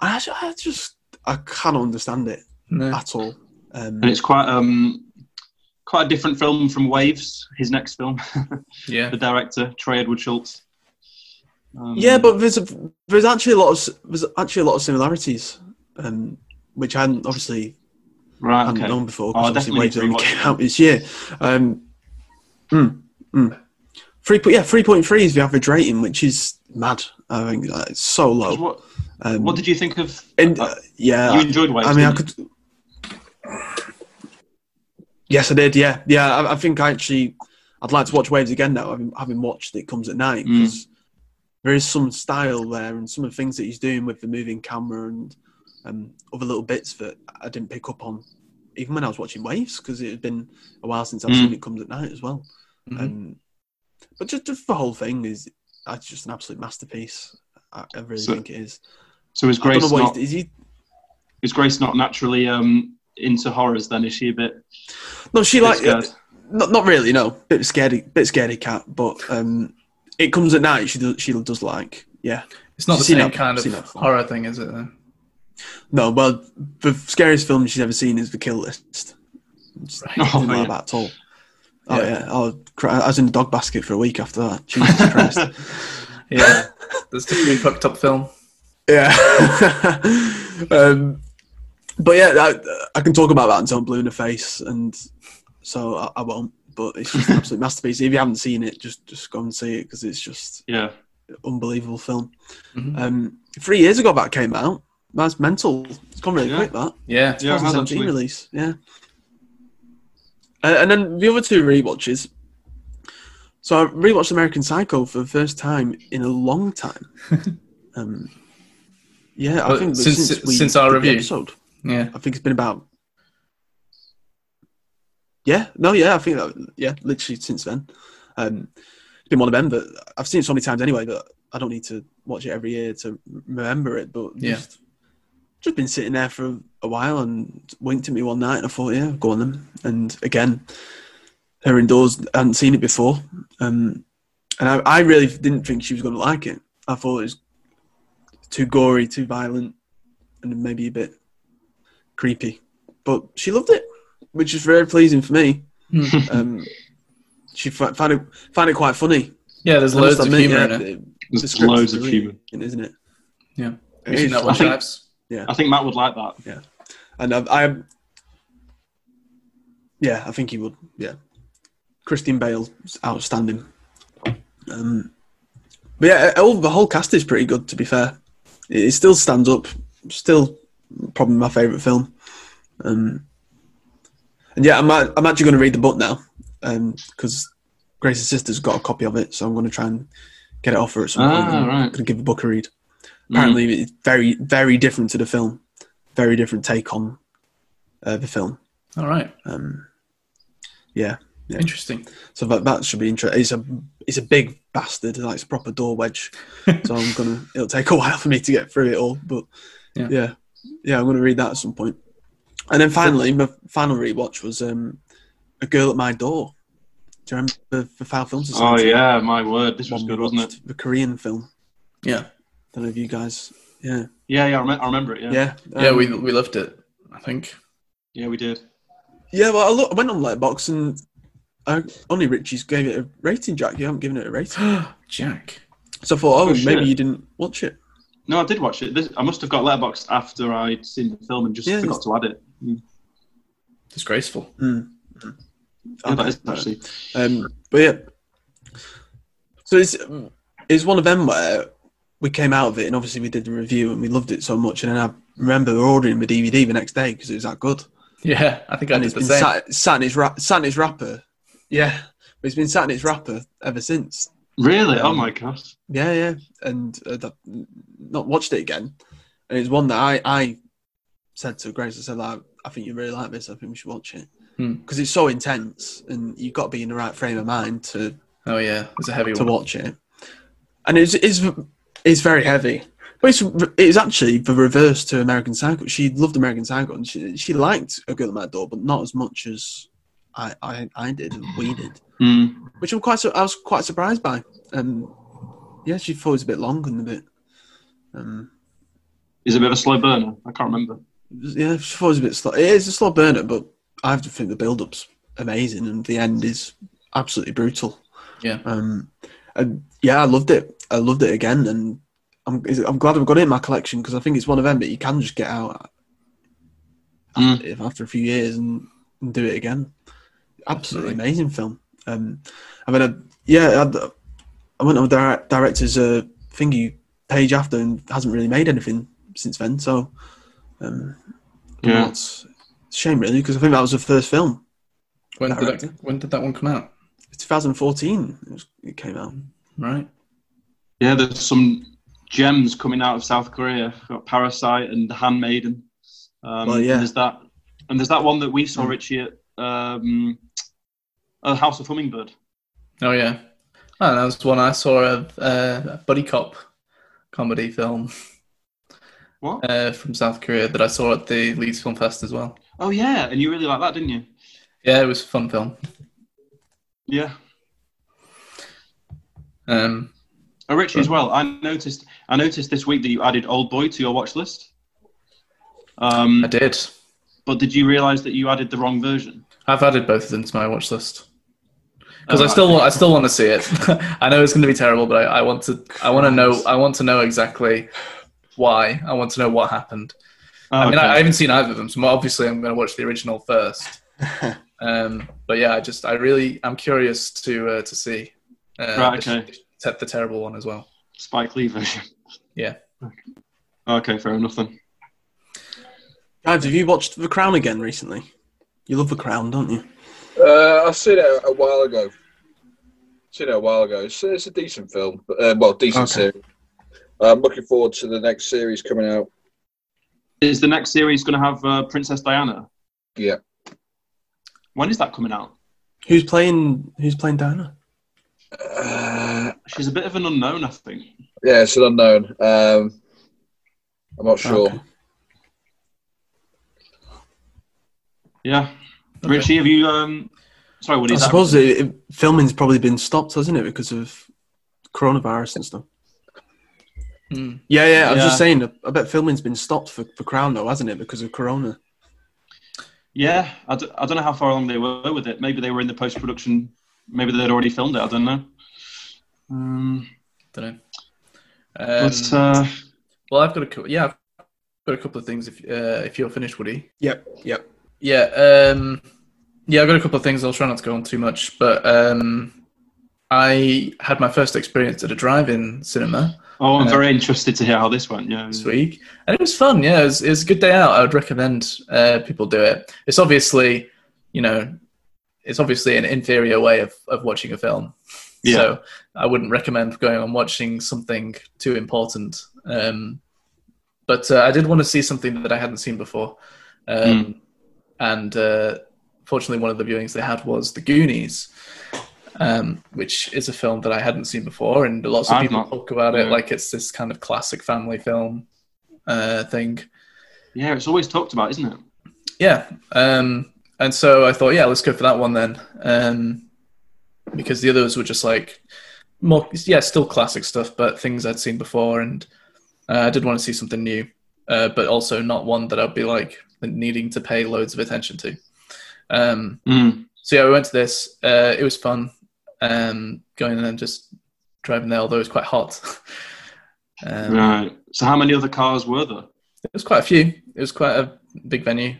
[SPEAKER 3] I, ju- I just I cannot understand it
[SPEAKER 1] No.
[SPEAKER 3] at all. Um,
[SPEAKER 2] and it's quite um quite a different film from Waves, his next film.
[SPEAKER 1] Yeah.
[SPEAKER 2] the director Trey Edward Schultz. Um,
[SPEAKER 3] yeah, but there's a, there's actually a lot of s- there's actually a lot of similarities, um, which I hadn't obviously
[SPEAKER 2] right,
[SPEAKER 3] hadn't
[SPEAKER 2] okay.
[SPEAKER 3] known before
[SPEAKER 2] Oh, I
[SPEAKER 3] because obviously Waves
[SPEAKER 2] definitely
[SPEAKER 3] only
[SPEAKER 2] need to
[SPEAKER 3] came out this year. Um, mm, mm. Three, po- yeah, three point three is the average rating, which is mad. I think like, it's so low.
[SPEAKER 2] What,
[SPEAKER 3] Um,
[SPEAKER 2] what did you think of?
[SPEAKER 3] and, uh, yeah,
[SPEAKER 2] you enjoyed Waves?
[SPEAKER 3] I mean, I
[SPEAKER 2] didn't
[SPEAKER 3] could. Yes, I did. Yeah, yeah. I, I think I actually, I'd like to watch Waves again now. Having, having watched it comes at night
[SPEAKER 2] Mm.
[SPEAKER 3] because there is some style there and some of the things that he's doing with the moving camera and um, other little bits that I didn't pick up on even when I was watching Waves because it had been a while since I've
[SPEAKER 2] Mm. Mm-hmm.
[SPEAKER 3] seen it comes at night as well.
[SPEAKER 1] Mhm.
[SPEAKER 3] Um, but just, just the whole thing is, it's just an absolute masterpiece. I, I really
[SPEAKER 2] So-
[SPEAKER 3] think it is.
[SPEAKER 2] So is
[SPEAKER 3] I don't
[SPEAKER 2] Grace
[SPEAKER 3] know what
[SPEAKER 2] not
[SPEAKER 3] he's- is he
[SPEAKER 2] is Grace not naturally um, into horrors? Then is she a bit,
[SPEAKER 3] No, she
[SPEAKER 2] bit
[SPEAKER 3] like
[SPEAKER 2] scared?
[SPEAKER 3] not not really. No, bit scaredy, bit scaredy cat. But um, it comes at night. She does, she does like yeah.
[SPEAKER 1] It's not the
[SPEAKER 3] Seen
[SPEAKER 1] same
[SPEAKER 3] that-
[SPEAKER 1] kind of
[SPEAKER 3] seen that before.
[SPEAKER 1] horror thing, is it? though?
[SPEAKER 3] No, well, the scariest film she's ever seen is The Kill List. Just
[SPEAKER 2] Oh,
[SPEAKER 3] didn't like
[SPEAKER 2] yeah.
[SPEAKER 3] that at all. Oh yeah, I, was cry- I was in a dog basket for a week after that. Jesus Christ.
[SPEAKER 1] Yeah, there's definitely a fucked up film.
[SPEAKER 3] Yeah. um, but yeah, I, I can talk about that until I'm blue in the face, and so I, I won't. But it's just an absolute masterpiece. If you haven't seen it, just just go and see it because it's just
[SPEAKER 2] Yeah,
[SPEAKER 3] an unbelievable film.
[SPEAKER 2] Mm-hmm.
[SPEAKER 1] Mhm.
[SPEAKER 3] Um, three years ago that came out. That's mental. It's gone really
[SPEAKER 2] Yeah.
[SPEAKER 3] quick. That
[SPEAKER 1] Yeah,
[SPEAKER 2] Yeah, it has
[SPEAKER 3] 2017
[SPEAKER 2] actually.
[SPEAKER 3] release. Yeah. Uh, and then the other two rewatches. So I rewatched American Psycho for the first time in a long time. um, yeah, I
[SPEAKER 1] Well,
[SPEAKER 3] think
[SPEAKER 1] since-
[SPEAKER 3] since we
[SPEAKER 1] since our
[SPEAKER 3] did the
[SPEAKER 1] review.
[SPEAKER 3] episode,
[SPEAKER 1] yeah.
[SPEAKER 3] I think it's been about. Yeah, no, yeah, I think that, yeah, literally since then. Um, it's been one of them, but I've seen it so many times anyway that I don't need to watch it every year to remember it. But
[SPEAKER 1] Yeah.
[SPEAKER 3] just, just been sitting there for a while and winked at me one night and I thought, yeah, go on then. And again, her indoors hadn't seen it before. Um, and I, I really didn't think she was going to like it. I thought it was too gory, too violent, and maybe a bit creepy. But she loved it, which is very pleasing for me.
[SPEAKER 1] Hmm.
[SPEAKER 3] um, she fi- found it found it quite funny.
[SPEAKER 1] Yeah, there's
[SPEAKER 3] I must
[SPEAKER 1] loads of
[SPEAKER 3] admit,
[SPEAKER 1] humour
[SPEAKER 3] yeah,
[SPEAKER 1] in it.
[SPEAKER 3] the- the
[SPEAKER 2] there's
[SPEAKER 3] script
[SPEAKER 2] loads
[SPEAKER 3] is
[SPEAKER 2] of
[SPEAKER 3] brilliant,
[SPEAKER 2] human.
[SPEAKER 3] isn't it?
[SPEAKER 1] Yeah.
[SPEAKER 3] It
[SPEAKER 1] Have you seen
[SPEAKER 3] is.
[SPEAKER 1] that one,
[SPEAKER 2] I think-
[SPEAKER 1] Jives?
[SPEAKER 2] I think Matt would like that.
[SPEAKER 3] And I, I, yeah, I think he would. Yeah, Christian Bale's outstanding. Um, but yeah, uh, all, the whole cast is pretty good. To be fair, it, it still stands up. Still, probably my favourite film. Um, and yeah, I'm a- I'm actually going to read the book now because Grace's sister's got a copy of it, so I'm going to try and get it off her at some point.
[SPEAKER 2] Ah,
[SPEAKER 3] I'm
[SPEAKER 2] right. Mm.
[SPEAKER 3] going to give the book a read. Apparently, it's very very different to the film. Very different take on uh, the film.
[SPEAKER 1] All right,
[SPEAKER 3] Um, yeah, yeah.
[SPEAKER 1] interesting.
[SPEAKER 3] So that that should be interesting. It's a it's a big bastard. Like it's a proper door wedge. so I'm gonna. It'll take a while for me to get through it all. But
[SPEAKER 1] Yeah.
[SPEAKER 3] yeah, yeah, I'm gonna read that at some point. And then finally, my final rewatch was um, a girl at my door. Do you remember the, the Foul Film
[SPEAKER 2] Oh
[SPEAKER 3] Society?
[SPEAKER 2] yeah, my word, this was
[SPEAKER 3] One
[SPEAKER 2] good,
[SPEAKER 3] we
[SPEAKER 2] wasn't it?
[SPEAKER 3] watched, The Korean film.
[SPEAKER 1] Yeah,
[SPEAKER 3] don't know if you guys. Yeah,
[SPEAKER 2] Yeah, yeah, I, rem- I remember it. Yeah.
[SPEAKER 3] yeah,
[SPEAKER 1] yeah,
[SPEAKER 3] um,
[SPEAKER 1] we we loved it. I think.
[SPEAKER 2] Yeah, we did.
[SPEAKER 3] Yeah, well, I, look, I went on Letterbox and I, only Richie's gave it a rating. Jack, you haven't given it a rating,
[SPEAKER 1] Jack.
[SPEAKER 3] so I thought, oh,
[SPEAKER 2] Oh, shit.
[SPEAKER 3] maybe you didn't watch it.
[SPEAKER 2] No, I did watch it. This, I must have got Letterboxd after I'd seen the film and just
[SPEAKER 3] Yeah,
[SPEAKER 2] forgot to add it.
[SPEAKER 1] Disgraceful.
[SPEAKER 2] Yeah, Oh, that
[SPEAKER 3] Okay.
[SPEAKER 2] is actually.
[SPEAKER 3] Um, but yeah, so it's um, it's one of them where we came out of it, and obviously we did the review and we loved it so much, and then I remember ordering the DVD the next day because it was that good,
[SPEAKER 1] Yeah, I think I
[SPEAKER 3] and
[SPEAKER 1] did
[SPEAKER 3] it's
[SPEAKER 1] the
[SPEAKER 3] been
[SPEAKER 1] same.
[SPEAKER 3] sat, sat in its ra- sat in its wrapper. Yeah, but it's been sat in its wrapper ever since.
[SPEAKER 2] Really?
[SPEAKER 1] Um,
[SPEAKER 2] oh my gosh.
[SPEAKER 3] Yeah, yeah, and uh, that, not watched it again. And it's one that I, I said to Grace, I said, like, I think you really like this. I think we should watch it
[SPEAKER 1] Hmm.
[SPEAKER 3] because it's so intense, and you've got to be in the right frame of mind to
[SPEAKER 1] oh yeah, it's a heavy
[SPEAKER 3] to
[SPEAKER 1] one.
[SPEAKER 3] watch it. And it's it's it's very heavy, but it's it's actually the reverse to American Psycho. She loved American Psycho, and she she liked A Girl at My Door, but not as much as I I, I did and we did
[SPEAKER 2] Mm.
[SPEAKER 3] which I'm quite su- I was quite surprised by. Um, yeah, she thought it was a bit long and a bit. Um,
[SPEAKER 2] Is it a bit of a slow burner? I can't remember.
[SPEAKER 3] yeah, she thought it was a bit slow. It is a slow burner, but I have to think the build-up's amazing and the end is absolutely brutal.
[SPEAKER 1] Yeah.
[SPEAKER 3] Um, and yeah, I loved it. I loved it again, and I'm is- I'm glad I've got it in my collection because I think it's one of them that you can just get out
[SPEAKER 2] Mm.
[SPEAKER 3] if after a few years and, and do it again. Absolutely amazing film. Um, I mean, I, yeah, I, I went on the direct, director's uh, thingy page after and hasn't really made anything since then. So, um,
[SPEAKER 2] Yeah.
[SPEAKER 3] it's it's a shame really because I think that was the first film,
[SPEAKER 1] When did
[SPEAKER 3] Director.
[SPEAKER 1] that, when did that one come out?
[SPEAKER 3] 2014. It, was, it came out.
[SPEAKER 1] Right.
[SPEAKER 2] Yeah, there's some gems coming out of South Korea. We've got Parasite and The Handmaiden. Um,
[SPEAKER 3] Well, yeah.
[SPEAKER 2] And there's that, and there's that one that we
[SPEAKER 1] Hmm.
[SPEAKER 2] saw Richie at um, uh, House of Hummingbird.
[SPEAKER 1] Oh yeah. Oh, that was one I saw a, uh, a buddy cop comedy film.
[SPEAKER 2] What?
[SPEAKER 1] uh, from South Korea that I saw at the Leeds Film Fest as well.
[SPEAKER 2] Oh yeah, and you really like that, didn't you?
[SPEAKER 1] Yeah, it was a fun film.
[SPEAKER 2] Yeah.
[SPEAKER 1] Um,
[SPEAKER 2] Oh, Richie, as well. I noticed. I noticed this week that you added Old Boy to your watch list. Um,
[SPEAKER 1] I did.
[SPEAKER 2] but did you realise that you added the wrong version?
[SPEAKER 1] I've added both of them to my watch list because
[SPEAKER 2] Oh,
[SPEAKER 1] I still I still want to see it. I know it's going to be terrible, but I, I want to I want to know I want to know exactly why. I want to know what happened.
[SPEAKER 2] Oh,
[SPEAKER 1] I mean,
[SPEAKER 2] okay.
[SPEAKER 1] I, I haven't seen either of them, so obviously I'm going to watch the original first. um, but yeah, I just I really I'm curious to uh, to see uh,
[SPEAKER 2] Right,
[SPEAKER 1] this-
[SPEAKER 2] okay.
[SPEAKER 1] te- the terrible one as well.
[SPEAKER 2] Spike Lee version.
[SPEAKER 1] Yeah.
[SPEAKER 2] Okay, fair enough then.
[SPEAKER 3] Guys, have you watched The Crown again recently? You love The Crown, don't you?
[SPEAKER 4] Uh, I've seen it a while ago. Seen it a while ago. It's, it's a decent film, but, uh, well, decent
[SPEAKER 2] Okay.
[SPEAKER 4] series. I'm looking forward to the next series coming out.
[SPEAKER 2] Is the next series going to have uh, Princess Diana?
[SPEAKER 4] Yeah,
[SPEAKER 2] When is that coming out?
[SPEAKER 3] Who's playing? Who's playing Diana?
[SPEAKER 4] uh,
[SPEAKER 2] She's a bit of an unknown, I think.
[SPEAKER 4] yeah, it's an unknown. Um, I'm not sure.
[SPEAKER 3] Okay.
[SPEAKER 2] Yeah. Richie, have you? Um, sorry, what
[SPEAKER 3] I
[SPEAKER 2] is that?
[SPEAKER 3] suppose it, it, filming's probably been stopped, hasn't it, because of coronavirus and stuff.
[SPEAKER 1] Mm.
[SPEAKER 3] Yeah, yeah. I was
[SPEAKER 2] Yeah.
[SPEAKER 3] just saying. I bet filming's been stopped for, for Crown though, hasn't it, because of Corona?
[SPEAKER 2] Yeah, I, d- I don't know how far along they were with it. Maybe they were in the post production. Maybe they'd already filmed it. I don't know. Um,
[SPEAKER 1] Don't know. Um,
[SPEAKER 2] but uh,
[SPEAKER 1] Well, I've got a cou- yeah, I've got a couple of things. If uh, if you're finished, Woody.
[SPEAKER 3] Yep. Yep.
[SPEAKER 1] Yeah, um, yeah, I've got a couple of things. I'll try not to go on too much, but um, I had my first experience at a drive-in cinema
[SPEAKER 2] oh, I'm
[SPEAKER 1] uh,
[SPEAKER 2] very interested to hear how this went. Yeah.
[SPEAKER 1] this week, and it was fun. Yeah, it was, it was a good day out. I would recommend uh, people do it. It's obviously, you know, it's obviously an inferior way of, of watching a film.
[SPEAKER 2] Yeah.
[SPEAKER 1] So I wouldn't recommend going and watching something too important. Um, but uh, I did want to see something that I hadn't seen before.
[SPEAKER 2] Hmm.
[SPEAKER 1] Um, And uh, fortunately, one of the viewings they had was The Goonies, um, which is a film that I hadn't seen before. And lots of
[SPEAKER 2] I've
[SPEAKER 1] people
[SPEAKER 2] not-
[SPEAKER 1] talk about it
[SPEAKER 2] yeah.
[SPEAKER 1] like it's this kind of classic family film uh, thing.
[SPEAKER 2] Yeah, it's always talked about, isn't it?
[SPEAKER 1] Yeah. Um, and so I thought, yeah, let's go for that one then. Um, because the others were just like more, yeah, still classic stuff, but things I'd seen before. And uh, I did want to see something new, uh, but also not one that I'd be like needing to pay loads of attention to. Um,
[SPEAKER 2] Mm.
[SPEAKER 1] so yeah, we went to this. Uh, it was fun um, going in and just driving there, although it was quite hot. um,
[SPEAKER 2] Right. So, how many other cars were there?
[SPEAKER 1] it was quite a few. It was quite a big venue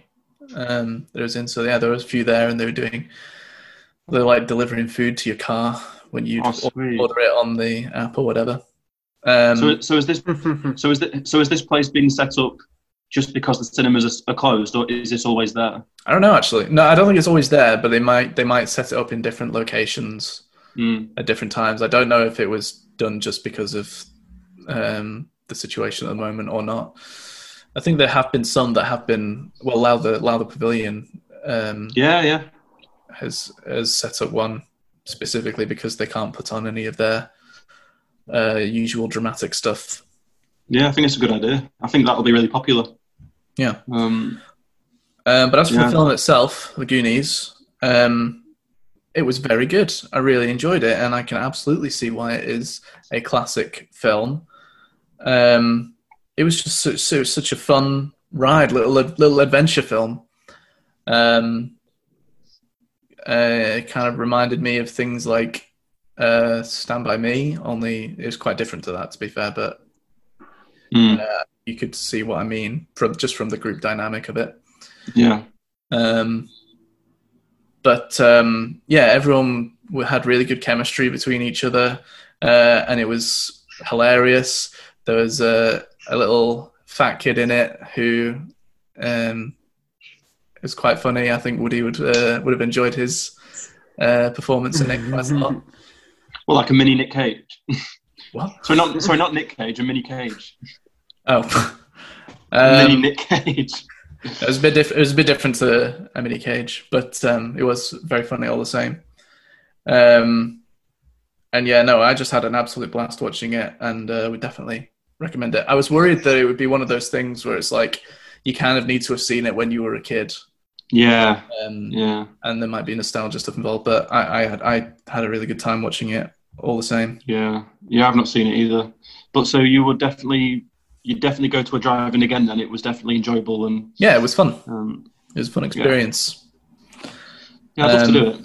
[SPEAKER 1] um, that it was in. So yeah, there was a few there, and they were doing they were like delivering food to your car when you
[SPEAKER 2] Oh, sweet.
[SPEAKER 1] order it on the app or whatever. Um,
[SPEAKER 2] so, so is this? So is this? So is this place being set up just because the cinemas are s- are closed, or is this always there?
[SPEAKER 1] I don't know actually. No, I don't think it's always there, but they might they might set it up in different locations
[SPEAKER 2] Mm.
[SPEAKER 1] at different times. I don't know if it was done just because of um, the situation at the moment or not. I think there have been some that have been well, Lowther Lowther Pavilion. Um,
[SPEAKER 2] Yeah, yeah.
[SPEAKER 1] has has set up one specifically because they can't put on any of their uh, usual dramatic stuff.
[SPEAKER 2] Yeah, I think it's a good idea. I think that'll be really popular.
[SPEAKER 1] Yeah.
[SPEAKER 2] Um,
[SPEAKER 1] Um, but as for
[SPEAKER 2] Yeah.
[SPEAKER 1] the film itself, The Goonies, um, it was very good. I really enjoyed it, and I can absolutely see why it is a classic film. Um, it was just so, so, such a fun ride, little little adventure film. Um, uh, it kind of reminded me of things like uh, Stand by Me, only it was quite different to that, to be fair. But
[SPEAKER 2] mm,
[SPEAKER 1] you could see what I mean from just from the group dynamic of it.
[SPEAKER 2] yeah.
[SPEAKER 1] Um, but um, yeah, everyone w- had really good chemistry between each other, uh, and it was hilarious. There was a, a little fat kid in it who um, was quite funny. I think Woody would uh, would have enjoyed his uh, performance in it quite a lot.
[SPEAKER 2] Well, like a mini Nick Cage.
[SPEAKER 1] What?
[SPEAKER 2] Sorry, not sorry, not Nick Cage. A mini Cage.
[SPEAKER 1] Oh,
[SPEAKER 2] A
[SPEAKER 1] um,
[SPEAKER 2] mini Nick Cage.
[SPEAKER 1] it was a bit diff- it was a bit different to Emily Cage, but um, it was very funny all the same. Um, and yeah, no, I just had an absolute blast watching it, and uh, would definitely recommend it. I was worried that it would be one of those things where it's like you kind of need to have seen it when you were a kid,
[SPEAKER 2] Yeah,
[SPEAKER 1] um,
[SPEAKER 2] yeah,
[SPEAKER 1] and there might be nostalgia stuff involved. But I, I had I had a really good time watching it all the same.
[SPEAKER 2] yeah, yeah. I've not seen it either, but so you would definitely, you would definitely go to a drive-in again. Then it was definitely enjoyable, and
[SPEAKER 1] Yeah, it was fun.
[SPEAKER 2] um,
[SPEAKER 1] It was a fun experience.
[SPEAKER 2] yeah, I'd love to
[SPEAKER 1] Um,
[SPEAKER 2] do it.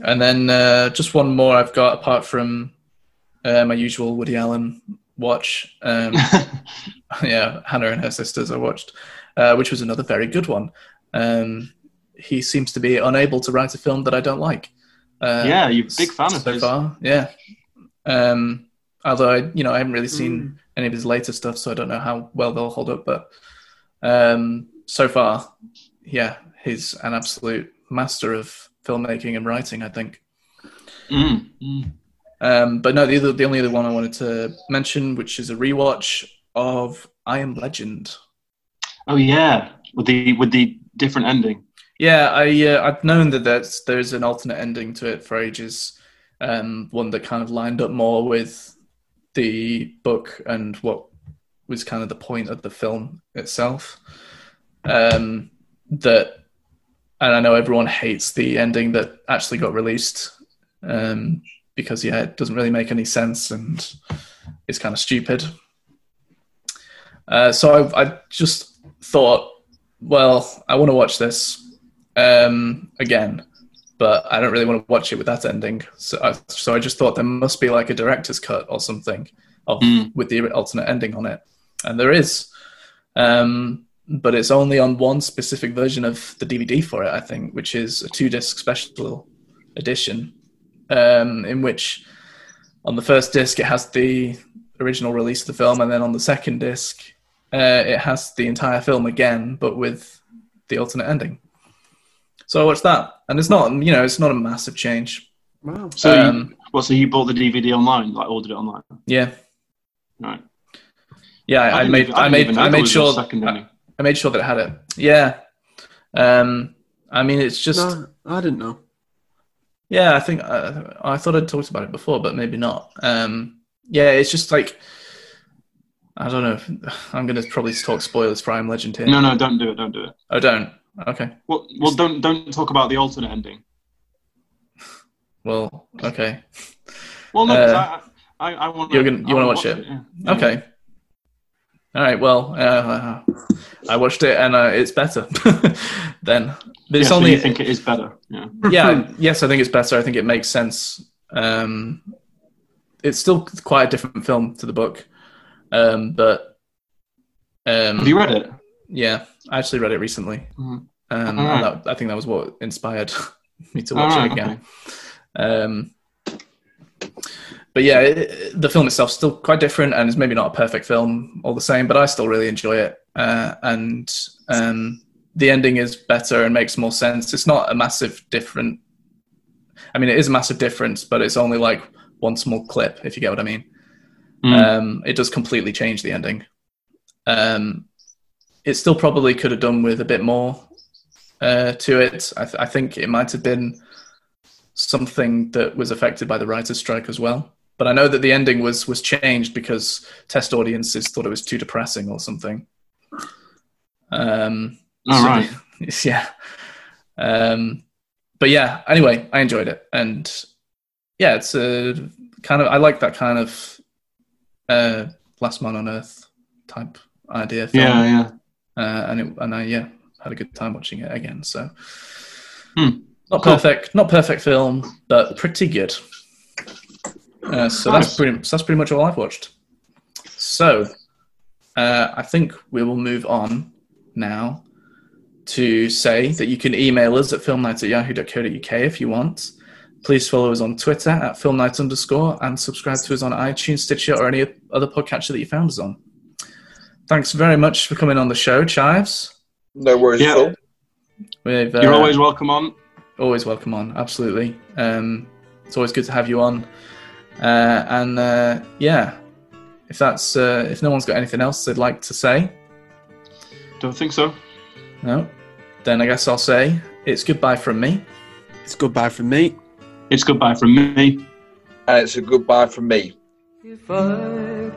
[SPEAKER 1] And then uh, just one more I've got apart from uh, my usual Woody Allen watch. Um, yeah, Hannah and her sisters I watched, uh, which was another very good one. Um, he seems to be unable to write a film that I don't like. Uh,
[SPEAKER 2] yeah, you're a big fan
[SPEAKER 1] so
[SPEAKER 2] of those.
[SPEAKER 1] far. Yeah. Um, although I, you know, I haven't really seen any of his later stuff, so I don't know how well they'll hold up. But um, so far, yeah, he's an absolute master of filmmaking and writing. I think.
[SPEAKER 2] Mm, mm.
[SPEAKER 1] Um, but no, the other, the only other one I wanted to mention, which is a rewatch of I Am Legend.
[SPEAKER 2] Oh yeah, with the with the different ending.
[SPEAKER 1] Yeah, I uh, I've known that that's, there's an alternate ending to it for ages, um, one that kind of lined up more with the book and what was kind of the point of the film itself. Um, that, and I know everyone hates the ending that actually got released, um, because yeah, it doesn't really make any sense and it's kind of stupid. Uh, so I, I just thought, well, I want to watch this um, again, but I don't really want to watch it with that ending. So I, so I just thought there must be like a director's cut or something of,
[SPEAKER 2] Mm.
[SPEAKER 1] with the alternate ending on it, and there is, um, but it's only on one specific version of the DVD for it, I think, which is a two disc special edition, um, in which on the first disc it has the original release of the film, and then on the second disc uh, it has the entire film again, but with the alternate ending. So I watched that, and it's not you know it's not a massive change.
[SPEAKER 3] Wow.
[SPEAKER 2] So, you-
[SPEAKER 1] Um,
[SPEAKER 2] well, so you bought the DVD online, like ordered it online,
[SPEAKER 1] Yeah,
[SPEAKER 2] right?
[SPEAKER 1] yeah. I, I,
[SPEAKER 2] didn't
[SPEAKER 1] made
[SPEAKER 2] even-
[SPEAKER 1] I
[SPEAKER 2] didn't
[SPEAKER 1] made
[SPEAKER 2] even know
[SPEAKER 1] I
[SPEAKER 2] there
[SPEAKER 1] made
[SPEAKER 2] was a
[SPEAKER 1] sure
[SPEAKER 2] second
[SPEAKER 1] I,
[SPEAKER 2] ending.
[SPEAKER 1] I made sure that it had it. Yeah. Um. I mean, it's just
[SPEAKER 3] No, I didn't know.
[SPEAKER 1] yeah. I think uh, I thought I'd talked about it before, but maybe not. Um. Yeah. It's just like I don't know. I'm gonna probably talk spoilers for I Am Legend here.
[SPEAKER 2] No, no, don't do it, don't do it.
[SPEAKER 1] Oh, don't. Okay.
[SPEAKER 2] Well, well, don't don't talk about the alternate ending.
[SPEAKER 1] Well. Okay.
[SPEAKER 2] Well, no, 'cause
[SPEAKER 1] Uh,
[SPEAKER 2] I, I, I want
[SPEAKER 1] you're gonna- you wanna watch it? Okay. All right. Well, uh, I watched it and uh, it's better then. But it's
[SPEAKER 2] It's yeah, only
[SPEAKER 1] only Hmm.
[SPEAKER 2] you think it is better. Yeah.
[SPEAKER 1] yeah. Yes, I think it's better. I think it makes sense. Um, it's still quite a different film to the book, um, but um,
[SPEAKER 2] Have you read it?
[SPEAKER 1] yeah, I actually read it recently.
[SPEAKER 2] Mhm.
[SPEAKER 1] Um, and
[SPEAKER 2] Alright.
[SPEAKER 1] that, I think that was what inspired me to watch
[SPEAKER 2] Alright,
[SPEAKER 1] it again. Um, but yeah, it- it, the film itself's still quite different, and it's maybe not a perfect film all the same, but I still really enjoy it. Uh, and um, the ending is better and makes more sense. It's not a massive different. I mean, it is a massive difference, but it's only like one small clip, if you get what I mean.
[SPEAKER 2] Mm.
[SPEAKER 1] Um, it does completely change the ending. Um, it still probably could have done with a bit more uh, to it. I, th- I think it might have been something that was affected by the writers' strike as well. But I know that the ending was was changed because test audiences thought it was too depressing or something. Um,
[SPEAKER 2] All
[SPEAKER 1] so-
[SPEAKER 2] right.
[SPEAKER 1] yeah. Um, but yeah, anyway, I enjoyed it, and yeah, it's a kind of I like that kind of uh, Last Man on Earth type idea. Film.
[SPEAKER 2] Yeah, yeah.
[SPEAKER 1] Uh, and it, and I yeah had a good time watching it again. So
[SPEAKER 2] Hmm.
[SPEAKER 1] not
[SPEAKER 2] Cool.
[SPEAKER 1] perfect, not perfect film, but pretty good. Uh, so
[SPEAKER 2] Nice.
[SPEAKER 1] that's pretty so that's pretty much all I've watched. So uh, I think we will move on now to say that you can email us at filmnight at yahoo.co.uk if you want. Please follow us on Twitter at filmnight underscore and subscribe to us on iTunes, Stitcher, or any other podcatcher that you found us on. Thanks very much for coming on the show, Chives.
[SPEAKER 4] No worries
[SPEAKER 2] Yeah.
[SPEAKER 4] at all.
[SPEAKER 1] We've, uh,
[SPEAKER 2] You're always welcome on.
[SPEAKER 1] always welcome on absolutely um, it's always good to have you on uh, and uh, yeah if that's uh, if no one's got anything else they'd like to say
[SPEAKER 2] Don't think so.
[SPEAKER 1] no then i guess i'll say it's goodbye from me
[SPEAKER 3] It's goodbye from me.
[SPEAKER 2] It's goodbye from me.
[SPEAKER 4] And it's a goodbye from me.
[SPEAKER 7] If I could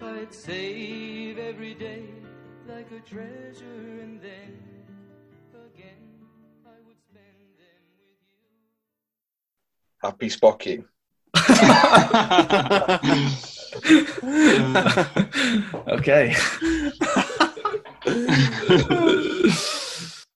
[SPEAKER 8] I'd save every day like a treasure and then again I would spend them with you.
[SPEAKER 4] Happy Spocky.
[SPEAKER 1] okay.